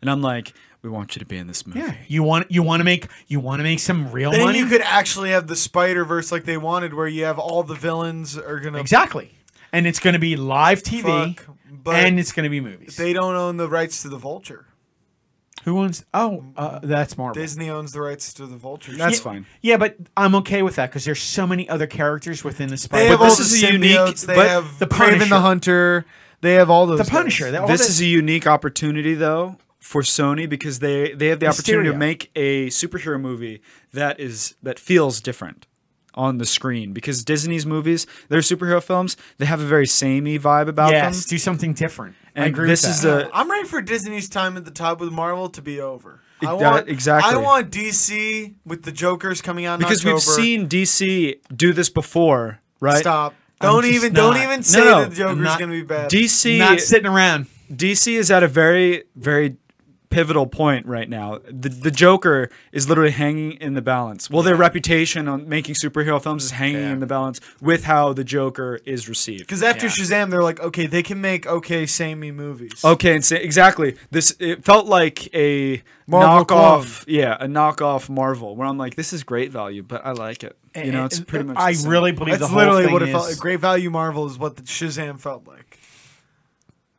Speaker 3: and I'm like, we want you to be in this movie.
Speaker 4: yeah. You want you want to make you want to make some real
Speaker 2: then
Speaker 4: money.
Speaker 2: you could actually have the Spider Verse like they wanted, where you have all the villains are gonna.
Speaker 4: exactly, and it's going to be live TV,
Speaker 2: Fuck, but
Speaker 4: and it's going to be movies.
Speaker 2: They don't own the rights to the Vulture.
Speaker 4: Who owns? Oh, uh, that's Marvel.
Speaker 2: Disney owns the rights to the Vulture.
Speaker 3: That's
Speaker 4: yeah,
Speaker 3: fine.
Speaker 4: Yeah, but I'm okay with that because there's so many other characters within the
Speaker 2: they
Speaker 4: Spider.
Speaker 2: have
Speaker 3: But
Speaker 2: all
Speaker 3: this
Speaker 2: the
Speaker 3: is a unique-
Speaker 2: symbiotes. They
Speaker 3: but
Speaker 2: have
Speaker 4: the
Speaker 2: Kraven
Speaker 4: Punisher.
Speaker 2: the Hunter. They have all those.
Speaker 4: The
Speaker 2: guys.
Speaker 4: Punisher. That, all
Speaker 3: this
Speaker 4: this-
Speaker 3: is a unique opportunity though for Sony because they they have the opportunity to
Speaker 4: Mysterio.
Speaker 3: make a superhero movie that is that feels different on the screen because Disney's movies, their superhero films, they have a very samey vibe about
Speaker 4: yes.
Speaker 3: them.
Speaker 4: Do something different. I
Speaker 3: And
Speaker 4: agree.
Speaker 3: this
Speaker 4: with
Speaker 3: is
Speaker 4: that.
Speaker 3: a
Speaker 2: I'm ready for Disney's time at the top with Marvel to be over. I
Speaker 3: Ex-
Speaker 2: want,
Speaker 3: exactly.
Speaker 2: I want DC with the Jokers coming out in
Speaker 3: because we've
Speaker 2: October.
Speaker 3: seen DC do this before, right?
Speaker 2: Stop. Don't
Speaker 4: just
Speaker 2: even
Speaker 4: not-
Speaker 2: don't even say
Speaker 3: no.
Speaker 2: that the Joker's
Speaker 4: Not-
Speaker 2: gonna be bad.
Speaker 3: DC
Speaker 4: not sitting around.
Speaker 3: DC is at a very, very pivotal point right now. The, the Joker is literally hanging in the balance. Well, their reputation on making superhero films is hanging in the balance with how the Joker is received.
Speaker 2: Because after
Speaker 4: Yeah.
Speaker 2: Shazam, they're like, okay, they can make okay samey movies.
Speaker 4: Oh,
Speaker 3: Okay, and say, exactly. This it felt like a
Speaker 2: Marvel
Speaker 3: knockoff, yeah, a knockoff Marvel. Where I'm like, this is great value, but I like it. You know, it's
Speaker 4: And-
Speaker 3: pretty much.
Speaker 4: I
Speaker 3: the same.
Speaker 4: really believe
Speaker 2: That's
Speaker 4: the whole
Speaker 2: literally
Speaker 4: thing
Speaker 2: what it felt.
Speaker 4: is-
Speaker 2: like. Great Value Marvel is what the Shazam felt like.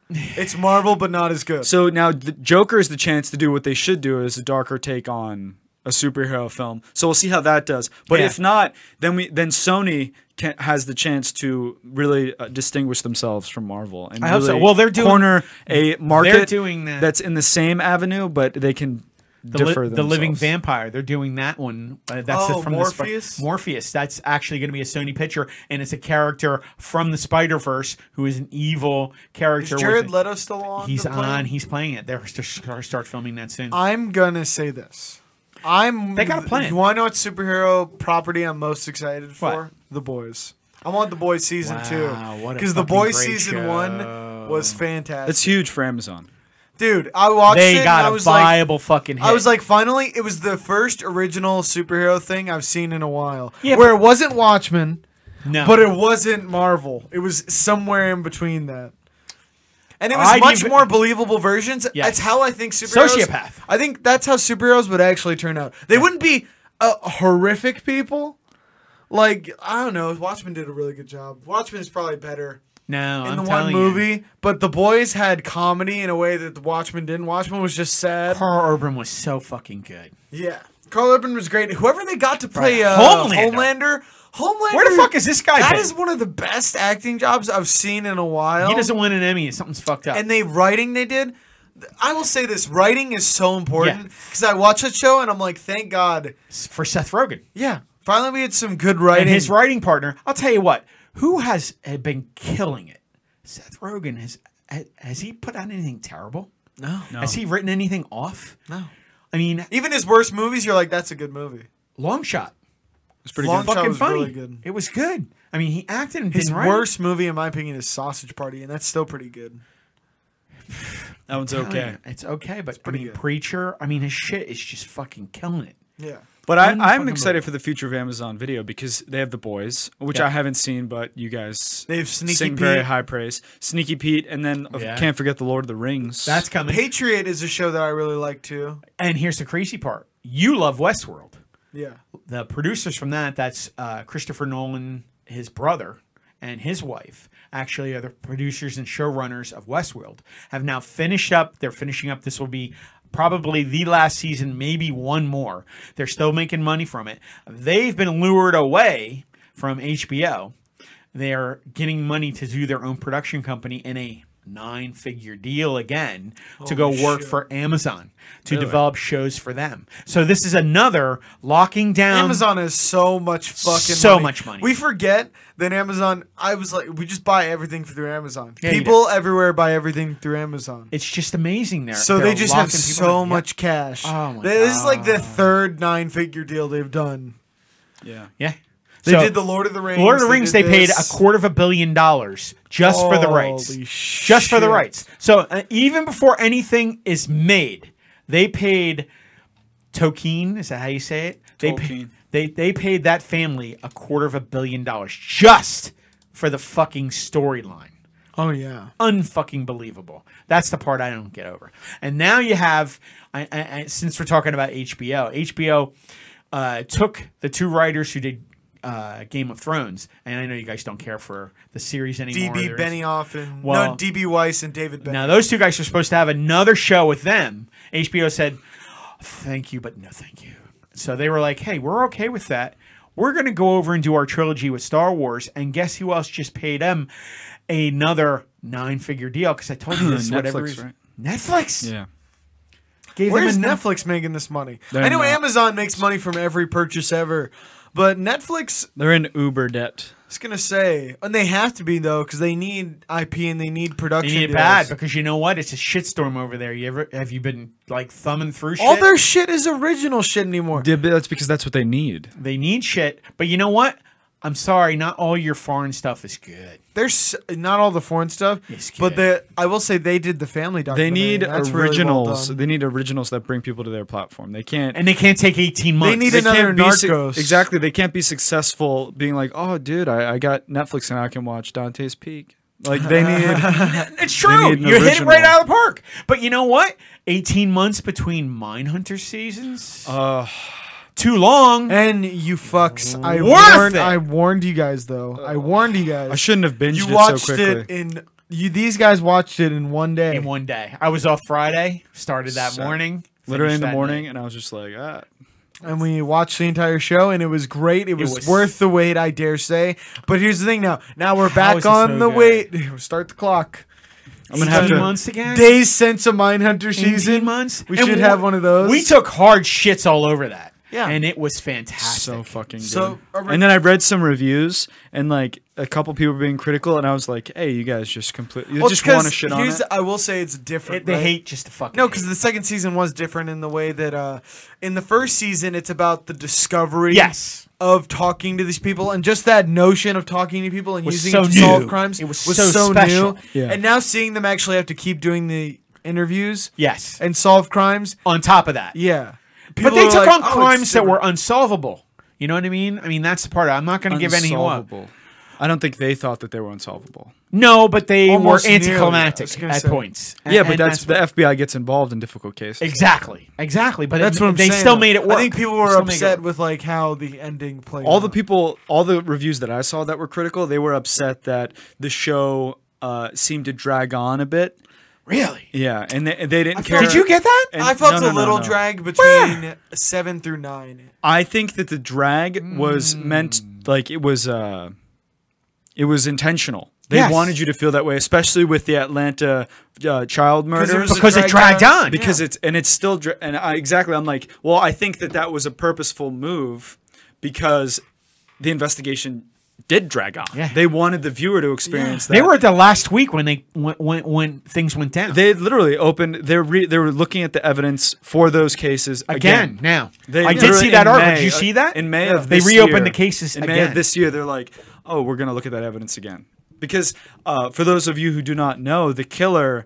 Speaker 2: It's Marvel, but not as good.
Speaker 3: So now the Joker is the chance to do what they should do is a darker take on a superhero film. So we'll see how that does. But
Speaker 4: Yeah.
Speaker 3: if not, then we then Sony can, has the chance to really uh, distinguish themselves from Marvel and
Speaker 4: I hope
Speaker 3: really
Speaker 4: so. Well, they're doing-
Speaker 3: corner a market
Speaker 4: doing that.
Speaker 3: that's in the same avenue, but they can
Speaker 4: the, li-
Speaker 3: differ
Speaker 4: the living
Speaker 3: themselves.
Speaker 4: vampire. They're doing that one. Uh, that's
Speaker 2: Oh,
Speaker 4: from the Spi-
Speaker 2: Morpheus?
Speaker 4: Morpheus. That's actually going to be a Sony picture, and it's a character from the Spider Verse who is an evil character.
Speaker 2: Is
Speaker 4: with
Speaker 2: Jared
Speaker 4: a-
Speaker 2: Leto still on?
Speaker 4: He's
Speaker 2: the plane?
Speaker 4: on. He's playing it. They're going to start filming that soon.
Speaker 2: I'm gonna say this. I'm.
Speaker 4: They got a plan.
Speaker 2: You want to know what superhero property I'm most excited for?
Speaker 4: What?
Speaker 2: The Boys. I want The Boys season
Speaker 4: Wow,
Speaker 2: two
Speaker 4: what a
Speaker 2: because The
Speaker 4: fucking
Speaker 2: Boys
Speaker 4: great
Speaker 2: season
Speaker 4: show.
Speaker 2: one was fantastic.
Speaker 3: It's huge for Amazon.
Speaker 2: Dude, I watched it.
Speaker 4: they
Speaker 2: and I
Speaker 4: got a
Speaker 2: was like,
Speaker 4: viable fucking. Hit.
Speaker 2: I was like, finally, it was the first original superhero thing I've seen in a while.
Speaker 4: Yeah,
Speaker 2: where it wasn't Watchmen,
Speaker 4: no.
Speaker 2: but it wasn't Marvel. It was somewhere in between that. And it was
Speaker 4: I'd
Speaker 2: much
Speaker 4: even-
Speaker 2: more believable versions.
Speaker 4: Yes.
Speaker 2: That's how I think superheroes.
Speaker 4: Sociopath.
Speaker 2: I think that's how superheroes would actually turn out. They wouldn't be uh, horrific people. Like I don't know, Watchmen did a really good job. Watchmen is probably better
Speaker 4: no.
Speaker 2: in
Speaker 4: I'm
Speaker 2: the one
Speaker 4: telling you.
Speaker 2: movie, but the boys had comedy in a way that the Watchmen didn't. Watchmen was just sad.
Speaker 4: Carl Urban was so fucking good.
Speaker 2: Yeah, Carl Urban was great. Whoever they got to play uh,
Speaker 4: Right.
Speaker 2: Homelander.
Speaker 4: Homelander.
Speaker 2: Homelander. Homelander.
Speaker 4: Where the fuck is this guy
Speaker 2: That
Speaker 4: been?
Speaker 2: is one of the best acting jobs I've seen in a while.
Speaker 4: He doesn't win an Emmy. Something's fucked up.
Speaker 2: And they writing they did. I will say this: writing is so important
Speaker 4: Yeah.
Speaker 2: because I watch that show and I'm like, thank God.
Speaker 4: for Seth Rogen.
Speaker 2: Yeah, finally we had some good writing.
Speaker 4: and his writing partner. I'll tell you what. Who has uh, been killing it? Seth Rogen has. ha- Has he put out anything terrible?
Speaker 2: no.
Speaker 4: Has he written anything off?
Speaker 2: No.
Speaker 4: I mean,
Speaker 2: Even his worst movies, you're like, that's a good movie.
Speaker 4: Long Shot.
Speaker 3: It's pretty
Speaker 2: Long
Speaker 3: good.
Speaker 2: Shot
Speaker 4: Fucking
Speaker 2: was
Speaker 4: funny.
Speaker 2: really good.
Speaker 4: It was good. I mean, he acted and
Speaker 2: His
Speaker 4: didn't write.
Speaker 2: worst movie, in my opinion, is Sausage Party, and that's still pretty good.
Speaker 3: That one's
Speaker 4: I mean,
Speaker 3: okay.
Speaker 4: It's okay, but I
Speaker 2: pretty
Speaker 4: mean,
Speaker 2: good.
Speaker 4: Preacher. I mean, his shit is just fucking killing it.
Speaker 2: Yeah.
Speaker 3: But I,
Speaker 4: Unfucking
Speaker 3: I'm
Speaker 4: believable.
Speaker 3: excited for the future of Amazon Video because they have the boys, which
Speaker 4: Yeah.
Speaker 3: I haven't seen, but you guys
Speaker 2: They have Sneaky
Speaker 3: sing very
Speaker 2: Pete.
Speaker 3: high praise. Sneaky Pete, and then of-
Speaker 4: Yeah.
Speaker 3: can't forget the Lord of the Rings.
Speaker 4: That's coming.
Speaker 2: Patriot is a show that I really like too.
Speaker 4: and here's the crazy part: you love Westworld.
Speaker 2: Yeah.
Speaker 4: the producers from that that's uh, christopher nolan his brother and his wife actually are the producers and showrunners of westworld have now finished up they're finishing up this will be probably the last season maybe one more they're still making money from it they've been lured away from hbo they're getting money to do their own production company in a nine figure deal again to go work for amazon to develop shows for them so this is another locking down
Speaker 2: Amazon has so much fucking
Speaker 4: Um, So
Speaker 2: money.
Speaker 4: much money.
Speaker 2: We forget that Amazon. I was like, we just buy everything through Amazon.
Speaker 4: Yeah, you
Speaker 2: People everywhere buy everything through Amazon.
Speaker 4: it's just amazing there
Speaker 2: So
Speaker 4: They're
Speaker 2: they just have
Speaker 4: locking people
Speaker 2: so
Speaker 4: in. Yeah.
Speaker 2: much cash.
Speaker 4: Oh my
Speaker 2: this is like the third nine-figure deal they've done.
Speaker 3: yeah.
Speaker 4: yeah
Speaker 2: They
Speaker 4: So,
Speaker 2: did the Lord of the Rings.
Speaker 4: Lord of the Rings, they
Speaker 2: did
Speaker 4: paid a
Speaker 2: this.
Speaker 4: quarter of a billion dollars just for the rights.
Speaker 2: Holy
Speaker 4: just for the
Speaker 2: shit.
Speaker 4: rights. So uh, even before anything is made, they paid Tolkien. Is that how you say it? They paid,
Speaker 3: Tolkien.
Speaker 4: they they paid that family a quarter of a billion dollars just for the fucking storyline.
Speaker 2: Oh yeah.
Speaker 4: Unfucking believable. That's the part I don't get over. And now you have, I, I, I, since we're talking about HBO, HBO uh, took the two writers who did uh, Game of Thrones, and I know you guys don't care for the series anymore.
Speaker 2: DB
Speaker 4: There's-
Speaker 2: Benioff and no
Speaker 4: Well-
Speaker 2: DB Weiss and David Benioff.
Speaker 4: now those two guys are supposed to have another show with them. HBO said, "Thank you, but no, thank you." So they were like, "Hey, we're okay with that. We're going to go over and do our trilogy with Star Wars." And guess who else just paid them another nine-figure deal? Because I told you this.
Speaker 3: Netflix,
Speaker 4: whatever reason-
Speaker 3: right?
Speaker 4: Netfllix.
Speaker 3: Yeah.
Speaker 4: Gave
Speaker 2: Where is
Speaker 4: them a Netflix.
Speaker 2: Netflix making this money?
Speaker 3: They're
Speaker 2: I know
Speaker 3: not.
Speaker 2: Amazon makes money from every purchase ever, but Netflix
Speaker 3: They're in Uber debt.
Speaker 2: I was gonna say, and they have to be though, because they need IP and they need
Speaker 4: They
Speaker 2: production.
Speaker 4: need it
Speaker 2: deals.
Speaker 4: bad because you know what? It's a shitstorm over there. You ever have you been like thumbing through shit?
Speaker 2: All their shit is original shit anymore.
Speaker 3: Yeah, but that's because that's what they need.
Speaker 4: they need shit, but you know what? I'm sorry, not all your foreign stuff is good.
Speaker 2: There's not all the foreign stuff,
Speaker 4: Yes,
Speaker 2: but
Speaker 4: kid.
Speaker 2: the I will say they did the family
Speaker 3: They
Speaker 2: documentary.
Speaker 3: need
Speaker 2: and that's really well
Speaker 3: originals.
Speaker 2: done.
Speaker 3: they need originals that bring people to their platform. They can't.
Speaker 4: And they can't take 18 months.
Speaker 2: need
Speaker 3: they
Speaker 2: another
Speaker 3: can't be su-
Speaker 2: Narcos.
Speaker 3: exactly. They can't be successful being like, oh, dude, I, I got Netflix and I can watch Dante's Peak. Like
Speaker 2: *laughs*
Speaker 3: they need.
Speaker 4: It's true.
Speaker 3: need an
Speaker 4: You hit it right
Speaker 3: original.
Speaker 4: out of the park. But you know what? 18 months between Mindhunter seasons?
Speaker 3: Uh,
Speaker 4: Too long.
Speaker 2: and you fucks, I
Speaker 4: Worth
Speaker 2: warned,
Speaker 4: it.
Speaker 2: I warned you guys though. I warned you guys.
Speaker 3: I shouldn't have binged
Speaker 2: You
Speaker 3: it
Speaker 2: watched
Speaker 3: so quickly.
Speaker 2: it in you. These guys watched it in one day.
Speaker 4: In one day. I was off Friday, started that
Speaker 3: So-
Speaker 4: morning.
Speaker 3: Literally
Speaker 4: finished
Speaker 3: in the
Speaker 4: that
Speaker 3: morning,
Speaker 4: night.
Speaker 3: and I was just like, ah,
Speaker 2: and we watched the entire show, and it was great. It was,
Speaker 4: was-
Speaker 2: worth the wait, I dare say. But here's the thing now. Now we're
Speaker 4: is
Speaker 2: back
Speaker 4: it
Speaker 2: on
Speaker 4: so
Speaker 2: the
Speaker 4: good?
Speaker 2: wait. *laughs* Start the clock.
Speaker 3: I'm gonna have
Speaker 4: 18
Speaker 3: to.
Speaker 4: months again.
Speaker 2: Days since a Mindhunter
Speaker 4: 18
Speaker 2: season.
Speaker 4: months.
Speaker 2: We
Speaker 4: And
Speaker 2: should have one of those.
Speaker 4: We took hard shits all over that.
Speaker 2: Yeah.
Speaker 4: and it was fantastic.
Speaker 3: So fucking good.
Speaker 2: So, a re-
Speaker 3: and then I read some reviews and like a couple people were being critical, and I was like, "Hey, you guys just completely you
Speaker 2: Well,
Speaker 3: just
Speaker 2: 'cause
Speaker 3: want to shit on
Speaker 2: here's
Speaker 3: it."
Speaker 2: the- I will say it's different.
Speaker 4: It- they
Speaker 2: right?
Speaker 4: hate just to fucking.
Speaker 2: No,
Speaker 4: hate.
Speaker 2: because the second season was different in the way that uh, in the first season it's about the discovery
Speaker 4: Yes.
Speaker 2: of talking to these people and just that notion of talking to people and
Speaker 4: Was
Speaker 2: using
Speaker 4: so
Speaker 2: it to
Speaker 4: new.
Speaker 2: solve crimes
Speaker 4: It was so special.
Speaker 2: new.
Speaker 3: Yeah.
Speaker 2: And now seeing them actually have to keep doing the interviews
Speaker 4: yes.
Speaker 2: and solve crimes,
Speaker 4: on top of that,
Speaker 2: yeah.
Speaker 4: but
Speaker 2: People
Speaker 4: they
Speaker 2: are
Speaker 4: took
Speaker 2: like,
Speaker 4: on
Speaker 2: "Oh, it's
Speaker 4: crimes that were
Speaker 2: different."
Speaker 4: unsolvable. You know what I mean? I mean that's the part I'm not going to give anything up.
Speaker 3: Unsolvable. I don't think they thought that they were unsolvable.
Speaker 4: No, but they
Speaker 2: Almost
Speaker 4: were
Speaker 2: nearly, I was
Speaker 4: anticlimactic
Speaker 2: gonna
Speaker 4: at
Speaker 2: say.
Speaker 4: points.
Speaker 3: yeah,
Speaker 4: And-
Speaker 3: but
Speaker 4: and
Speaker 3: that's,
Speaker 4: what-
Speaker 3: the FBI gets involved in difficult cases.
Speaker 4: exactly, exactly. But
Speaker 2: That's
Speaker 4: it,
Speaker 2: what I'm
Speaker 4: they
Speaker 2: saying,
Speaker 4: still
Speaker 2: though.
Speaker 4: made it work.
Speaker 2: I think people
Speaker 4: They
Speaker 2: were
Speaker 4: still made it
Speaker 2: upset
Speaker 4: work.
Speaker 2: with like how the ending played.
Speaker 3: all the
Speaker 2: out.
Speaker 3: people, all the reviews that I saw that were critical, they were upset that the show uh, seemed to drag on a bit.
Speaker 4: Really?
Speaker 3: Yeah, and they, and they didn't care.
Speaker 2: felt-
Speaker 4: Did you get that?
Speaker 3: And-
Speaker 2: I felt
Speaker 3: no, no,
Speaker 2: a
Speaker 3: no,
Speaker 2: little
Speaker 3: no.
Speaker 2: drag between seven through nine.
Speaker 3: I think that the drag was meant
Speaker 4: Hmm.
Speaker 3: like it was uh it was intentional. They
Speaker 4: Yes.
Speaker 3: wanted you to feel that way, especially with the Atlanta uh, child
Speaker 2: it
Speaker 3: murders.
Speaker 2: was a
Speaker 4: because it dragged on.
Speaker 3: because it's and it's still dr- and I, exactly I'm like, well, I think that that was a purposeful move because the investigation did drag on.
Speaker 4: Yeah.
Speaker 3: They wanted the viewer to experience that.
Speaker 4: they were at the last week when they when when, when things went down
Speaker 3: they literally opened. They re, they were looking at the evidence for those cases
Speaker 4: again.
Speaker 3: again.
Speaker 4: Now
Speaker 3: They
Speaker 4: I did
Speaker 3: literally
Speaker 4: see
Speaker 3: in
Speaker 4: that article.
Speaker 3: May- uh,
Speaker 4: Did you see that
Speaker 3: in May of
Speaker 4: they
Speaker 3: this
Speaker 4: reopened
Speaker 3: year-
Speaker 4: the cases
Speaker 3: in
Speaker 4: again.
Speaker 3: May of this year? They're like, oh, we're gonna look at that evidence again because uh, for those of you who do not know, the killer.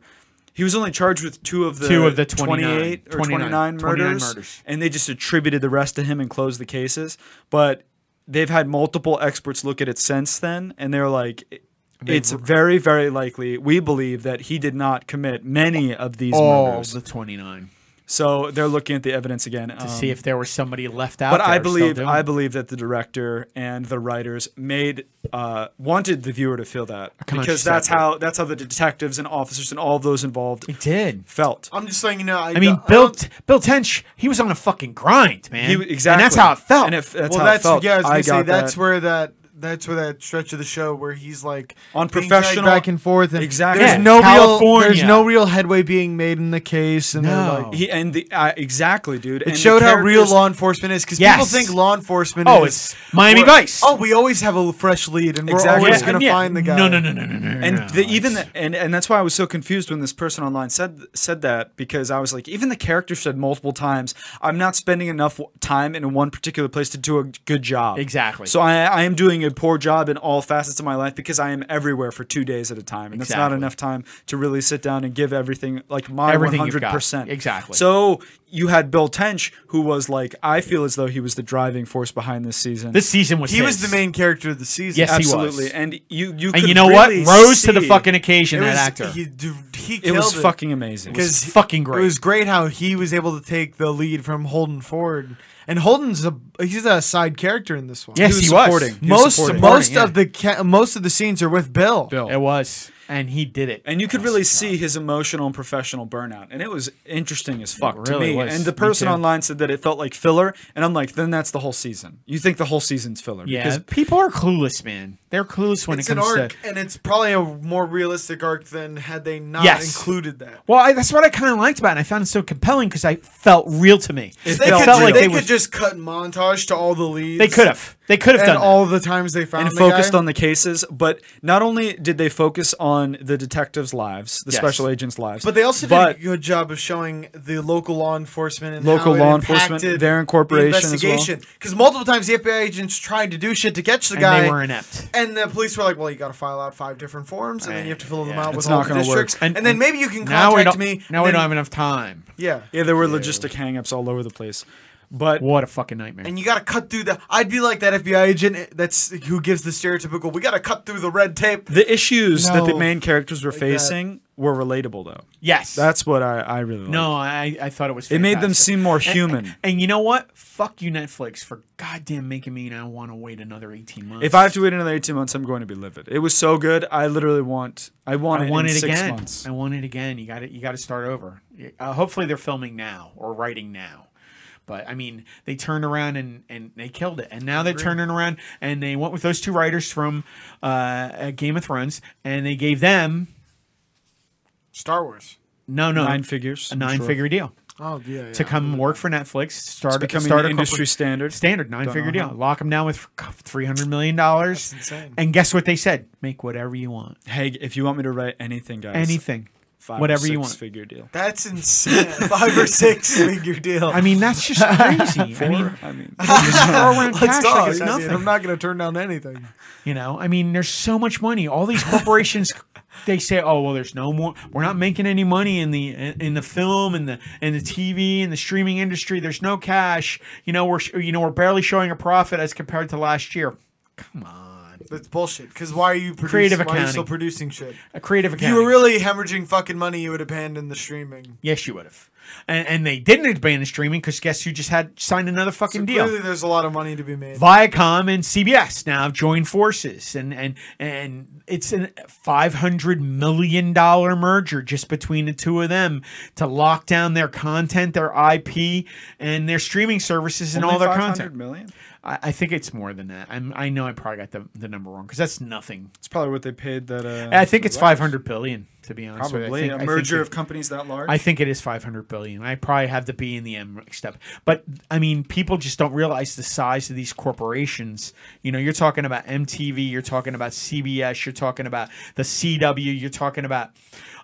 Speaker 3: He was only charged with two of the
Speaker 4: Two of the
Speaker 3: 28 or
Speaker 4: 29
Speaker 3: 29,
Speaker 4: 29
Speaker 3: murders,
Speaker 4: murders.
Speaker 3: and they just attributed the rest to him and closed the cases. But they've had multiple experts look at it since then, and they're like, it's very, very likely. We believe that he did not commit many of these
Speaker 4: all
Speaker 3: murders.
Speaker 4: the twenty nine
Speaker 3: So they're looking at the evidence again um,
Speaker 4: to Um, see if there was somebody left out.
Speaker 3: but I
Speaker 4: there still
Speaker 3: believe
Speaker 4: doing
Speaker 3: I
Speaker 4: it.
Speaker 3: believe that the director and the writers made uh, wanted the viewer to feel that
Speaker 4: conscious
Speaker 3: because that's
Speaker 4: effort.
Speaker 3: how that's how the detectives and officers and all of those involved
Speaker 4: It did.
Speaker 3: felt.
Speaker 2: I'm just saying, you know, I, uh,
Speaker 4: I mean,
Speaker 2: don't-
Speaker 4: Bill Bill Tench, he was on a fucking grind, man.
Speaker 3: He- exactly,
Speaker 4: and that's how it felt.
Speaker 3: And if, that's
Speaker 2: well,
Speaker 3: how
Speaker 2: that's
Speaker 3: it felt.
Speaker 2: yeah. I was gonna say
Speaker 3: got
Speaker 2: that's
Speaker 3: that.
Speaker 2: where that that's where that stretch of the show where he's like
Speaker 3: On
Speaker 2: being dragged
Speaker 3: professional-
Speaker 2: back and forth. And
Speaker 3: Exactly.
Speaker 2: There's
Speaker 3: Yeah,
Speaker 2: no
Speaker 4: California.
Speaker 2: real. There's no real headway being made in the case, and they're
Speaker 4: No.
Speaker 2: like.
Speaker 3: he and the uh, exactly, dude.
Speaker 2: It showed how real law enforcement is because people
Speaker 4: Yes.
Speaker 2: think law enforcement.
Speaker 4: Oh,
Speaker 2: is,
Speaker 4: it's Miami
Speaker 2: we're-
Speaker 4: Vice.
Speaker 2: Oh, we always have a fresh lead, and we're
Speaker 3: Exactly.
Speaker 2: always
Speaker 3: Yeah,
Speaker 2: gonna
Speaker 4: and yeah,
Speaker 2: find the guy.
Speaker 4: No, no, no, no, no, no.
Speaker 3: and
Speaker 4: no,
Speaker 3: the,
Speaker 4: no.
Speaker 3: even the, and and that's why I was so confused when this person online said said that because I was like, even the character said multiple times, "I'm not spending enough w- time in one particular place to do a good job."
Speaker 4: Exactly.
Speaker 3: So I, I am doing a poor job in all facets of my life because I am everywhere for two days at a time, and that's not
Speaker 4: Exactly.
Speaker 3: enough time to really sit down and give everything like my one
Speaker 4: Everything you've
Speaker 3: hundred
Speaker 4: got.
Speaker 3: percent.
Speaker 4: Exactly.
Speaker 3: So you had Bill Tench, who was like, I feel as though he was the driving force behind this season.
Speaker 4: this season was
Speaker 2: he was
Speaker 4: his.
Speaker 2: the main character of the season.
Speaker 4: Yes, he was.
Speaker 3: Absolutely, and you you
Speaker 4: And
Speaker 3: could
Speaker 4: you know
Speaker 3: really
Speaker 4: what? Rose to the
Speaker 3: see-
Speaker 4: fucking occasion.
Speaker 2: It
Speaker 4: that
Speaker 2: was-
Speaker 4: actor.
Speaker 2: He, dude, he
Speaker 3: It was
Speaker 2: killed it.
Speaker 3: fucking amazing.
Speaker 2: because
Speaker 4: fucking great.
Speaker 2: It was great how he was able to take the lead from Holden Ford, and Holden's a he's a side character in this one.
Speaker 4: Yes, he was.
Speaker 3: supporting. He was
Speaker 2: most
Speaker 3: supporting.
Speaker 2: most
Speaker 4: yeah.
Speaker 2: of the ca- most of the scenes are with Bill.
Speaker 4: it was, and he did it. Oh,
Speaker 3: and you could really see his emotional and professional burnout, and it was interesting as fuck to
Speaker 4: really
Speaker 3: me.
Speaker 4: was.
Speaker 3: And the
Speaker 4: Me
Speaker 3: person
Speaker 4: too.
Speaker 3: online said that it felt like filler, and I'm like, then that's the whole season. You think the whole season's filler?
Speaker 4: yeah,
Speaker 3: Because
Speaker 4: people are clueless, man. They're clueless when
Speaker 2: It's
Speaker 4: it
Speaker 2: an
Speaker 4: comes to
Speaker 2: arc, and it's probably a more realistic arc than had they not
Speaker 4: Yes.
Speaker 2: included that.
Speaker 4: Well, I, that's what I kind of liked about it. and I found it so compelling because I felt real to me.
Speaker 3: It
Speaker 2: They
Speaker 3: felt
Speaker 2: could,
Speaker 3: real.
Speaker 2: they
Speaker 4: they
Speaker 2: could
Speaker 4: was-
Speaker 2: just cut montage to all the leads.
Speaker 4: They could have. They could have
Speaker 2: and
Speaker 4: done that.
Speaker 2: all the times they found
Speaker 3: and
Speaker 2: the
Speaker 3: focused
Speaker 2: guy.
Speaker 3: on the cases, but not only did they focus on the detectives' lives, the
Speaker 4: Yes.
Speaker 3: special agents' lives,
Speaker 2: But they also
Speaker 3: but-
Speaker 2: did a good job of showing the local law enforcement and
Speaker 3: Local
Speaker 2: how it
Speaker 3: law enforcement,
Speaker 2: impacted
Speaker 3: their incorporation as well.
Speaker 2: Because multiple times the FBI agents tried to do shit to catch the
Speaker 4: and
Speaker 2: guy,
Speaker 4: they were inept.
Speaker 2: and the police were like, "Well, you got to file out five different forms, and then you have to fill them
Speaker 4: Yeah.
Speaker 2: out with
Speaker 3: It's
Speaker 2: all
Speaker 3: not
Speaker 2: the
Speaker 3: gonna work.
Speaker 2: districts, and, then maybe you can
Speaker 4: Now we
Speaker 2: contact
Speaker 4: don't.
Speaker 2: me."
Speaker 4: now
Speaker 2: and
Speaker 4: we
Speaker 2: then-
Speaker 4: don't have enough time.
Speaker 2: Yeah.
Speaker 3: yeah, there were logistic hangups all over the place. But
Speaker 4: What a fucking nightmare.
Speaker 2: And you got to cut through the. I'd be like that FBI agent that's who gives the stereotypical. We got to cut through the red tape.
Speaker 3: the issues that the
Speaker 2: No.
Speaker 3: main characters were
Speaker 2: that.
Speaker 3: facing were relatable, though.
Speaker 4: yes,
Speaker 3: That's what I, I really liked.
Speaker 4: no. I, I thought it was.
Speaker 3: It made them
Speaker 4: fantastic.
Speaker 3: seem more
Speaker 4: And-
Speaker 3: human.
Speaker 4: And, you know what? Fuck you, Netflix, for goddamn making me now want to wait another eighteen months.
Speaker 3: If I have to wait another 18 months, I'm going to be livid. It was so good. I literally want I want
Speaker 4: I
Speaker 3: it
Speaker 4: want
Speaker 3: in
Speaker 4: it
Speaker 3: six
Speaker 4: again.
Speaker 3: months.
Speaker 4: I want it again. You got to You got to start over. Uh, hopefully, they're filming now or writing now. But I mean, they turned around and, and they killed it. And now they're turning around and they went with those two writers from uh, uh, Game of Thrones and they gave them
Speaker 2: Star Wars.
Speaker 4: no no
Speaker 3: Nine figures,
Speaker 4: a
Speaker 3: I'm
Speaker 4: nine
Speaker 3: sure.
Speaker 4: figure deal
Speaker 2: Oh yeah. yeah.
Speaker 4: to come work for Netflix. Start
Speaker 3: becoming
Speaker 4: start a
Speaker 3: an industry
Speaker 4: corporate-
Speaker 3: standard.
Speaker 4: standard nine
Speaker 3: Don't
Speaker 4: figure
Speaker 3: know how.
Speaker 4: deal. Lock them down with three hundred million dollars.
Speaker 2: insane.
Speaker 4: And guess what they said? Make whatever you want.
Speaker 3: Hey, if you want me to write anything, guys,
Speaker 4: Anything.
Speaker 3: five or
Speaker 4: whatever you
Speaker 3: six
Speaker 4: want.
Speaker 3: figure deal.
Speaker 2: That's insane. *laughs* Five or
Speaker 4: *laughs*
Speaker 2: six figure deal.
Speaker 4: I mean, that's
Speaker 3: *laughs*
Speaker 4: just crazy. I mean,
Speaker 3: Or, I mean,
Speaker 4: just throw around
Speaker 2: Let's
Speaker 4: cash like
Speaker 2: talk.
Speaker 4: it's
Speaker 2: I mean,
Speaker 4: nothing.
Speaker 2: I'm not gonna turn down anything.
Speaker 4: You know, I mean, there's so much money. All
Speaker 3: *laughs*
Speaker 4: these corporations, they say, "Oh, well, there's no more. We're not making any money in the in the film and the and the TV and the streaming industry. There's no cash. You know, we're sh- you know we're barely showing a profit as compared to last year.
Speaker 2: That's bullshit. Because why are you producing,
Speaker 4: Creative
Speaker 2: Why are you still
Speaker 4: accounting.
Speaker 2: producing shit?
Speaker 4: A creative
Speaker 2: If
Speaker 4: accounting.
Speaker 2: you were really hemorrhaging fucking money, you would abandon the streaming.
Speaker 4: yes, you would have. And, and they didn't abandon streaming because guess who just had signed another fucking
Speaker 2: So
Speaker 4: deal?
Speaker 2: clearly, there's a lot of money to be made.
Speaker 4: Viacom and CBS now have joined forces, and and and it's a five hundred million dollar merger just between the two of them to lock down their content, their IP, and their streaming services and all
Speaker 3: *laughs* only
Speaker 4: their
Speaker 3: 500
Speaker 4: content.
Speaker 3: million?
Speaker 4: I, I think it's more than that. I'm, I know I probably got the, the number wrong because that's nothing.
Speaker 3: It's probably what they paid that. Uh,
Speaker 4: I think it's
Speaker 3: the writers.
Speaker 4: five hundred billion to be honest. with you. I
Speaker 3: Probably
Speaker 4: think- I
Speaker 3: a
Speaker 4: think
Speaker 3: merger
Speaker 4: it-
Speaker 3: of companies that large.
Speaker 4: I think it is 500 billion. I probably have the B and the M mixed up. But I mean, people just don't realize the size of these corporations. You know, you're talking about MTV, you're talking about CBS, you're talking about the CW, you're talking about.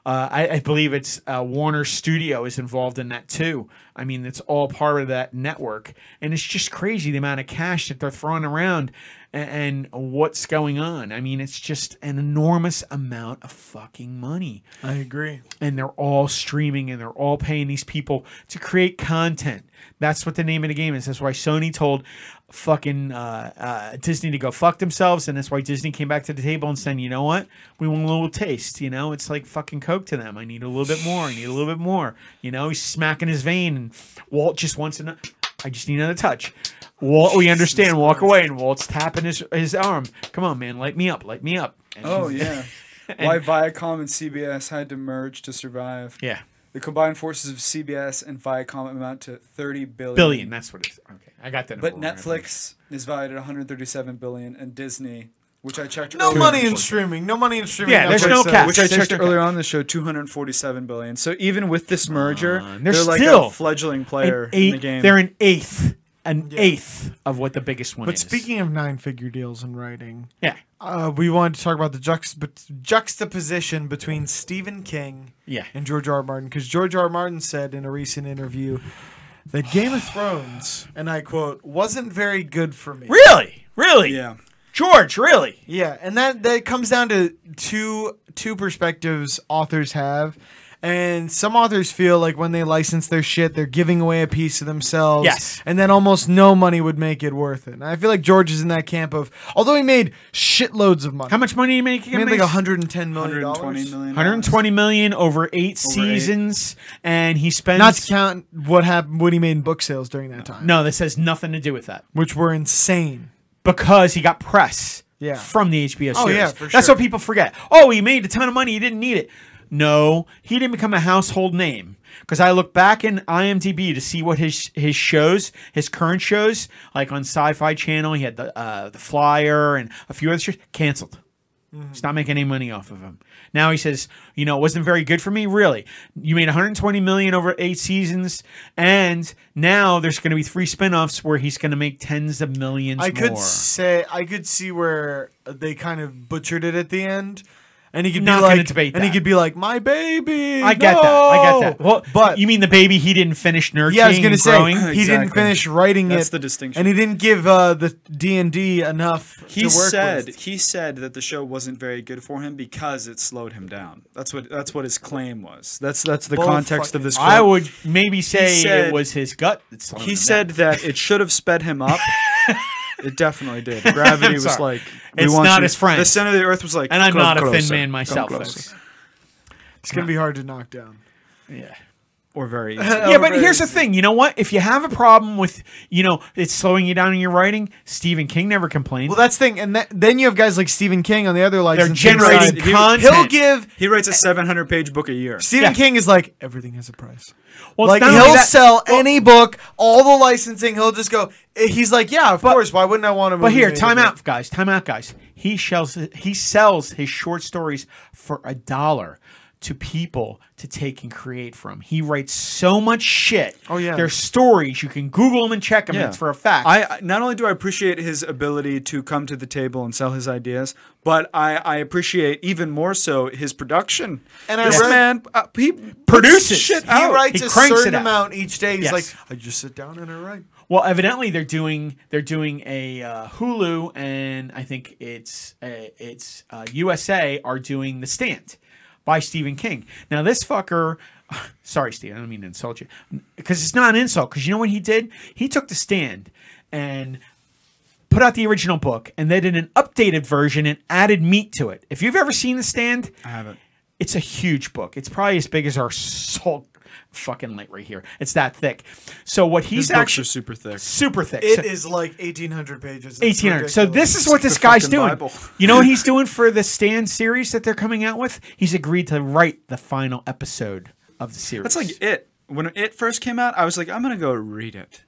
Speaker 4: Uh, I, I believe it's uh, Warner Studio is involved in that too. I mean, it's all part of that network, and it's just crazy the amount of cash that they're throwing around a- and, and what's going on. I mean, it's just an enormous amount of fucking money
Speaker 2: I agree.
Speaker 4: and they're all streaming and they're all paying these people to create content. That's what the name of the game is. That's why Sony told fucking uh, uh, Disney to go fuck themselves, and that's why Disney came back to the table and said, "You know what? We want a little taste. You know, it's like fucking Coke to them. I need a little bit more. I need a little bit more. You know, he's smacking his vein, and Walt just wants another. I just need another touch." Walt, we understand. Walk away, and Walt's tapping his his arm. Come on, man, light me up, light me up.
Speaker 3: *laughs*
Speaker 4: And
Speaker 3: oh
Speaker 4: *laughs*
Speaker 3: yeah. Why Viacom and CBS had to merge to survive?
Speaker 4: yeah,
Speaker 3: The combined forces of CBS and Viacom amount to 30 billion.
Speaker 4: billion. That's what it is. Okay, I got that.
Speaker 3: But
Speaker 4: number wrong, I believe.
Speaker 3: Netflix is valued at 137 billion, and Disney, which I checked.
Speaker 2: No
Speaker 3: earlier-
Speaker 2: money in streaming. No money in streaming.
Speaker 4: Yeah, there's
Speaker 2: Netflix
Speaker 4: no
Speaker 2: says.
Speaker 4: cap.
Speaker 3: uh, Which I
Speaker 4: There's
Speaker 3: checked
Speaker 4: no
Speaker 3: earlier on the show, 247 billion. So even with this merger,
Speaker 4: on.
Speaker 3: they're,
Speaker 4: They're
Speaker 3: like
Speaker 4: still
Speaker 3: a fledgling
Speaker 4: an
Speaker 3: player
Speaker 4: eight-
Speaker 3: in the game.
Speaker 4: They're an eighth, an eighth of what the biggest one
Speaker 2: But
Speaker 4: is.
Speaker 2: speaking of nine figure deals in writing,
Speaker 4: yeah,
Speaker 2: uh, we wanted to talk about the juxtap- juxtaposition between Stephen King
Speaker 4: Yeah.
Speaker 2: and George R. R. Martin. Because George R. R. Martin said in a recent interview that Game of Thrones, and I quote, wasn't very good for me.
Speaker 4: really, really,
Speaker 3: yeah.
Speaker 4: George, really.
Speaker 2: Yeah, and that that comes down to two two perspectives authors have. And some authors feel like when they license their shit, they're giving away a piece of themselves.
Speaker 4: Yes.
Speaker 2: And then almost no money would make it worth it. And I feel like George is in that camp of, although he made shitloads of money.
Speaker 4: How much money are you making?
Speaker 2: He made like 110 million
Speaker 3: 120
Speaker 2: dollars.
Speaker 3: million.
Speaker 4: 120 million over eight seasons, and he spends.
Speaker 2: Not to count what happened, what he made in book sales during that time,
Speaker 4: no, this has nothing to do with that
Speaker 2: which were insane.
Speaker 4: because he got press.
Speaker 2: Yeah.
Speaker 4: from the HBO series.
Speaker 2: Oh, yeah, for
Speaker 4: That's
Speaker 2: sure.
Speaker 4: what people forget. Oh, he made a ton of money. He didn't need it. No, he didn't become a household name. Because I look back in IMDb to see what his his shows, his current shows, like on Sci-Fi Channel, he had the uh, the Flyer and a few other shows canceled.
Speaker 2: Mm-hmm.
Speaker 4: He's not making any money off of him. Now he says, you know, it wasn't very good for me. Really, you made 120 million over eight seasons, and now there's going to be three spin-offs where he's going to make tens of millions.
Speaker 2: I could
Speaker 4: more.
Speaker 2: say I could see where they kind of butchered it at the end, and he could
Speaker 4: Not
Speaker 2: be
Speaker 4: gonna
Speaker 2: like,
Speaker 4: debate
Speaker 2: and he
Speaker 4: that.
Speaker 2: could be like, my baby.
Speaker 4: I get that. I get that.
Speaker 2: no!"
Speaker 4: Well,
Speaker 2: but
Speaker 4: you mean the baby he didn't finish nurturing?
Speaker 2: yeah, I was gonna
Speaker 4: and
Speaker 2: say
Speaker 4: growing?
Speaker 2: he didn't
Speaker 3: Exactly.
Speaker 2: finish writing
Speaker 3: That's
Speaker 2: it.
Speaker 3: the distinction.
Speaker 2: and he didn't give uh, the D and D enough.
Speaker 3: He
Speaker 2: to work
Speaker 3: said
Speaker 2: with.
Speaker 3: he said that the show wasn't very good for him because it slowed him down. That's what that's what his claim was. That's that's the
Speaker 2: Bull
Speaker 3: context of
Speaker 2: fucking
Speaker 3: this. Quote.
Speaker 4: I would maybe say
Speaker 3: said-
Speaker 4: it was his gut. That slowed
Speaker 3: He
Speaker 4: him
Speaker 3: said
Speaker 4: down.
Speaker 3: that it should have sped him
Speaker 4: *laughs*
Speaker 3: up. it definitely did. Gravity was
Speaker 4: sorry.
Speaker 3: like, we
Speaker 4: It's
Speaker 3: want
Speaker 4: not
Speaker 3: you-
Speaker 4: his friend.
Speaker 3: The center of the earth was like,
Speaker 4: and I'm
Speaker 3: "Come
Speaker 4: not a thin
Speaker 3: closer,
Speaker 4: man
Speaker 3: come
Speaker 4: myself.
Speaker 3: closer."
Speaker 4: Folks.
Speaker 2: it's gonna be hard to knock down.
Speaker 4: Yeah.
Speaker 3: or very
Speaker 4: *laughs*
Speaker 3: easy.
Speaker 4: yeah, but
Speaker 2: very
Speaker 4: here's the thing. You know what? If you have a problem with, you know, it's slowing you down in your writing, Stephen King never complained.
Speaker 2: Well, that's the thing, and that, then you have guys like Stephen King on the other like
Speaker 4: They're generating
Speaker 3: He-
Speaker 2: He'll,
Speaker 4: content.
Speaker 2: give
Speaker 3: He writes a 700 page book a year.
Speaker 2: Stephen
Speaker 4: Yeah.
Speaker 2: King is like everything has a price.
Speaker 4: Well,
Speaker 2: like
Speaker 4: it's not
Speaker 2: he'll
Speaker 4: only that-
Speaker 2: sell any book, all the licensing. He'll just go. eh, He's like, yeah, of course. Why wouldn't I want to?
Speaker 4: But here, time out, guys. Time out, guys. He sells he sells his short stories for a dollar to people to take and create from. He writes so much shit.
Speaker 2: Oh, yeah.
Speaker 4: there's stories you can Google them and check them.
Speaker 3: Yeah.
Speaker 4: It's for a fact.
Speaker 3: I I- not only do I appreciate his ability to come to the table and sell his ideas, but I, I appreciate even more so his production.
Speaker 2: And I
Speaker 3: this
Speaker 2: read-
Speaker 3: man, uh, he puts
Speaker 4: Produces.
Speaker 3: shit
Speaker 4: He
Speaker 2: He
Speaker 3: out.
Speaker 2: writes
Speaker 4: He
Speaker 2: a
Speaker 4: cranks
Speaker 2: certain
Speaker 4: it out.
Speaker 2: amount each day. He's
Speaker 4: Yes.
Speaker 2: like, I just sit down and I write.
Speaker 4: well, evidently they're doing they're doing a uh, Hulu and I think it's uh, it's uh, USA are doing The Stand by Stephen King. Now this fucker. *laughs* Sorry, Steve. I don't mean to insult you, because it's not an insult. Because you know what he did? He took the stand and put out the original book and they did an updated version and added meat to it. If you've ever seen The Stand, I
Speaker 3: haven't.
Speaker 4: It's a huge book. It's probably as big as our *laughs* salt fucking light right here. It's that thick. So what
Speaker 3: His
Speaker 4: he's
Speaker 3: books
Speaker 4: actually
Speaker 3: are super thick.
Speaker 4: super thick.
Speaker 2: It
Speaker 4: So-
Speaker 2: is like eighteen hundred pages. It's
Speaker 4: 1800. So
Speaker 2: ridiculous.
Speaker 4: this is what this
Speaker 3: the
Speaker 4: guy's
Speaker 3: fucking
Speaker 4: doing.
Speaker 3: Bible.
Speaker 4: You know what
Speaker 2: *laughs*
Speaker 4: he's doing for the Stand series that they're coming out with? He's agreed to write the final episode of the series.
Speaker 3: That's like it. When it first came out, I was like, I'm gonna go read it.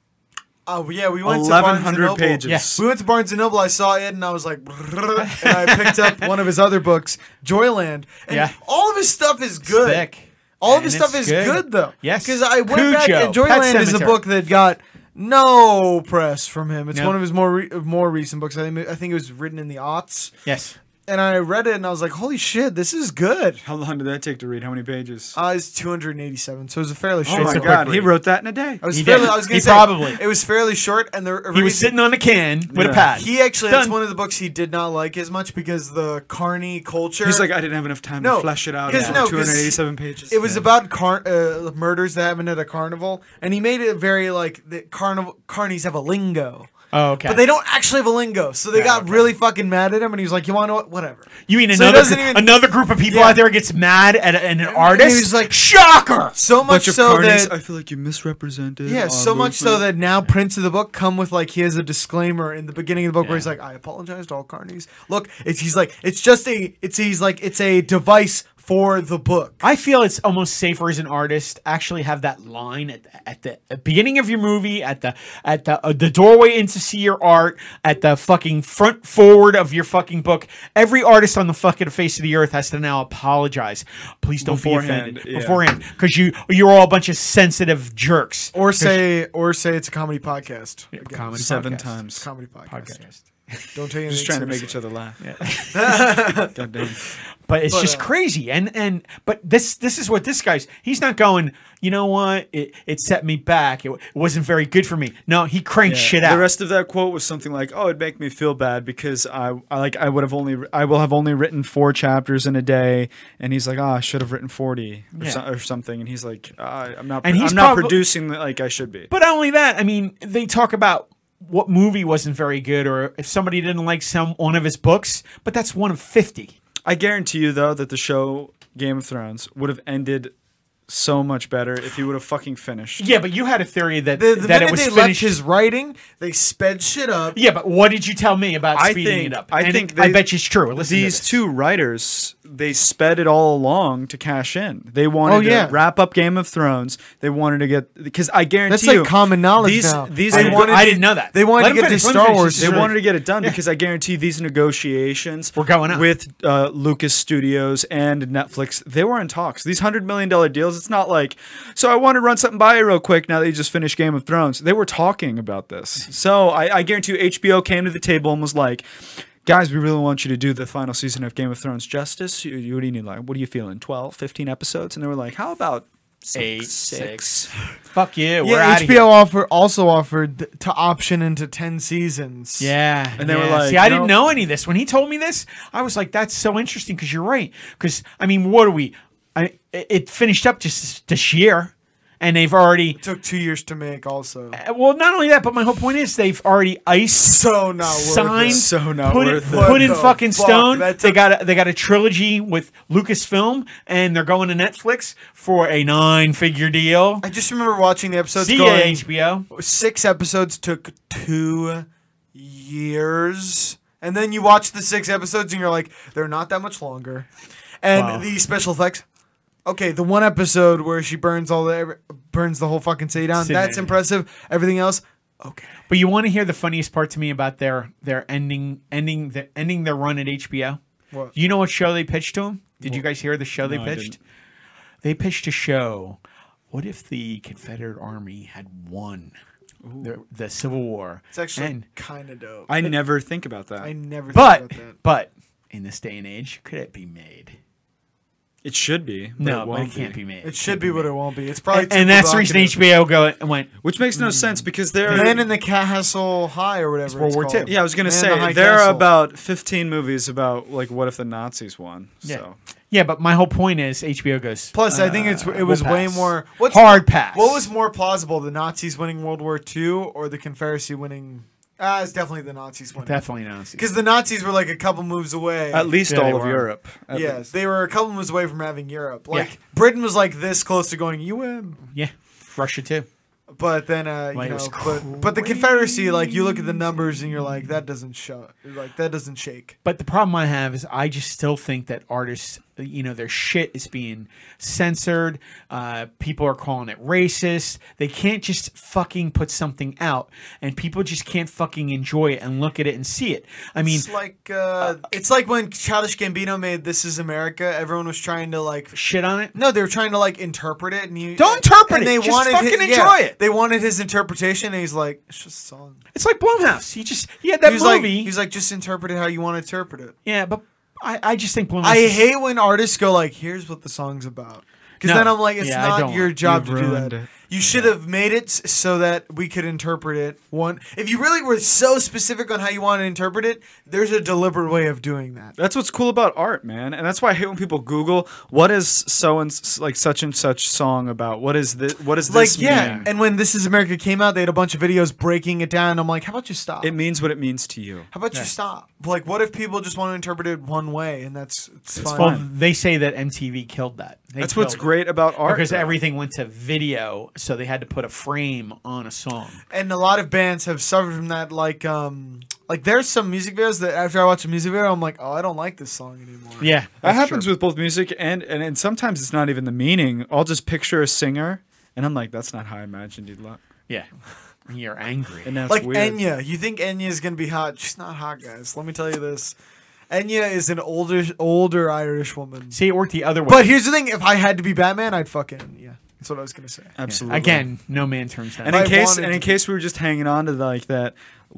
Speaker 2: Oh yeah, we went to Barnes and
Speaker 3: 1100
Speaker 2: Noble.
Speaker 3: pages.
Speaker 4: Yes.
Speaker 2: We went to Barnes and Noble. I saw it, and I was like, *laughs* "Brrr," and I picked
Speaker 4: *laughs*
Speaker 2: up one of his other books, Joyland. And
Speaker 4: Yeah.
Speaker 2: all of his stuff is good.
Speaker 4: thick.
Speaker 2: All of his
Speaker 4: And
Speaker 2: stuff
Speaker 4: it's
Speaker 2: is
Speaker 4: good.
Speaker 2: good, though.
Speaker 4: Yes.
Speaker 2: because I went back
Speaker 4: Cujo,
Speaker 2: and
Speaker 4: Pet
Speaker 2: Joyland is a
Speaker 4: Sematary.
Speaker 2: book that got no press from him. It's
Speaker 4: No.
Speaker 2: one of his more re- more recent books. I think I think it was written in the aughts,
Speaker 4: Yes.
Speaker 2: and I read it, and I was like, "Holy shit, this is good."
Speaker 3: How long did that take to read? How many pages?
Speaker 2: Uh, it's 287, so it was a fairly
Speaker 3: oh
Speaker 2: short.
Speaker 3: my
Speaker 2: book.
Speaker 3: god,
Speaker 4: read.
Speaker 3: he wrote that in a day.
Speaker 2: I was
Speaker 4: He
Speaker 2: fairly,
Speaker 4: did.
Speaker 2: I was gonna
Speaker 4: He
Speaker 2: say
Speaker 4: probably-
Speaker 2: it was fairly short, and the
Speaker 4: He was sitting on a can with a
Speaker 3: Yeah.
Speaker 4: pad.
Speaker 2: He actually
Speaker 4: Done.
Speaker 2: that's one of the books he did not like as much because the carny culture.
Speaker 3: He's like, I didn't have enough time
Speaker 2: No,
Speaker 3: to flesh it out.
Speaker 2: because-
Speaker 3: It's
Speaker 2: no, 'cause
Speaker 3: 287 pages.
Speaker 2: it was
Speaker 3: Yeah.
Speaker 2: about car- uh, murders that happened at a carnival, and he made it very like that carnival carnies have a lingo.
Speaker 4: Oh, okay.
Speaker 2: But they don't actually have a lingo, so they got really fucking mad at him, and he was like, "You want to what? Whatever."
Speaker 4: You mean
Speaker 2: So it
Speaker 4: another
Speaker 2: doesn't
Speaker 4: gr-
Speaker 2: even-
Speaker 4: another group of people
Speaker 2: Yeah.
Speaker 4: out there gets mad at, a- at an
Speaker 2: he
Speaker 4: artist?
Speaker 2: was like-
Speaker 4: shocker.
Speaker 2: So much
Speaker 3: bunch of
Speaker 2: so
Speaker 3: carnies.
Speaker 2: that
Speaker 3: I feel like you misrepresented.
Speaker 2: yeah,
Speaker 3: our
Speaker 2: so much so
Speaker 3: movement.
Speaker 2: that now prints of the book come with like he has a disclaimer in the beginning of the book where he's like, "I apologize to all carnies." Look, it's he's like, it's just a, it's he's like, it's a device for the book.
Speaker 4: I feel it's almost safer as an artist actually have that line at the, at the beginning of your movie, at the at the uh, the doorway in to see your art, at the fucking front forward of your fucking book. Every artist on the fucking face of the earth has to now apologize. Please don't
Speaker 3: Beforehand,
Speaker 4: be offended
Speaker 3: yeah.
Speaker 4: beforehand because you you're all a bunch of sensitive jerks.
Speaker 2: Or say, or say it's a comedy podcast. Again,
Speaker 4: Comedy
Speaker 3: seven
Speaker 4: podcast.
Speaker 2: It's
Speaker 3: times.
Speaker 2: a comedy podcast. Don't tell you.
Speaker 3: Just trying to make each other laugh.
Speaker 2: *laughs*
Speaker 3: Goddamn.
Speaker 4: but it's
Speaker 2: But,
Speaker 4: just
Speaker 2: uh,
Speaker 4: crazy and and but this this is what this guy's he's not going you know what it, it set me back it, w- it wasn't very good for me no he cranked shit out
Speaker 3: The rest of that quote was something like, "Oh, it'd make me feel bad because I, I like I would have only I will have only written four chapters in a day." And he's like, "Ah, I should have written 40 or,
Speaker 4: Yeah.
Speaker 3: so- or something." And he's like, "Ah, "I'm not
Speaker 4: And he's
Speaker 3: I'm not
Speaker 4: probably-
Speaker 3: producing like I should be."
Speaker 4: but not only that i mean they talk about what movie wasn't very good or if somebody didn't like some one of his books but that's one of 50
Speaker 3: I guarantee you though that the show Game of Thrones would have ended so much better if he would have fucking finished.
Speaker 4: yeah but you had a theory that
Speaker 2: The, the
Speaker 4: that it
Speaker 2: minute
Speaker 4: was
Speaker 2: they
Speaker 4: finished
Speaker 2: left his writing, they sped shit up.
Speaker 4: yeah but what did you tell me about
Speaker 3: I
Speaker 4: speeding
Speaker 3: think
Speaker 4: it up
Speaker 3: I
Speaker 4: And
Speaker 3: think
Speaker 4: i
Speaker 3: they-
Speaker 4: bet you it's true Listen to
Speaker 3: These
Speaker 4: this.
Speaker 3: two writers, they sped it all along to cash in. They wanted
Speaker 2: Oh, yeah.
Speaker 3: to wrap up Game of Thrones. They wanted to get because I guarantee
Speaker 2: That's like
Speaker 3: you,
Speaker 2: common knowledge
Speaker 3: These
Speaker 2: now.
Speaker 3: these
Speaker 4: I
Speaker 3: they
Speaker 4: didn't-
Speaker 3: wanted
Speaker 4: I didn't know that.
Speaker 2: They wanted
Speaker 4: Let
Speaker 2: to
Speaker 4: him
Speaker 2: get
Speaker 4: finish,
Speaker 2: to
Speaker 4: let him
Speaker 2: Star
Speaker 4: finish.
Speaker 2: Wars.
Speaker 4: This
Speaker 3: They
Speaker 4: is really-
Speaker 3: wanted to get it done because I guarantee these negotiations
Speaker 4: Were going up.
Speaker 3: with uh, Lucas Studios and Netflix. They were in talks. These hundred million dollar deals. It's not like so. I want to run something by you real quick. Now that you just finished Game of Thrones, they were talking about this. So I, I guarantee you, HBO came to the table and was like. Guys, we really want you to do the final season of Game of Thrones justice. You, you, what do you need? Like, what are you feeling? 12, 15 episodes? And they were like, how about six,
Speaker 4: Eight,
Speaker 3: six?
Speaker 4: fuck you we're
Speaker 2: yeah,
Speaker 4: outta
Speaker 2: HBO
Speaker 4: here.
Speaker 2: offer also offered th- to option into ten seasons.
Speaker 4: Yeah.
Speaker 3: And they were
Speaker 4: yeah.
Speaker 3: like,
Speaker 4: see, I
Speaker 3: you
Speaker 4: didn't
Speaker 3: know-
Speaker 4: know any of this. When he told me this, I was like, that's so interesting because you're right. Because, I mean, what are we? I, it- it finished up just this- this year. and they've already
Speaker 2: took two years to make. Also,
Speaker 4: Uh, Well, not only that, but my whole point is they've already iced,
Speaker 2: So not worth it.
Speaker 4: signed,
Speaker 3: So not
Speaker 4: put,
Speaker 3: worth
Speaker 4: it,
Speaker 3: it.
Speaker 4: put in
Speaker 2: What the
Speaker 4: fucking
Speaker 2: fuck?
Speaker 4: stone.
Speaker 2: That
Speaker 4: they
Speaker 2: took-
Speaker 4: got a, they got a trilogy with Lucasfilm, and they're going to Netflix for a nine figure deal.
Speaker 2: I just remember watching the episodes
Speaker 4: See ya,
Speaker 2: going.
Speaker 4: HBO.
Speaker 2: Six episodes took two years, and then you watch the six episodes and you're like, they're not that much longer. And
Speaker 4: Wow.
Speaker 2: the special effects. Okay, the one episode where she burns all the burns the whole fucking city down.
Speaker 4: City.
Speaker 2: That's impressive. Everything else, okay.
Speaker 4: But you want to hear the funniest part to me about their their ending ending the ending their run at HBO?
Speaker 2: What?
Speaker 4: You know what show they pitched to them? Did you guys hear the show they
Speaker 3: I
Speaker 4: pitched? They pitched a show. What if the Confederate Army had won the, the Civil War?
Speaker 2: It's actually
Speaker 4: And-
Speaker 2: kind of dope. I,
Speaker 3: I never think about that.
Speaker 2: never thought
Speaker 4: but
Speaker 2: about that.
Speaker 4: but in this day and age, could it be made?
Speaker 3: it should be. but
Speaker 4: No,
Speaker 3: it,
Speaker 4: but
Speaker 3: won't
Speaker 4: it can't be, made.
Speaker 2: It should be what it won't be. It's probably
Speaker 4: And,
Speaker 2: too
Speaker 4: and that's the reason
Speaker 2: provocative.
Speaker 4: HBO go and went.
Speaker 3: Which makes
Speaker 4: Mm.
Speaker 3: no sense because they're
Speaker 2: Man in the Castle High or whatever.
Speaker 4: World
Speaker 2: it's
Speaker 4: War
Speaker 2: called.
Speaker 4: II.
Speaker 3: Yeah, I was gonna
Speaker 2: Man in the
Speaker 3: say
Speaker 2: High
Speaker 3: there are
Speaker 2: Castle.
Speaker 3: about 15 movies about like what if the Nazis won.
Speaker 4: Yeah.
Speaker 3: So
Speaker 4: yeah, but my whole point is HBO goes.
Speaker 2: Plus, I think it's
Speaker 4: "Uh,
Speaker 2: it was
Speaker 4: we'll
Speaker 2: way
Speaker 4: pass."
Speaker 2: more what's,
Speaker 4: hard pass.
Speaker 2: What was more plausible, the Nazis winning World War II or the Confederacy winning? Ah, it's definitely the Nazis winning.
Speaker 4: definitely not
Speaker 2: Because the Nazis were like a couple moves away.
Speaker 3: at least
Speaker 4: Yeah, they
Speaker 3: all of
Speaker 4: were.
Speaker 3: Europe. At
Speaker 2: yes,
Speaker 3: least.
Speaker 2: they were a couple moves away from having Europe. Like Britain was like this close to going, you win.
Speaker 4: Yeah, Russia too.
Speaker 2: But then, uh,
Speaker 4: Like,
Speaker 2: you
Speaker 4: it was
Speaker 2: know, but, but the Confederacy, like you look at the numbers and you're like, that doesn't show, like that doesn't shake.
Speaker 4: But the problem I have is I just still think that artists, you know, their shit is being censored. Uh, people are calling it racist. They can't just fucking put something out, and people just can't fucking enjoy it and look at it and see it. I mean,
Speaker 2: It's like uh, it's like when Childish Gambino made "This Is America." Everyone was trying to like.
Speaker 4: shit on it.
Speaker 2: No, they were trying to like interpret it, and you
Speaker 4: Don't interpret
Speaker 2: and
Speaker 4: it, just fucking
Speaker 2: yeah,
Speaker 4: enjoy it.
Speaker 2: They wanted his interpretation, and he's like, "It's just a song."
Speaker 4: It's like Blumhouse. He just he had that
Speaker 2: he was like,
Speaker 4: movie.
Speaker 2: "He's like, just interpret it how you want to interpret it."
Speaker 4: yeah, but I, I just think Blumhouse.
Speaker 2: I
Speaker 4: is-
Speaker 2: hate when artists go like, "Here's what the song's about," because
Speaker 4: No.
Speaker 2: then I'm like, "It's
Speaker 4: Yeah, I
Speaker 2: not
Speaker 4: don't.
Speaker 2: your job
Speaker 3: You
Speaker 2: to do
Speaker 3: ruined
Speaker 2: that."
Speaker 3: it.
Speaker 2: You should have made it s- so that we could interpret it. One, if you really were so specific on how you want to interpret it, there's a deliberate way of doing that.
Speaker 3: That's what's cool about art, man, and that's why I hate when people Google what is so and s- like such and such song about. What is this? What is this?
Speaker 2: like yeah
Speaker 3: mean?
Speaker 2: and when this is america came out they had a bunch of videos breaking it down i'm like how about you stop
Speaker 3: it means what it means to you.
Speaker 2: how about you stop like what if people just want to interpret it one way and that's it's, fine.
Speaker 4: Well, they say that MTV killed that. They
Speaker 3: That's what's
Speaker 4: killed it.
Speaker 3: great about art.
Speaker 4: Because
Speaker 3: though.
Speaker 4: everything went to video, so they had to put a frame on a song.
Speaker 2: and a lot of bands have suffered from that like um like there's some music videos that after i watch a music video i'm like oh i don't like this song anymore
Speaker 4: Yeah, Uh,
Speaker 3: that happens with both music and, and and sometimes it's not even the meaning. I'll just picture a singer, and I'm like, that's not how I imagined you'd look,
Speaker 4: Yeah. *laughs* You're angry.
Speaker 3: and that's
Speaker 2: like
Speaker 3: weird.
Speaker 2: enya you think enya is gonna be hot she's not hot guys let me tell you this enya is an older older irish woman
Speaker 4: See, it worked the other way.
Speaker 2: but here's the thing if i had to be batman i'd fuck enya that's what i was gonna say
Speaker 3: Absolutely.
Speaker 4: again, no man turns down.
Speaker 3: And in
Speaker 2: I
Speaker 3: case
Speaker 2: wanted
Speaker 3: and in
Speaker 2: to-
Speaker 3: case we were just hanging on to like that,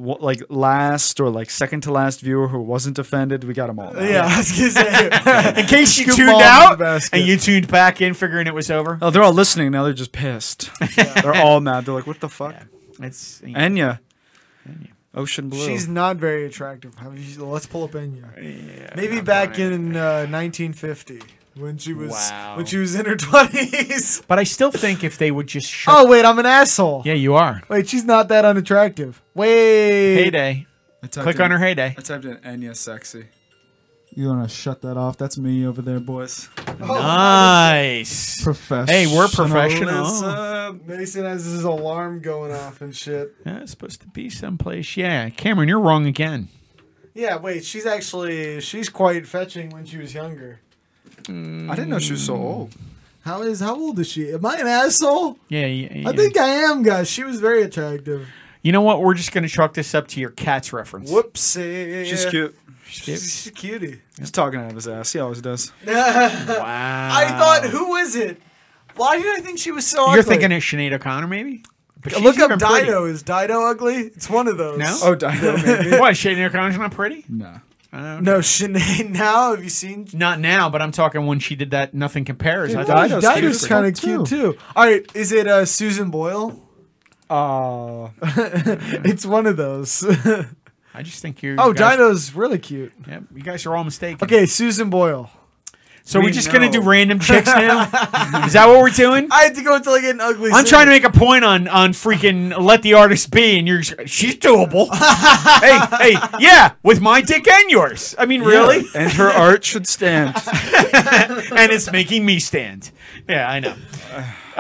Speaker 3: wha- like last or like second to last viewer who wasn't offended, we got them all.
Speaker 2: yeah *laughs* i was gonna say
Speaker 4: in *laughs* case you
Speaker 2: Scoop
Speaker 4: tuned
Speaker 2: ball in the
Speaker 4: out
Speaker 2: basket.
Speaker 4: and you tuned back in figuring it was over,
Speaker 3: Oh, they're all listening now. They're just pissed. *laughs* they're all mad. They're like, "What the fuck?"
Speaker 4: it's
Speaker 3: Enya. Ocean Blue.
Speaker 2: *laughs* She's not very attractive. I mean, she's- let's pull up Enya. Maybe back in uh, 1950 when she was
Speaker 4: Wow.
Speaker 2: when she was in her
Speaker 4: *laughs*
Speaker 2: 20s.
Speaker 4: But I still think if they would just shut.
Speaker 2: oh wait, I'm an asshole.
Speaker 4: yeah, you are.
Speaker 2: Wait, she's not that unattractive. Wait.
Speaker 4: Heyday. Click on her heyday.
Speaker 3: I typed in Enya sexy. You wanna shut that off? That's me over there, boys.
Speaker 4: Oh. Nice.
Speaker 3: Professional.
Speaker 4: Hey, we're professional.
Speaker 2: Mason has his alarm going off and shit.
Speaker 4: Yeah, it's supposed to be someplace. Yeah, Cameron, you're wrong again.
Speaker 2: Yeah, wait, she's actually she's quite fetching when she was younger.
Speaker 3: I didn't know she was so old.
Speaker 2: How is how old is she? Am I an asshole?
Speaker 4: Yeah, yeah,
Speaker 2: I think I am, guys. She was very attractive.
Speaker 4: You know what? We're just gonna chalk this up to your cat's reference.
Speaker 2: Whoopsie.
Speaker 3: She's cute.
Speaker 2: She's a cutie.
Speaker 3: He's talking out of his ass. He always does.
Speaker 2: *laughs* I
Speaker 4: Wow.
Speaker 2: thought, who is it? Why did I think she was so ugly?
Speaker 4: You're thinking of Sinead O'Connor, maybe? But she's
Speaker 2: Look up
Speaker 4: even pretty.
Speaker 2: Dido. Is Dido ugly? It's one of those.
Speaker 4: No?
Speaker 3: Oh, *laughs* Dido. Maybe.
Speaker 4: what? Sinead O'Connor's not pretty?
Speaker 3: no.
Speaker 2: Oh, No, Sinead *laughs* now. Have you seen?
Speaker 4: Not now, but I'm talking when she did that. Nothing compares. I thought
Speaker 3: Dido's
Speaker 2: Dido's,
Speaker 3: cute as fuck,
Speaker 2: kind of cute too. All right, is it uh, Susan
Speaker 4: *laughs*
Speaker 2: Boyle?
Speaker 3: Oh.
Speaker 2: It's one of *laughs* those. oh,
Speaker 4: I just think you. guys,
Speaker 2: Dido's really cute.
Speaker 4: Yep, you guys are all mistaken.
Speaker 2: Okay, Susan Boyle.
Speaker 4: So
Speaker 3: We
Speaker 4: we are just gonna
Speaker 3: know.
Speaker 4: do random
Speaker 2: *laughs*
Speaker 4: chicks now? Is that what we're doing?
Speaker 2: I had to go until I get an ugly.
Speaker 4: I'm trying to make a point on on freaking let the artist be, and you're just- she's doable.
Speaker 2: *laughs*
Speaker 4: hey, hey, yeah, with my dick and yours. I mean, really?
Speaker 3: And her art should stand.
Speaker 4: and it's making me stand. Yeah, I know. *laughs*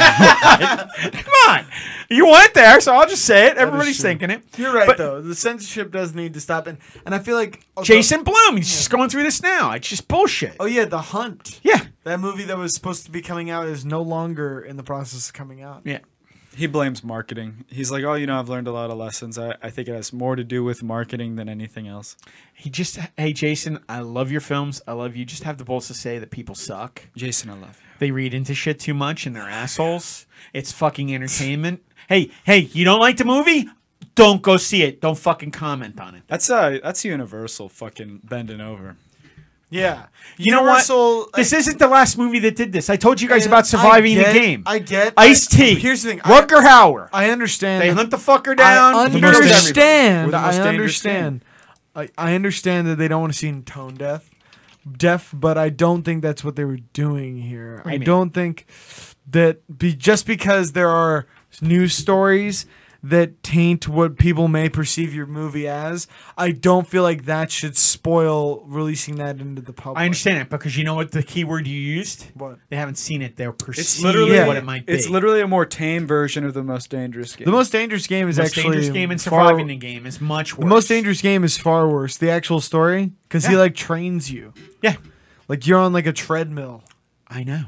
Speaker 4: Come on, you went there, so I'll just say it. Everybody's thinking it.
Speaker 2: You're right
Speaker 4: But-
Speaker 2: though. The censorship does need to stop, and and I feel like oh, the-
Speaker 4: Jason Bloom, he's just going through this now. It's just bullshit.
Speaker 2: oh yeah, The Hunt.
Speaker 4: Yeah,
Speaker 2: That movie that was supposed to be coming out is no longer in the process of coming out.
Speaker 4: yeah.
Speaker 3: He blames marketing. He's like, oh, you know, I've learned a lot of lessons. I, I think it has more to do with marketing than anything else.
Speaker 4: He just, hey Jason, I love your films. I love you. Just have the balls to say that people suck.
Speaker 3: Jason, I love you.
Speaker 4: They read into shit too much and they're assholes. It's fucking entertainment. Hey, hey, you don't like the movie? Don't go see it. Don't fucking comment on it.
Speaker 3: That's uh, that's universal fucking bending over.
Speaker 2: Yeah,
Speaker 4: You know what?
Speaker 2: Universal, like-
Speaker 4: This isn't the last movie that did this. I told you guys
Speaker 2: And
Speaker 4: about surviving
Speaker 2: I get-
Speaker 4: the game.
Speaker 2: I get-
Speaker 4: Ice T.
Speaker 2: I- here's the thing, I-
Speaker 4: Rutger Hauer.
Speaker 2: I understand.
Speaker 4: they hunt the fucker down.
Speaker 2: I
Speaker 4: He murders everybody.
Speaker 2: understand.
Speaker 3: We're the most
Speaker 2: I
Speaker 3: dangerous team.
Speaker 2: understand. I, I understand that they don't want to seem tone deaf, deaf. But I don't think that's what they were doing here.
Speaker 4: do
Speaker 2: I
Speaker 4: you mean?
Speaker 2: don't think that be just because there are news stories that taint what people may perceive your movie as. I don't feel like that should spoil releasing that into the public.
Speaker 4: I understand it because you know what the keyword you used?
Speaker 2: What?
Speaker 4: They haven't seen it. They're perceiving
Speaker 3: It's literally
Speaker 2: Yeah.
Speaker 4: what it might be.
Speaker 3: It's literally a more tame version of the most dangerous game.
Speaker 2: The most dangerous game is
Speaker 4: the most
Speaker 2: actually
Speaker 4: dangerous game and
Speaker 2: far-
Speaker 4: surviving the game is much worse.
Speaker 2: The most dangerous game is far worse. The actual story, because he
Speaker 4: Yeah.
Speaker 2: like trains you,
Speaker 4: Yeah,
Speaker 2: like you're on like a treadmill,
Speaker 4: I know.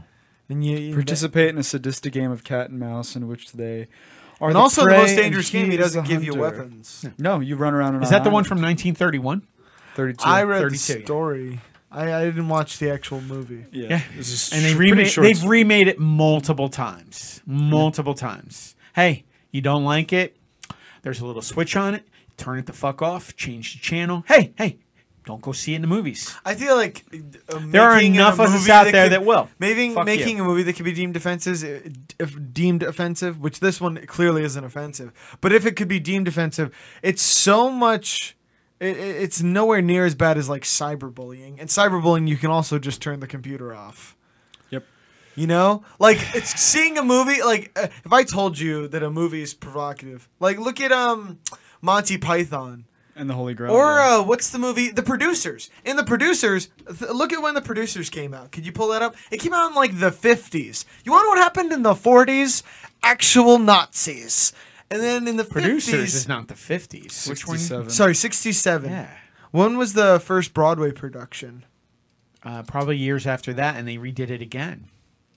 Speaker 2: and you, you
Speaker 3: participate in a sadistic game of cat and mouse in which they are
Speaker 2: And
Speaker 3: the
Speaker 2: also, the
Speaker 3: prey
Speaker 2: most
Speaker 3: and
Speaker 2: dangerous game, he
Speaker 3: is
Speaker 2: doesn't
Speaker 3: the
Speaker 2: give you
Speaker 3: hunter.
Speaker 2: weapons.
Speaker 3: No, you run around. on
Speaker 4: Is
Speaker 3: an
Speaker 4: that the one
Speaker 3: island.
Speaker 4: from 1931?
Speaker 3: 32?
Speaker 2: I read the
Speaker 4: 32, yeah.
Speaker 2: story. I, I didn't watch the actual movie.
Speaker 3: yeah.
Speaker 4: Yeah.
Speaker 3: This is
Speaker 4: and they
Speaker 3: sh-
Speaker 4: remade
Speaker 3: pretty short
Speaker 4: they've
Speaker 3: story.
Speaker 4: remade it multiple times multiple times hey you don't like it there's a little switch on it turn it the fuck off change the channel hey hey don't go see it in the movies
Speaker 2: I feel like uh,
Speaker 4: There are
Speaker 2: making
Speaker 4: enough
Speaker 2: a
Speaker 4: of us
Speaker 2: movie
Speaker 4: out there
Speaker 2: could-
Speaker 4: that will.
Speaker 2: Making
Speaker 4: Fuck
Speaker 2: making
Speaker 4: you.
Speaker 2: a movie that could be deemed offensive, uh, if deemed offensive, which this one clearly isn't offensive. But if it could be deemed offensive, it's so much. It, it- it's nowhere near as bad as like cyberbullying. And cyberbullying, you can also just turn the computer off.
Speaker 3: Yep.
Speaker 2: You know, like it's seeing a movie. Like uh, if I told you that a movie is provocative, like look at um Monty Python.
Speaker 3: and the Holy
Speaker 4: Oh,
Speaker 3: Grail.
Speaker 2: Or
Speaker 3: yeah.
Speaker 2: uh, what's the movie? The Producers. In The Producers, th- look at when The Producers came out. Could you pull that up? It came out in like the 50s. You want to know what happened in the 40s? Actual Nazis. And then in the
Speaker 4: producers
Speaker 2: 50s.
Speaker 4: is not the 50s which one
Speaker 3: 67.
Speaker 2: Sorry, 67.
Speaker 4: yeah
Speaker 2: When was the first Broadway production?
Speaker 4: uh, probably years after that and they redid it again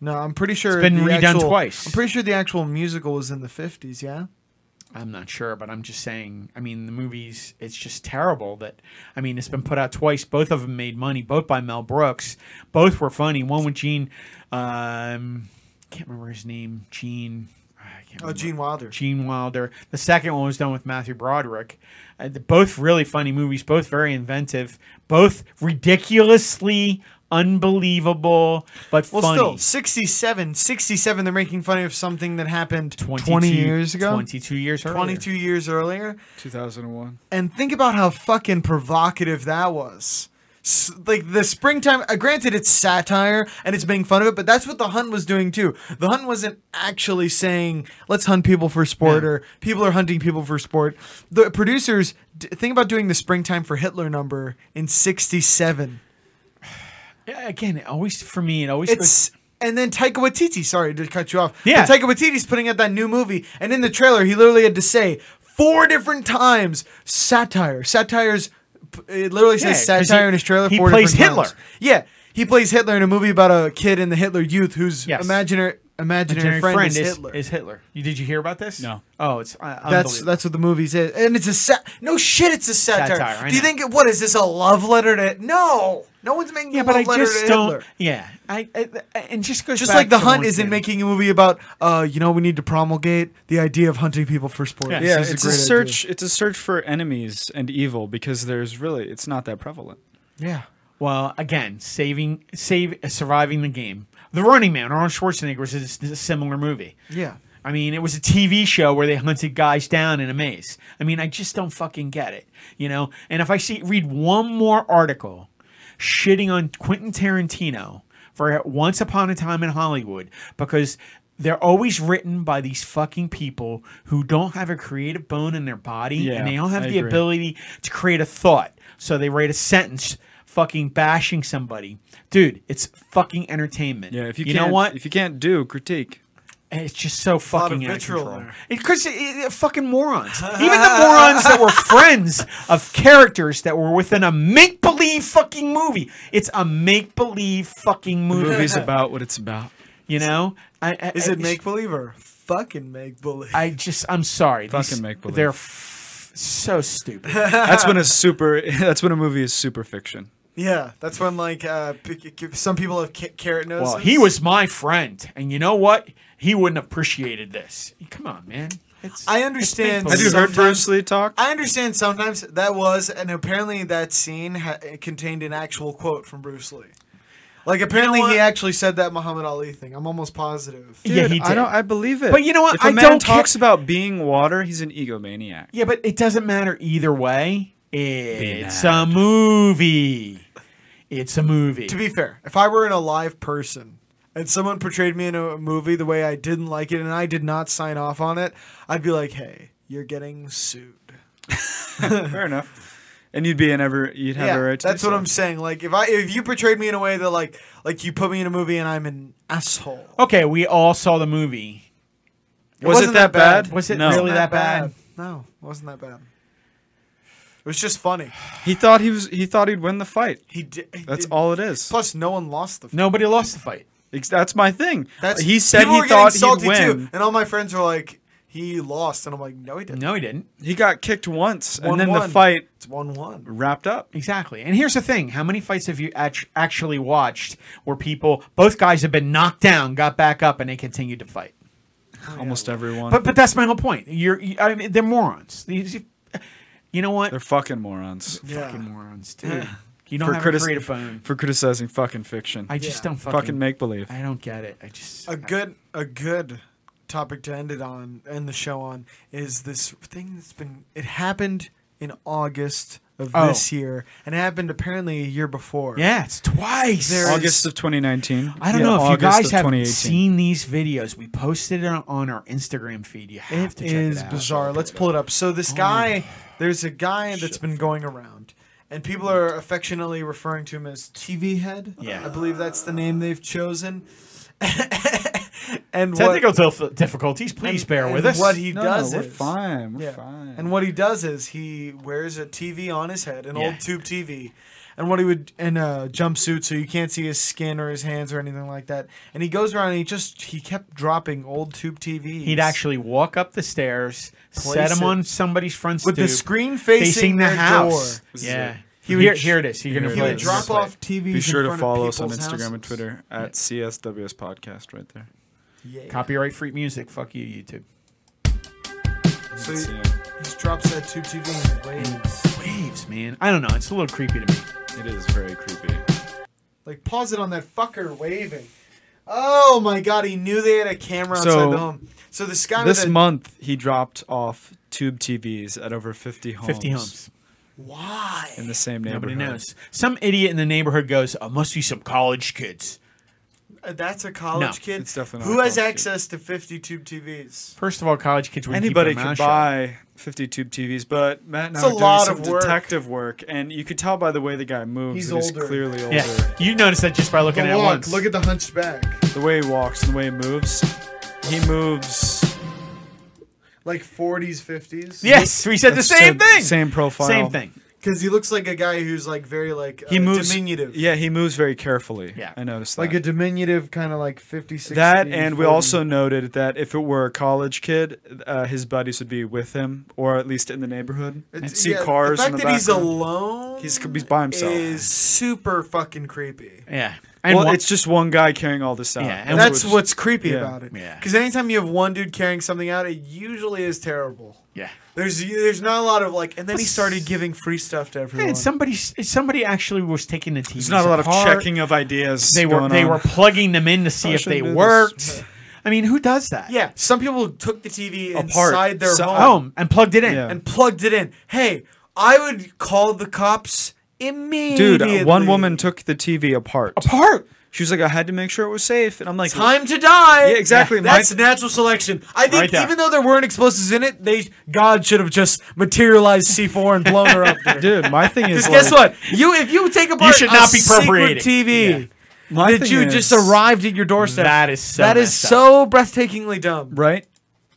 Speaker 2: No, I'm pretty sure
Speaker 4: been
Speaker 2: the
Speaker 4: redone
Speaker 2: actual-
Speaker 4: twice.
Speaker 2: I'm pretty sure the actual musical was in the 50s, yeah?
Speaker 4: i'm not sure but i'm just saying i mean the movies it's just terrible that i mean it's been put out twice both of them made money both by mel brooks both were funny one with gene um can't remember his name gene I can't
Speaker 2: Oh,
Speaker 4: remember.
Speaker 2: Gene Wilder.
Speaker 4: Gene Wilder. The second one was done with Matthew Broderick. Uh, the- both really funny movies, both very inventive, both ridiculously unbelievable, but
Speaker 2: Well,
Speaker 4: funny.
Speaker 2: still, 67. 67, they're making fun of something that happened
Speaker 4: 22
Speaker 2: 20 years ago.
Speaker 4: 22 years earlier.
Speaker 2: 22 years earlier.
Speaker 3: 2001.
Speaker 2: and think about how fucking provocative that was. S- like the springtime, uh, granted, it's satire and it's making fun of it, but that's what the hunt was doing too. The hunt wasn't actually saying, let's hunt people for sport or people are hunting people for sport. The producers, d- think about doing the springtime for Hitler number in 67.
Speaker 4: Yeah, Again, it always, for me, it always goes-
Speaker 2: It's. And then Taika Waititi, sorry to cut you off.
Speaker 4: Yeah.
Speaker 2: But Taika Waititi's putting out that new movie, and in the trailer, he literally had to say four different times satire. Satire's. It literally says
Speaker 4: Yeah, 'cause
Speaker 2: satire
Speaker 4: he-
Speaker 2: in his trailer.
Speaker 4: he
Speaker 2: four
Speaker 4: plays
Speaker 2: different
Speaker 4: Hitler.
Speaker 2: times. Yeah, he plays Hitler in a movie about a kid in the Hitler Youth who's
Speaker 4: Yes.
Speaker 2: imaginary imaginary,
Speaker 4: imaginary friend,
Speaker 2: is,
Speaker 4: is,
Speaker 2: Hitler.
Speaker 4: is Hitler. You, did you hear about this?
Speaker 3: No.
Speaker 4: Oh, it's uh,
Speaker 2: that's
Speaker 4: unbelievable.
Speaker 2: that's what the movie's is, and it's a sat. No shit, it's a satire.
Speaker 4: Satire, I
Speaker 2: Do you
Speaker 4: know.
Speaker 2: think it- what is this a love letter to? No, no one's making
Speaker 4: yeah,
Speaker 2: a
Speaker 4: but
Speaker 2: love
Speaker 4: I
Speaker 2: letter
Speaker 4: just
Speaker 2: to
Speaker 4: don't.
Speaker 2: Hitler.
Speaker 4: Yeah, I, I I- and just goes
Speaker 2: Just
Speaker 4: back
Speaker 2: like the
Speaker 4: to
Speaker 2: hunt
Speaker 4: once
Speaker 2: isn't
Speaker 4: again.
Speaker 2: making a movie about, uh, you know, we need to promulgate the idea of hunting people for sport.
Speaker 4: Yeah.
Speaker 2: This
Speaker 3: Yeah,
Speaker 2: is
Speaker 3: it's a,
Speaker 2: great
Speaker 3: search. It's a search for enemies and evil because there's really it's not that prevalent.
Speaker 2: idea. Yeah,
Speaker 4: Well, again, saving, save, uh, surviving the game. The Running Man, Arnold Schwarzenegger was a, is a similar movie.
Speaker 2: yeah.
Speaker 4: I mean, it was a TV show where they hunted guys down in a maze. I mean, I just don't fucking get it, you know. And if I see read one more article shitting on Quentin Tarantino for Once Upon a Time in Hollywood because they're always written by these fucking people who don't have a creative bone in their body
Speaker 3: Yeah,
Speaker 4: and they don't have
Speaker 3: I
Speaker 4: the
Speaker 3: agree.
Speaker 4: ability to create a thought. So they write a sentence fucking bashing somebody. Dude, it's fucking entertainment.
Speaker 3: Yeah, if you,
Speaker 4: you
Speaker 3: can't,
Speaker 4: know what?
Speaker 3: if you can't do critique,
Speaker 4: And it's just so
Speaker 2: lot
Speaker 4: fucking
Speaker 2: of
Speaker 4: out of
Speaker 2: vitriol
Speaker 4: control.
Speaker 2: there.
Speaker 4: Because
Speaker 3: *laughs*
Speaker 4: fucking morons. Even the morons that were friends of characters that were within a make believe fucking movie. It's a make believe fucking
Speaker 3: the
Speaker 4: movie.
Speaker 2: *laughs*
Speaker 3: movie's about what it's about.
Speaker 4: You know, I, I,
Speaker 2: Is
Speaker 4: I-
Speaker 2: it make believe or fucking make believe?
Speaker 4: I just, I'm sorry.
Speaker 3: Fucking
Speaker 4: These-
Speaker 3: make-believe.
Speaker 4: They're f- so stupid.
Speaker 3: That's when a super. *laughs* That's when a movie is super fiction.
Speaker 2: Yeah, that's when like uh, p- c- some people have ca- carrot noses.
Speaker 4: well, he was my friend, and you know what? He wouldn't appreciated this. Come on, man. It's,
Speaker 2: I understand.
Speaker 4: Have
Speaker 3: Have
Speaker 4: you
Speaker 3: you
Speaker 2: sometimes-
Speaker 3: heard Bruce Lee talk?
Speaker 2: I understand. Sometimes that was, and apparently that scene ha- it contained an actual quote from Bruce Lee. Like apparently he
Speaker 4: what?
Speaker 2: actually said that Muhammad Ali thing. I'm almost positive.
Speaker 4: Yeah, he
Speaker 3: I,
Speaker 4: did.
Speaker 3: don't, I believe it.
Speaker 4: But you know what?
Speaker 3: If a
Speaker 4: I
Speaker 3: man
Speaker 4: don't care-
Speaker 3: talks about being water, he's an *laughs* egomaniac.
Speaker 4: yeah, but it doesn't matter either way. It's a movie. It's a movie.
Speaker 2: To be fair, if I were an alive person and someone portrayed me in a movie the way I didn't like it and I did not sign off on it, I'd be like, "Hey, you're getting sued."
Speaker 3: Fair enough. And you'd be in every. You'd have
Speaker 2: yeah,
Speaker 3: a right. To
Speaker 2: that's
Speaker 3: do
Speaker 2: what
Speaker 3: so.
Speaker 2: I'm saying. Like if I if you portrayed me in a way that like like you put me in a movie and I'm an asshole.
Speaker 4: okay, we all saw the movie.
Speaker 3: Was it
Speaker 2: wasn't that
Speaker 3: that bad?
Speaker 2: bad.
Speaker 4: Was it
Speaker 3: no.
Speaker 4: really
Speaker 2: Not
Speaker 4: that bad?
Speaker 2: No, it wasn't that bad. It was just funny.
Speaker 3: He thought he was. He thought he'd win the fight.
Speaker 2: He did. he
Speaker 3: That's
Speaker 2: did-
Speaker 3: all it is.
Speaker 2: Plus, no one lost the. Fight.
Speaker 4: Nobody lost the fight.
Speaker 3: Ex- That's my thing.
Speaker 2: That's
Speaker 3: he said
Speaker 2: people were
Speaker 3: he
Speaker 2: getting
Speaker 3: thought
Speaker 2: salty
Speaker 3: he'd win.
Speaker 2: and all my friends were like, "He lost," and I'm like, "No, he didn't."
Speaker 4: No, he didn't.
Speaker 3: He got kicked once,
Speaker 2: One
Speaker 3: and then
Speaker 2: one.
Speaker 3: the fight
Speaker 2: It's one one.
Speaker 3: wrapped up.
Speaker 4: Exactly. And here's the thing how many fights have you act- actually watched where people, both guys have been knocked down, got back up, and they continued to fight?
Speaker 3: Almost everyone.
Speaker 4: But but that's my whole point. You're, you, I mean, they're morons. These- You know what?
Speaker 3: They're fucking morons.
Speaker 2: Yeah.
Speaker 4: fucking *laughs* morons, dude. You don't
Speaker 3: For
Speaker 4: have
Speaker 3: critis-
Speaker 4: a creative bone.
Speaker 3: For criticizing fucking fiction.
Speaker 4: I just
Speaker 2: Yeah.
Speaker 4: don't
Speaker 3: fucking,
Speaker 4: fucking,
Speaker 3: make believe.
Speaker 4: I don't get it. I just
Speaker 2: A good a good topic to end it on, end the show on, is this thing that's been. It happened in August of
Speaker 4: Oh.
Speaker 2: this year, and it happened apparently a year before.
Speaker 4: yeah, it's twice.
Speaker 2: There is-
Speaker 3: August of 2019.
Speaker 4: I don't
Speaker 3: Yeah,
Speaker 4: know if
Speaker 3: August
Speaker 4: you
Speaker 3: of
Speaker 4: guys have
Speaker 3: 2018.
Speaker 4: seen these videos. We posted it on, on our Instagram feed. You have
Speaker 2: It
Speaker 4: to check
Speaker 2: is
Speaker 4: it Oh. out.
Speaker 2: bizarre. Let's pull it up. So this guy, there's a guy that's been going around, and people are affectionately referring to him as TV Head.
Speaker 4: Yeah.
Speaker 2: I believe that's the name they've chosen. *laughs* and what,
Speaker 4: Technical dif- difficulties. Please
Speaker 2: and-
Speaker 4: bear
Speaker 2: and
Speaker 4: with us.
Speaker 2: What he
Speaker 3: No, no,
Speaker 2: does
Speaker 3: we're
Speaker 2: is
Speaker 3: fine. We're
Speaker 2: yeah.
Speaker 3: fine.
Speaker 2: And what he does is he wears a TV on his head, an
Speaker 4: Yeah.
Speaker 2: old tube TV. And what he would in a jumpsuit, so you can't see his skin or his hands or anything like that. And he goes around and he just he kept dropping old tube TVs.
Speaker 4: He'd actually walk up the stairs, set
Speaker 2: Place
Speaker 4: him
Speaker 2: it.
Speaker 4: on somebody's front
Speaker 2: with the
Speaker 4: stoop,
Speaker 2: screen facing,
Speaker 4: facing the
Speaker 2: their
Speaker 4: house.
Speaker 2: Door.
Speaker 3: This is
Speaker 4: Yeah.
Speaker 3: it.
Speaker 4: He
Speaker 2: would
Speaker 4: here,
Speaker 2: j-
Speaker 4: here it is. You're gonna
Speaker 3: Here
Speaker 2: He
Speaker 3: it
Speaker 4: play.
Speaker 2: would
Speaker 4: it.
Speaker 3: is.
Speaker 4: You're gonna
Speaker 2: drop
Speaker 4: play it.
Speaker 2: off TVs.
Speaker 3: Be sure
Speaker 2: in
Speaker 3: to
Speaker 2: front
Speaker 3: follow
Speaker 2: of
Speaker 3: us on
Speaker 2: people's
Speaker 3: Instagram and
Speaker 2: houses.
Speaker 3: Twitter at CSWS Podcast right there.
Speaker 2: Yeah.
Speaker 4: Copyright free music. Fuck you, YouTube.
Speaker 2: So
Speaker 3: Let's
Speaker 2: he
Speaker 3: see it.
Speaker 2: just drops that tube TV and waves.
Speaker 4: Waves, man. I don't know. It's a little creepy to me.
Speaker 3: It is very creepy.
Speaker 2: Like pause it on that fucker waving. Oh my god, he knew they had a camera outside
Speaker 3: So,
Speaker 2: the home. So this guy
Speaker 3: This
Speaker 2: with a,
Speaker 3: month, he dropped off tube TVs at over 50 homes.
Speaker 4: 50 homes.
Speaker 2: why?
Speaker 3: In the same neighborhood.
Speaker 4: Nobody knows. Some idiot in the neighborhood goes, oh, must be some college kids.
Speaker 2: Uh, That's a college
Speaker 4: No,
Speaker 2: kid
Speaker 3: it's definitely
Speaker 2: who
Speaker 3: not a
Speaker 2: has
Speaker 3: college kid.
Speaker 2: access to 50 tube TVs.
Speaker 4: First of all, college kids wouldn't
Speaker 3: Anybody
Speaker 4: keep their
Speaker 3: could
Speaker 4: mouth shut.
Speaker 3: buy 50 tube TVs, but Matt and
Speaker 2: It's
Speaker 3: I
Speaker 2: a
Speaker 3: were doing
Speaker 2: lot
Speaker 3: some
Speaker 2: of work.
Speaker 3: detective work, and you could tell by the way the guy moves.
Speaker 2: He's
Speaker 3: that he's
Speaker 2: older.
Speaker 3: clearly older.
Speaker 4: Yeah, you notice that just by looking
Speaker 2: The
Speaker 4: at it
Speaker 2: walk,
Speaker 4: once.
Speaker 2: look at the hunchback.
Speaker 3: The way he walks and the way he moves, he *laughs* moves.
Speaker 2: Like 40s, 50s.
Speaker 4: *laughs* yes, we said the
Speaker 3: That's
Speaker 4: same thing.
Speaker 3: Same profile.
Speaker 4: Same thing.
Speaker 2: Because he looks like a guy who's like very like uh,
Speaker 3: He moves.
Speaker 2: diminutive.
Speaker 3: Yeah, he moves very carefully.
Speaker 4: Yeah.
Speaker 3: I noticed that.
Speaker 2: Like a diminutive kind of like 50, 60.
Speaker 3: that and
Speaker 2: 40.
Speaker 3: we also noted that if it were a college kid, uh, his buddies would be with him, or at least in the neighborhood.
Speaker 2: It's-
Speaker 3: You'd see
Speaker 2: yeah,
Speaker 3: cars.
Speaker 2: The fact
Speaker 3: in the
Speaker 2: that he's
Speaker 3: background.
Speaker 2: alone.
Speaker 3: He's- he's by himself.
Speaker 2: Is super fucking creepy.
Speaker 4: Yeah. And
Speaker 3: well,
Speaker 4: one-
Speaker 3: it's just one guy carrying all this out.
Speaker 4: Yeah, and
Speaker 3: and
Speaker 2: That's
Speaker 3: which-
Speaker 2: what's creepy
Speaker 3: yeah.
Speaker 2: about it.
Speaker 4: Yeah.
Speaker 2: Because anytime you have one dude carrying something out, it usually is terrible.
Speaker 4: yeah.
Speaker 2: There's there's not a lot of like, and then he started giving free stuff to everyone.
Speaker 4: And somebody, somebody actually was taking the TV.
Speaker 3: There's not a lot of checking of ideas.
Speaker 4: They were
Speaker 3: going
Speaker 4: they
Speaker 3: on.
Speaker 4: were plugging them in to see
Speaker 3: I
Speaker 4: if they
Speaker 3: shouldn't do this.
Speaker 4: worked. I mean, who does that?
Speaker 2: yeah, some people took the TV
Speaker 3: Apart.
Speaker 2: inside their
Speaker 3: So- Oh,
Speaker 4: oh,
Speaker 2: home
Speaker 4: Home and plugged it in.
Speaker 3: Yeah.
Speaker 2: and plugged it in. Hey, I would call the cops Immediately.
Speaker 3: Dude, uh, one woman took the TV apart.
Speaker 4: Part.
Speaker 3: She was like, I had to make sure it was safe, and I'm like,
Speaker 2: Time to die.
Speaker 3: Yeah, exactly. My-
Speaker 2: That's natural selection. I think
Speaker 3: Right there.
Speaker 2: even though there weren't explosives in it, they God should have just materialized C4 and blown her up. There.
Speaker 3: *laughs* dude, my
Speaker 2: *laughs*
Speaker 3: thing is,
Speaker 2: Because guess
Speaker 3: like-
Speaker 2: what? You if you take apart
Speaker 4: should
Speaker 2: a
Speaker 4: not be
Speaker 2: secret
Speaker 4: appropriating.
Speaker 2: TV
Speaker 3: My
Speaker 2: that
Speaker 3: thing
Speaker 2: you
Speaker 3: is-
Speaker 2: just arrived at your doorstep.
Speaker 4: That is so
Speaker 2: that is
Speaker 4: messed up.
Speaker 2: so breathtakingly dumb.
Speaker 3: right?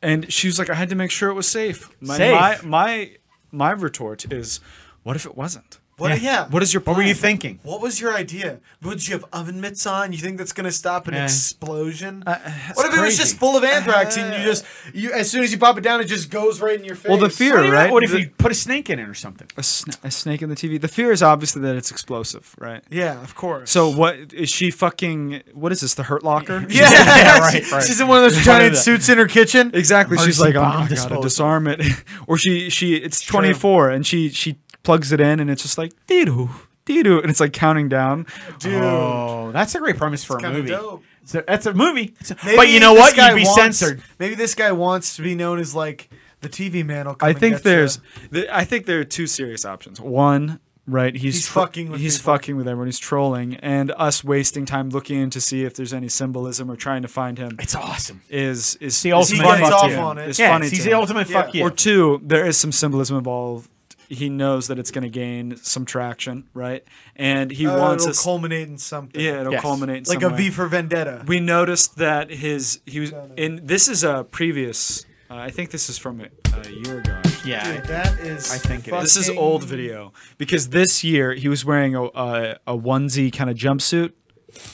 Speaker 3: And she was like, I had to make sure it was safe. My,
Speaker 4: Safe.
Speaker 3: My my my retort is, what if it wasn't?
Speaker 2: What? Yeah.
Speaker 3: What is your plan?
Speaker 4: What were you thinking?
Speaker 2: What was your idea? Would you have oven mitts on? You think that's gonna stop an
Speaker 4: Eh.
Speaker 2: explosion? what if it was
Speaker 4: crazy.
Speaker 2: just full of anthrax and you just you as soon as you pop it down, it just goes right in your face?
Speaker 3: Well, the
Speaker 4: What do
Speaker 3: fear,
Speaker 4: you-
Speaker 3: right?
Speaker 4: What if
Speaker 3: The-
Speaker 4: you put a snake in it or something?
Speaker 3: a, sn- a snake in the TV? The fear is obviously that it's explosive, right?
Speaker 2: Yeah, of course.
Speaker 3: So what is she fucking? What is this? The Hurt
Speaker 4: *laughs*
Speaker 3: Locker?
Speaker 2: *laughs*
Speaker 3: *laughs*
Speaker 2: yeah,
Speaker 4: Yeah, right, right.
Speaker 2: She's in one of those
Speaker 4: one of
Speaker 2: giant
Speaker 4: the-
Speaker 2: suits in her kitchen.
Speaker 3: Exactly. She's like,
Speaker 4: Emergency
Speaker 3: oh,
Speaker 4: bomb
Speaker 3: I gotta
Speaker 4: disposal.
Speaker 3: disarm it, *laughs* or she she it's 24 and she she plugs it in and it's just like doo doo and it's like counting down.
Speaker 2: Dude.
Speaker 4: Oh, that's a great premise for a
Speaker 2: kinda
Speaker 4: movie.
Speaker 2: dope.
Speaker 4: So that's a movie. It's a-
Speaker 2: Maybe
Speaker 4: but you know
Speaker 2: this
Speaker 4: what?
Speaker 2: guy
Speaker 4: You'd be
Speaker 2: wants-
Speaker 4: censored.
Speaker 2: Maybe this guy wants to be known as like the TV man. Will come
Speaker 3: I
Speaker 2: and
Speaker 3: think
Speaker 2: get ya.
Speaker 3: there's th- I think there are two serious options. One, right? He's,
Speaker 2: He's
Speaker 3: tro-
Speaker 2: fucking with
Speaker 3: he's
Speaker 2: people.
Speaker 3: fucking with everyone. He's trolling, and us wasting time looking in to see if there's any symbolism or trying to find him
Speaker 4: It's awesome.
Speaker 3: is is
Speaker 4: the
Speaker 3: is
Speaker 4: ultimate
Speaker 3: funny
Speaker 4: fuck
Speaker 3: to
Speaker 4: you.
Speaker 3: him.
Speaker 2: on it.
Speaker 3: Is
Speaker 4: Yeah,
Speaker 3: funny
Speaker 4: he's
Speaker 3: to
Speaker 4: the
Speaker 3: him.
Speaker 4: ultimate fuck you.
Speaker 3: Or two, there is some symbolism involved. He knows that it's going to gain some traction, right? And he
Speaker 2: Uh,
Speaker 3: wants
Speaker 2: it'll
Speaker 3: us.
Speaker 2: culminate in something.
Speaker 3: yeah, it'll
Speaker 4: Yes.
Speaker 3: culminate in
Speaker 2: like
Speaker 3: some
Speaker 2: a
Speaker 3: way.
Speaker 2: V for Vendetta.
Speaker 3: We noticed that his he was in. This is a previous. Uh, I think this is from a, a year ago. actually.
Speaker 4: yeah.
Speaker 2: Dude, that is.
Speaker 4: I think it
Speaker 3: This is
Speaker 2: fucking-
Speaker 3: old video because this year he was wearing a a, a onesie kind of jumpsuit.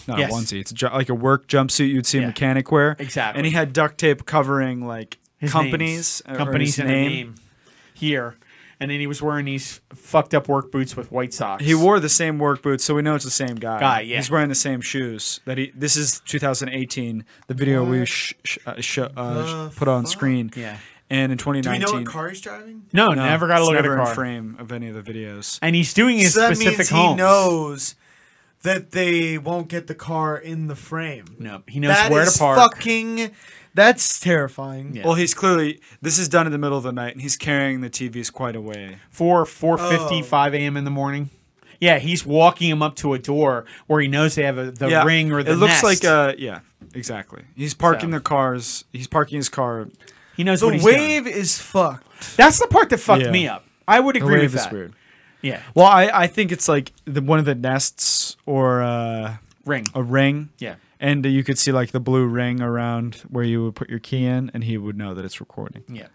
Speaker 3: Not
Speaker 4: Yes.
Speaker 3: a onesie. It's a, ju- like a work jumpsuit you'd see a
Speaker 4: Yeah.
Speaker 3: mechanic wear.
Speaker 4: Exactly.
Speaker 3: And he had duct tape covering like
Speaker 4: His
Speaker 3: companies, or- or
Speaker 4: names. companies
Speaker 3: his
Speaker 4: and name. name here, and then he was wearing these fucked up work boots with white socks.
Speaker 3: He wore the same work boots, so we know it's the same guy.
Speaker 4: Guy, yeah.
Speaker 3: He's wearing the same shoes. That he. This is 2018. The video we sh- sh- uh, sh- uh,
Speaker 2: The
Speaker 3: sh- put on screen.
Speaker 4: Yeah.
Speaker 3: And in
Speaker 2: Do we
Speaker 3: 2019.
Speaker 2: know what car he's driving?
Speaker 4: no,
Speaker 3: No,
Speaker 4: Oh, never got a
Speaker 3: it's
Speaker 4: look at
Speaker 3: never
Speaker 4: a
Speaker 3: in
Speaker 4: car.
Speaker 3: frame of any of the videos.
Speaker 4: And he's doing his
Speaker 2: So that
Speaker 4: specific
Speaker 2: means
Speaker 4: home.
Speaker 2: he knows that they won't get the car in the frame.
Speaker 4: No, he knows
Speaker 2: That
Speaker 4: where
Speaker 2: is
Speaker 4: to park.
Speaker 2: fucking. That's terrifying.
Speaker 4: Yeah.
Speaker 3: Well, he's clearly this is done in the middle of the night, and he's carrying the TVs quite away.
Speaker 4: four four fifty
Speaker 2: Oh.
Speaker 4: five a.m. in the morning. Yeah, he's walking him up to a door where he knows they have a, the ring or the.
Speaker 3: it looks
Speaker 4: nest.
Speaker 3: like uh yeah exactly. He's parking
Speaker 4: So.
Speaker 3: the cars. He's parking his car.
Speaker 4: he knows what
Speaker 2: The
Speaker 4: he's doing.
Speaker 2: wave is fucked.
Speaker 4: That's the part that fucked
Speaker 3: Yeah.
Speaker 4: me up. I would
Speaker 3: The
Speaker 4: agree
Speaker 3: wave
Speaker 4: with
Speaker 3: is
Speaker 4: that.
Speaker 3: weird.
Speaker 4: Yeah,
Speaker 3: Well, I, I think it's like the one of the nests or uh,
Speaker 4: ring.
Speaker 3: a ring.
Speaker 4: Yeah.
Speaker 3: And uh, you could see like the blue ring around where you would put your key in, and he would know that it's recording
Speaker 4: Yeah.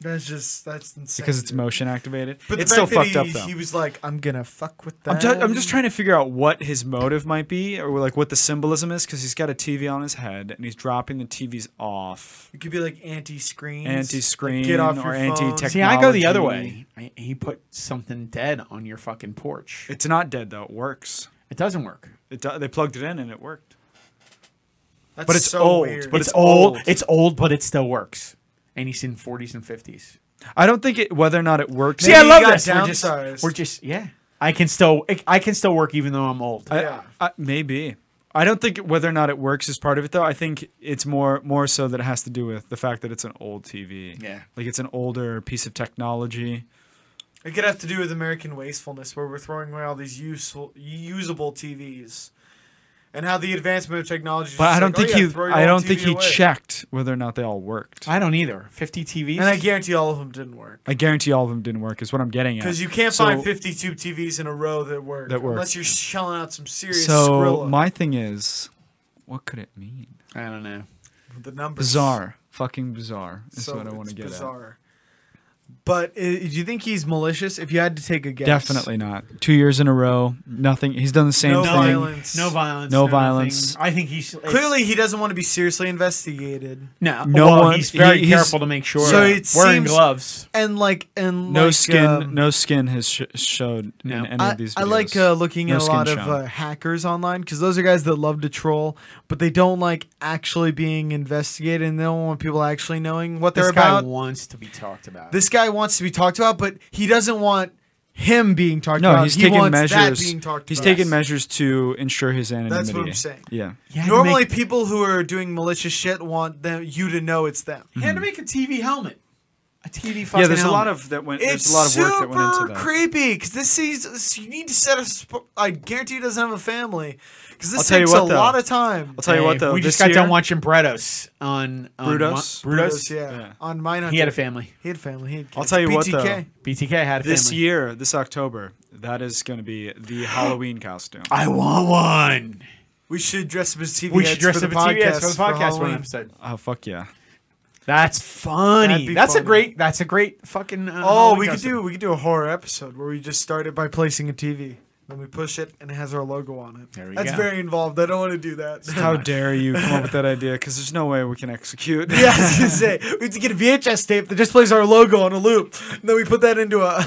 Speaker 2: That's just that's insane.
Speaker 3: because it's motion activated.
Speaker 2: But the
Speaker 3: it's still
Speaker 2: fact that
Speaker 3: fucked up
Speaker 2: he,
Speaker 3: though.
Speaker 2: He was like, "I'm gonna fuck with that."
Speaker 3: I'm, ju- I'm
Speaker 2: Um,
Speaker 3: just trying to figure out what his motive might be, or like what the symbolism is, because he's got a TV on his head and he's dropping the TVs off.
Speaker 2: It could be like anti-screen,
Speaker 3: Anti-screen
Speaker 2: get off your
Speaker 3: or
Speaker 2: phone.
Speaker 3: anti-tech-
Speaker 4: See, I go the other
Speaker 3: Technology.
Speaker 4: way. I, he put something dead on your fucking porch.
Speaker 3: It's not dead though; it works.
Speaker 4: It doesn't work.
Speaker 3: It do- they plugged it in and it worked.
Speaker 2: That's
Speaker 3: But it's
Speaker 2: so
Speaker 3: old,
Speaker 2: Weird.
Speaker 3: but
Speaker 4: it's
Speaker 3: it's
Speaker 4: old.
Speaker 3: old.
Speaker 4: It's old, but it still works. And he's in 40s and 50s.
Speaker 3: I don't think it whether or not it works.
Speaker 4: See,
Speaker 2: Maybe
Speaker 4: I
Speaker 2: he
Speaker 4: love
Speaker 2: got
Speaker 4: this. We're just,
Speaker 2: downsized.
Speaker 4: we're just, yeah. I can still, I can still work even though I'm old.
Speaker 3: I-
Speaker 2: yeah.
Speaker 3: I- maybe. I don't think whether or not it works is part of it though. I think it's more more so that it has to do with the fact that it's an old TV.
Speaker 4: Yeah.
Speaker 3: like it's an older piece of technology.
Speaker 2: It could have to do with American wastefulness, where we're throwing away all these useful, usable TVs, and how the advancement of technology. is
Speaker 3: But
Speaker 2: just
Speaker 3: I don't
Speaker 2: like, oh,
Speaker 3: think
Speaker 2: yeah,
Speaker 3: he
Speaker 2: throw your
Speaker 3: I
Speaker 2: old
Speaker 3: don't think
Speaker 2: TV
Speaker 3: he
Speaker 2: away.
Speaker 3: checked whether or not they all worked. I,
Speaker 4: I don't either. 50 TVs.
Speaker 2: And I guarantee all of them didn't work
Speaker 3: guarantee all of them didn't work. Is what I'm getting at.
Speaker 2: because you can't
Speaker 3: So-
Speaker 2: find 52 TVs in a row that work.
Speaker 3: That work.
Speaker 2: Unless you're shelling out some serious.
Speaker 3: So
Speaker 2: Skrilla.
Speaker 3: my thing is, what could it mean?
Speaker 4: I don't know.
Speaker 2: the numbers
Speaker 3: Bizarre, fucking bizarre is
Speaker 2: So
Speaker 3: what I want
Speaker 2: it's
Speaker 3: to get at.
Speaker 2: bizarre. But uh, do you think he's malicious? If you had to take a guess,
Speaker 3: Definitely not. Two years in a row, nothing. He's done the same
Speaker 2: No
Speaker 3: thing.
Speaker 2: violence.
Speaker 4: No violence.
Speaker 3: No
Speaker 4: nothing.
Speaker 3: violence.
Speaker 4: I think he's it's-
Speaker 2: Clearly, he doesn't want to be seriously investigated.
Speaker 4: no.
Speaker 3: no
Speaker 4: well,
Speaker 3: one-
Speaker 4: He's very
Speaker 3: he- he's-
Speaker 4: careful to make sure.
Speaker 2: So it
Speaker 4: wearing
Speaker 2: seems-
Speaker 4: gloves.
Speaker 2: and like and
Speaker 3: No
Speaker 2: like,
Speaker 3: skin.
Speaker 2: um,
Speaker 3: no skin has sh- showed
Speaker 4: No.
Speaker 3: in any
Speaker 2: I,
Speaker 3: of these.
Speaker 2: I like
Speaker 3: videos.
Speaker 2: uh, looking
Speaker 3: No
Speaker 2: at a
Speaker 3: skin
Speaker 2: lot of
Speaker 3: shown.
Speaker 2: uh, hackers online because those are guys that love to troll, but they don't like actually being investigated and they don't want people actually knowing what
Speaker 4: This
Speaker 2: they're
Speaker 4: guy
Speaker 2: about.
Speaker 4: wants to be talked about.
Speaker 2: this guy wants to be talked about, but he doesn't want him being talked
Speaker 3: no,
Speaker 2: about.
Speaker 3: he's
Speaker 2: he
Speaker 3: taking
Speaker 2: wants that
Speaker 3: measures.
Speaker 2: being talked
Speaker 3: He's
Speaker 2: about.
Speaker 3: taking measures to ensure his anonymity.
Speaker 2: what I'm saying.
Speaker 3: Yeah.
Speaker 4: He had to
Speaker 2: Normally,
Speaker 4: make-
Speaker 3: Mm-hmm.
Speaker 2: people who are doing malicious shit want them you to know it's them.
Speaker 4: he had to make a TV helmet. A TV fucking
Speaker 3: Yeah, there's a lot
Speaker 4: element.
Speaker 3: of that went.
Speaker 2: It's
Speaker 3: There's a lot of
Speaker 2: super
Speaker 3: work that went into that.
Speaker 2: creepy because this sees you need to set a. Sp- I guarantee he doesn't have a family because this
Speaker 3: I'll tell you
Speaker 2: takes
Speaker 3: what,
Speaker 2: a
Speaker 3: though.
Speaker 2: lot of time.
Speaker 3: I'll tell you what
Speaker 4: Hey,
Speaker 3: though,
Speaker 4: we just
Speaker 3: this
Speaker 4: got done
Speaker 3: year-
Speaker 4: watching Brutus on, on
Speaker 3: Brutus?
Speaker 4: Mon- Brutus.
Speaker 2: yeah.
Speaker 3: Yeah.
Speaker 2: On Mindhunter.
Speaker 4: He had a family.
Speaker 2: He had family. He had kids.
Speaker 3: I'll tell you what, though.
Speaker 2: BTK.
Speaker 4: BTK had a
Speaker 3: This
Speaker 4: family.
Speaker 3: year, this October, that is going to be
Speaker 2: *gasps*
Speaker 3: the Halloween costume.
Speaker 4: I want one.
Speaker 2: We should dress up as TV.
Speaker 4: We
Speaker 2: heads
Speaker 4: should dress
Speaker 2: for
Speaker 4: up
Speaker 2: the
Speaker 4: as TV
Speaker 2: podcast
Speaker 4: ads for the
Speaker 2: for
Speaker 4: podcast one
Speaker 2: Halloween.
Speaker 4: episode.
Speaker 3: Oh fuck yeah!
Speaker 4: That's
Speaker 2: That'd
Speaker 4: funny.
Speaker 2: be
Speaker 4: That's a
Speaker 2: funny.
Speaker 4: great. That's a great fucking. Uh,
Speaker 2: Oh, we could
Speaker 4: costume.
Speaker 2: do we could do a horror episode where we just started by placing a TV, then we push it and it has our logo on it.
Speaker 4: There we
Speaker 2: That's
Speaker 4: go.
Speaker 2: very involved. I don't want to do that.
Speaker 3: How dare you come up with that idea? Because there's no way we can
Speaker 2: *laughs*
Speaker 3: execute.
Speaker 2: yeah, I was gonna say we have to get a VHS tape that just plays our logo on a loop, and then we put that into a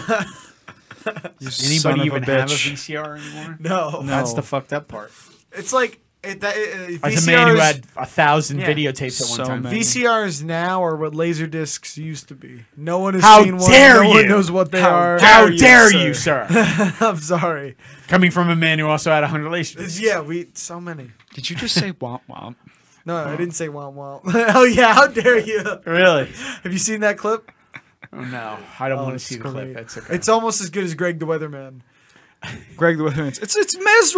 Speaker 2: *laughs*
Speaker 3: You son
Speaker 4: Anybody
Speaker 3: of
Speaker 4: even
Speaker 3: a
Speaker 4: have a
Speaker 3: bitch.
Speaker 4: VCR anymore?
Speaker 2: no.
Speaker 4: That's
Speaker 3: No.
Speaker 4: the fucked up part.
Speaker 2: It's like it, that, it,
Speaker 4: As a man who
Speaker 2: VCRs
Speaker 4: had a thousand
Speaker 2: Yeah.
Speaker 4: videotapes at one
Speaker 3: So
Speaker 4: time.
Speaker 3: many.
Speaker 2: VCRs now are what laser discs used to be. No one has
Speaker 4: How
Speaker 2: seen one.
Speaker 4: dare
Speaker 2: no one
Speaker 4: you!
Speaker 2: knows what they
Speaker 3: How
Speaker 2: are.
Speaker 4: How
Speaker 3: Dare you,
Speaker 4: dare
Speaker 3: sir.
Speaker 4: you, sir?
Speaker 2: *laughs* I'm sorry.
Speaker 4: *laughs* Coming from a man who also had a hundred relationships.
Speaker 2: Yeah, we so many.
Speaker 3: Did you just say womp womp?
Speaker 2: No, I didn't say womp womp. *laughs* oh yeah, how dare you?
Speaker 4: *laughs* Really?
Speaker 2: Have you seen that clip?
Speaker 4: Oh, no, I don't
Speaker 2: Oh,
Speaker 4: want to
Speaker 2: it's
Speaker 4: see the
Speaker 2: great.
Speaker 4: clip. That's okay.
Speaker 2: It's almost as good as Greg the Weatherman.
Speaker 3: Greg the Weatherman's. It's it's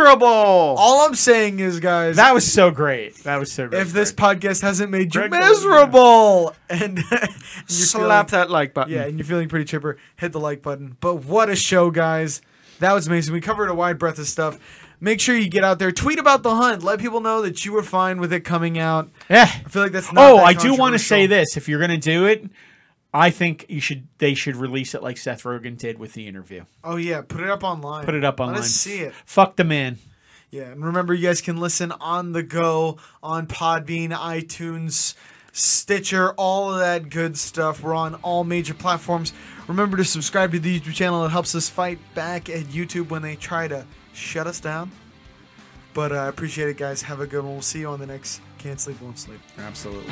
Speaker 3: miserable.
Speaker 2: All I'm saying is, guys,
Speaker 4: that was so great. That was so great.
Speaker 2: if this
Speaker 4: Greg.
Speaker 2: podcast hasn't made
Speaker 4: Greg the
Speaker 2: you
Speaker 4: Weatherman.
Speaker 2: miserable and, *laughs* and you're
Speaker 3: Slap
Speaker 2: feeling,
Speaker 3: that like button.
Speaker 2: yeah, and you're feeling pretty chipper, hit the like button. But what a show, guys! That was amazing. We covered a wide breadth of stuff. Make sure you get out there, tweet about the hunt, let people know that you were fine with it coming out.
Speaker 4: yeah.
Speaker 2: I feel like that's not
Speaker 4: Oh,
Speaker 2: that
Speaker 4: I do want to say
Speaker 2: controversial.
Speaker 4: this. If you're gonna do it, I think you should. They should release it like Seth Rogen did with the interview.
Speaker 2: Oh yeah, put it up online.
Speaker 4: Put it up online.
Speaker 2: Let us see it.
Speaker 4: Fuck the man.
Speaker 2: Yeah, and remember, you guys can listen on the go on Podbean, iTunes, Stitcher, all of that good stuff. We're on all major platforms. Remember to subscribe to the YouTube channel. It helps us fight back at YouTube when they try to shut us down. But I uh, appreciate it, guys. Have a good one. We'll see you on the next Can't Sleep, Won't Sleep.
Speaker 4: Absolutely.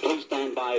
Speaker 6: Please stand by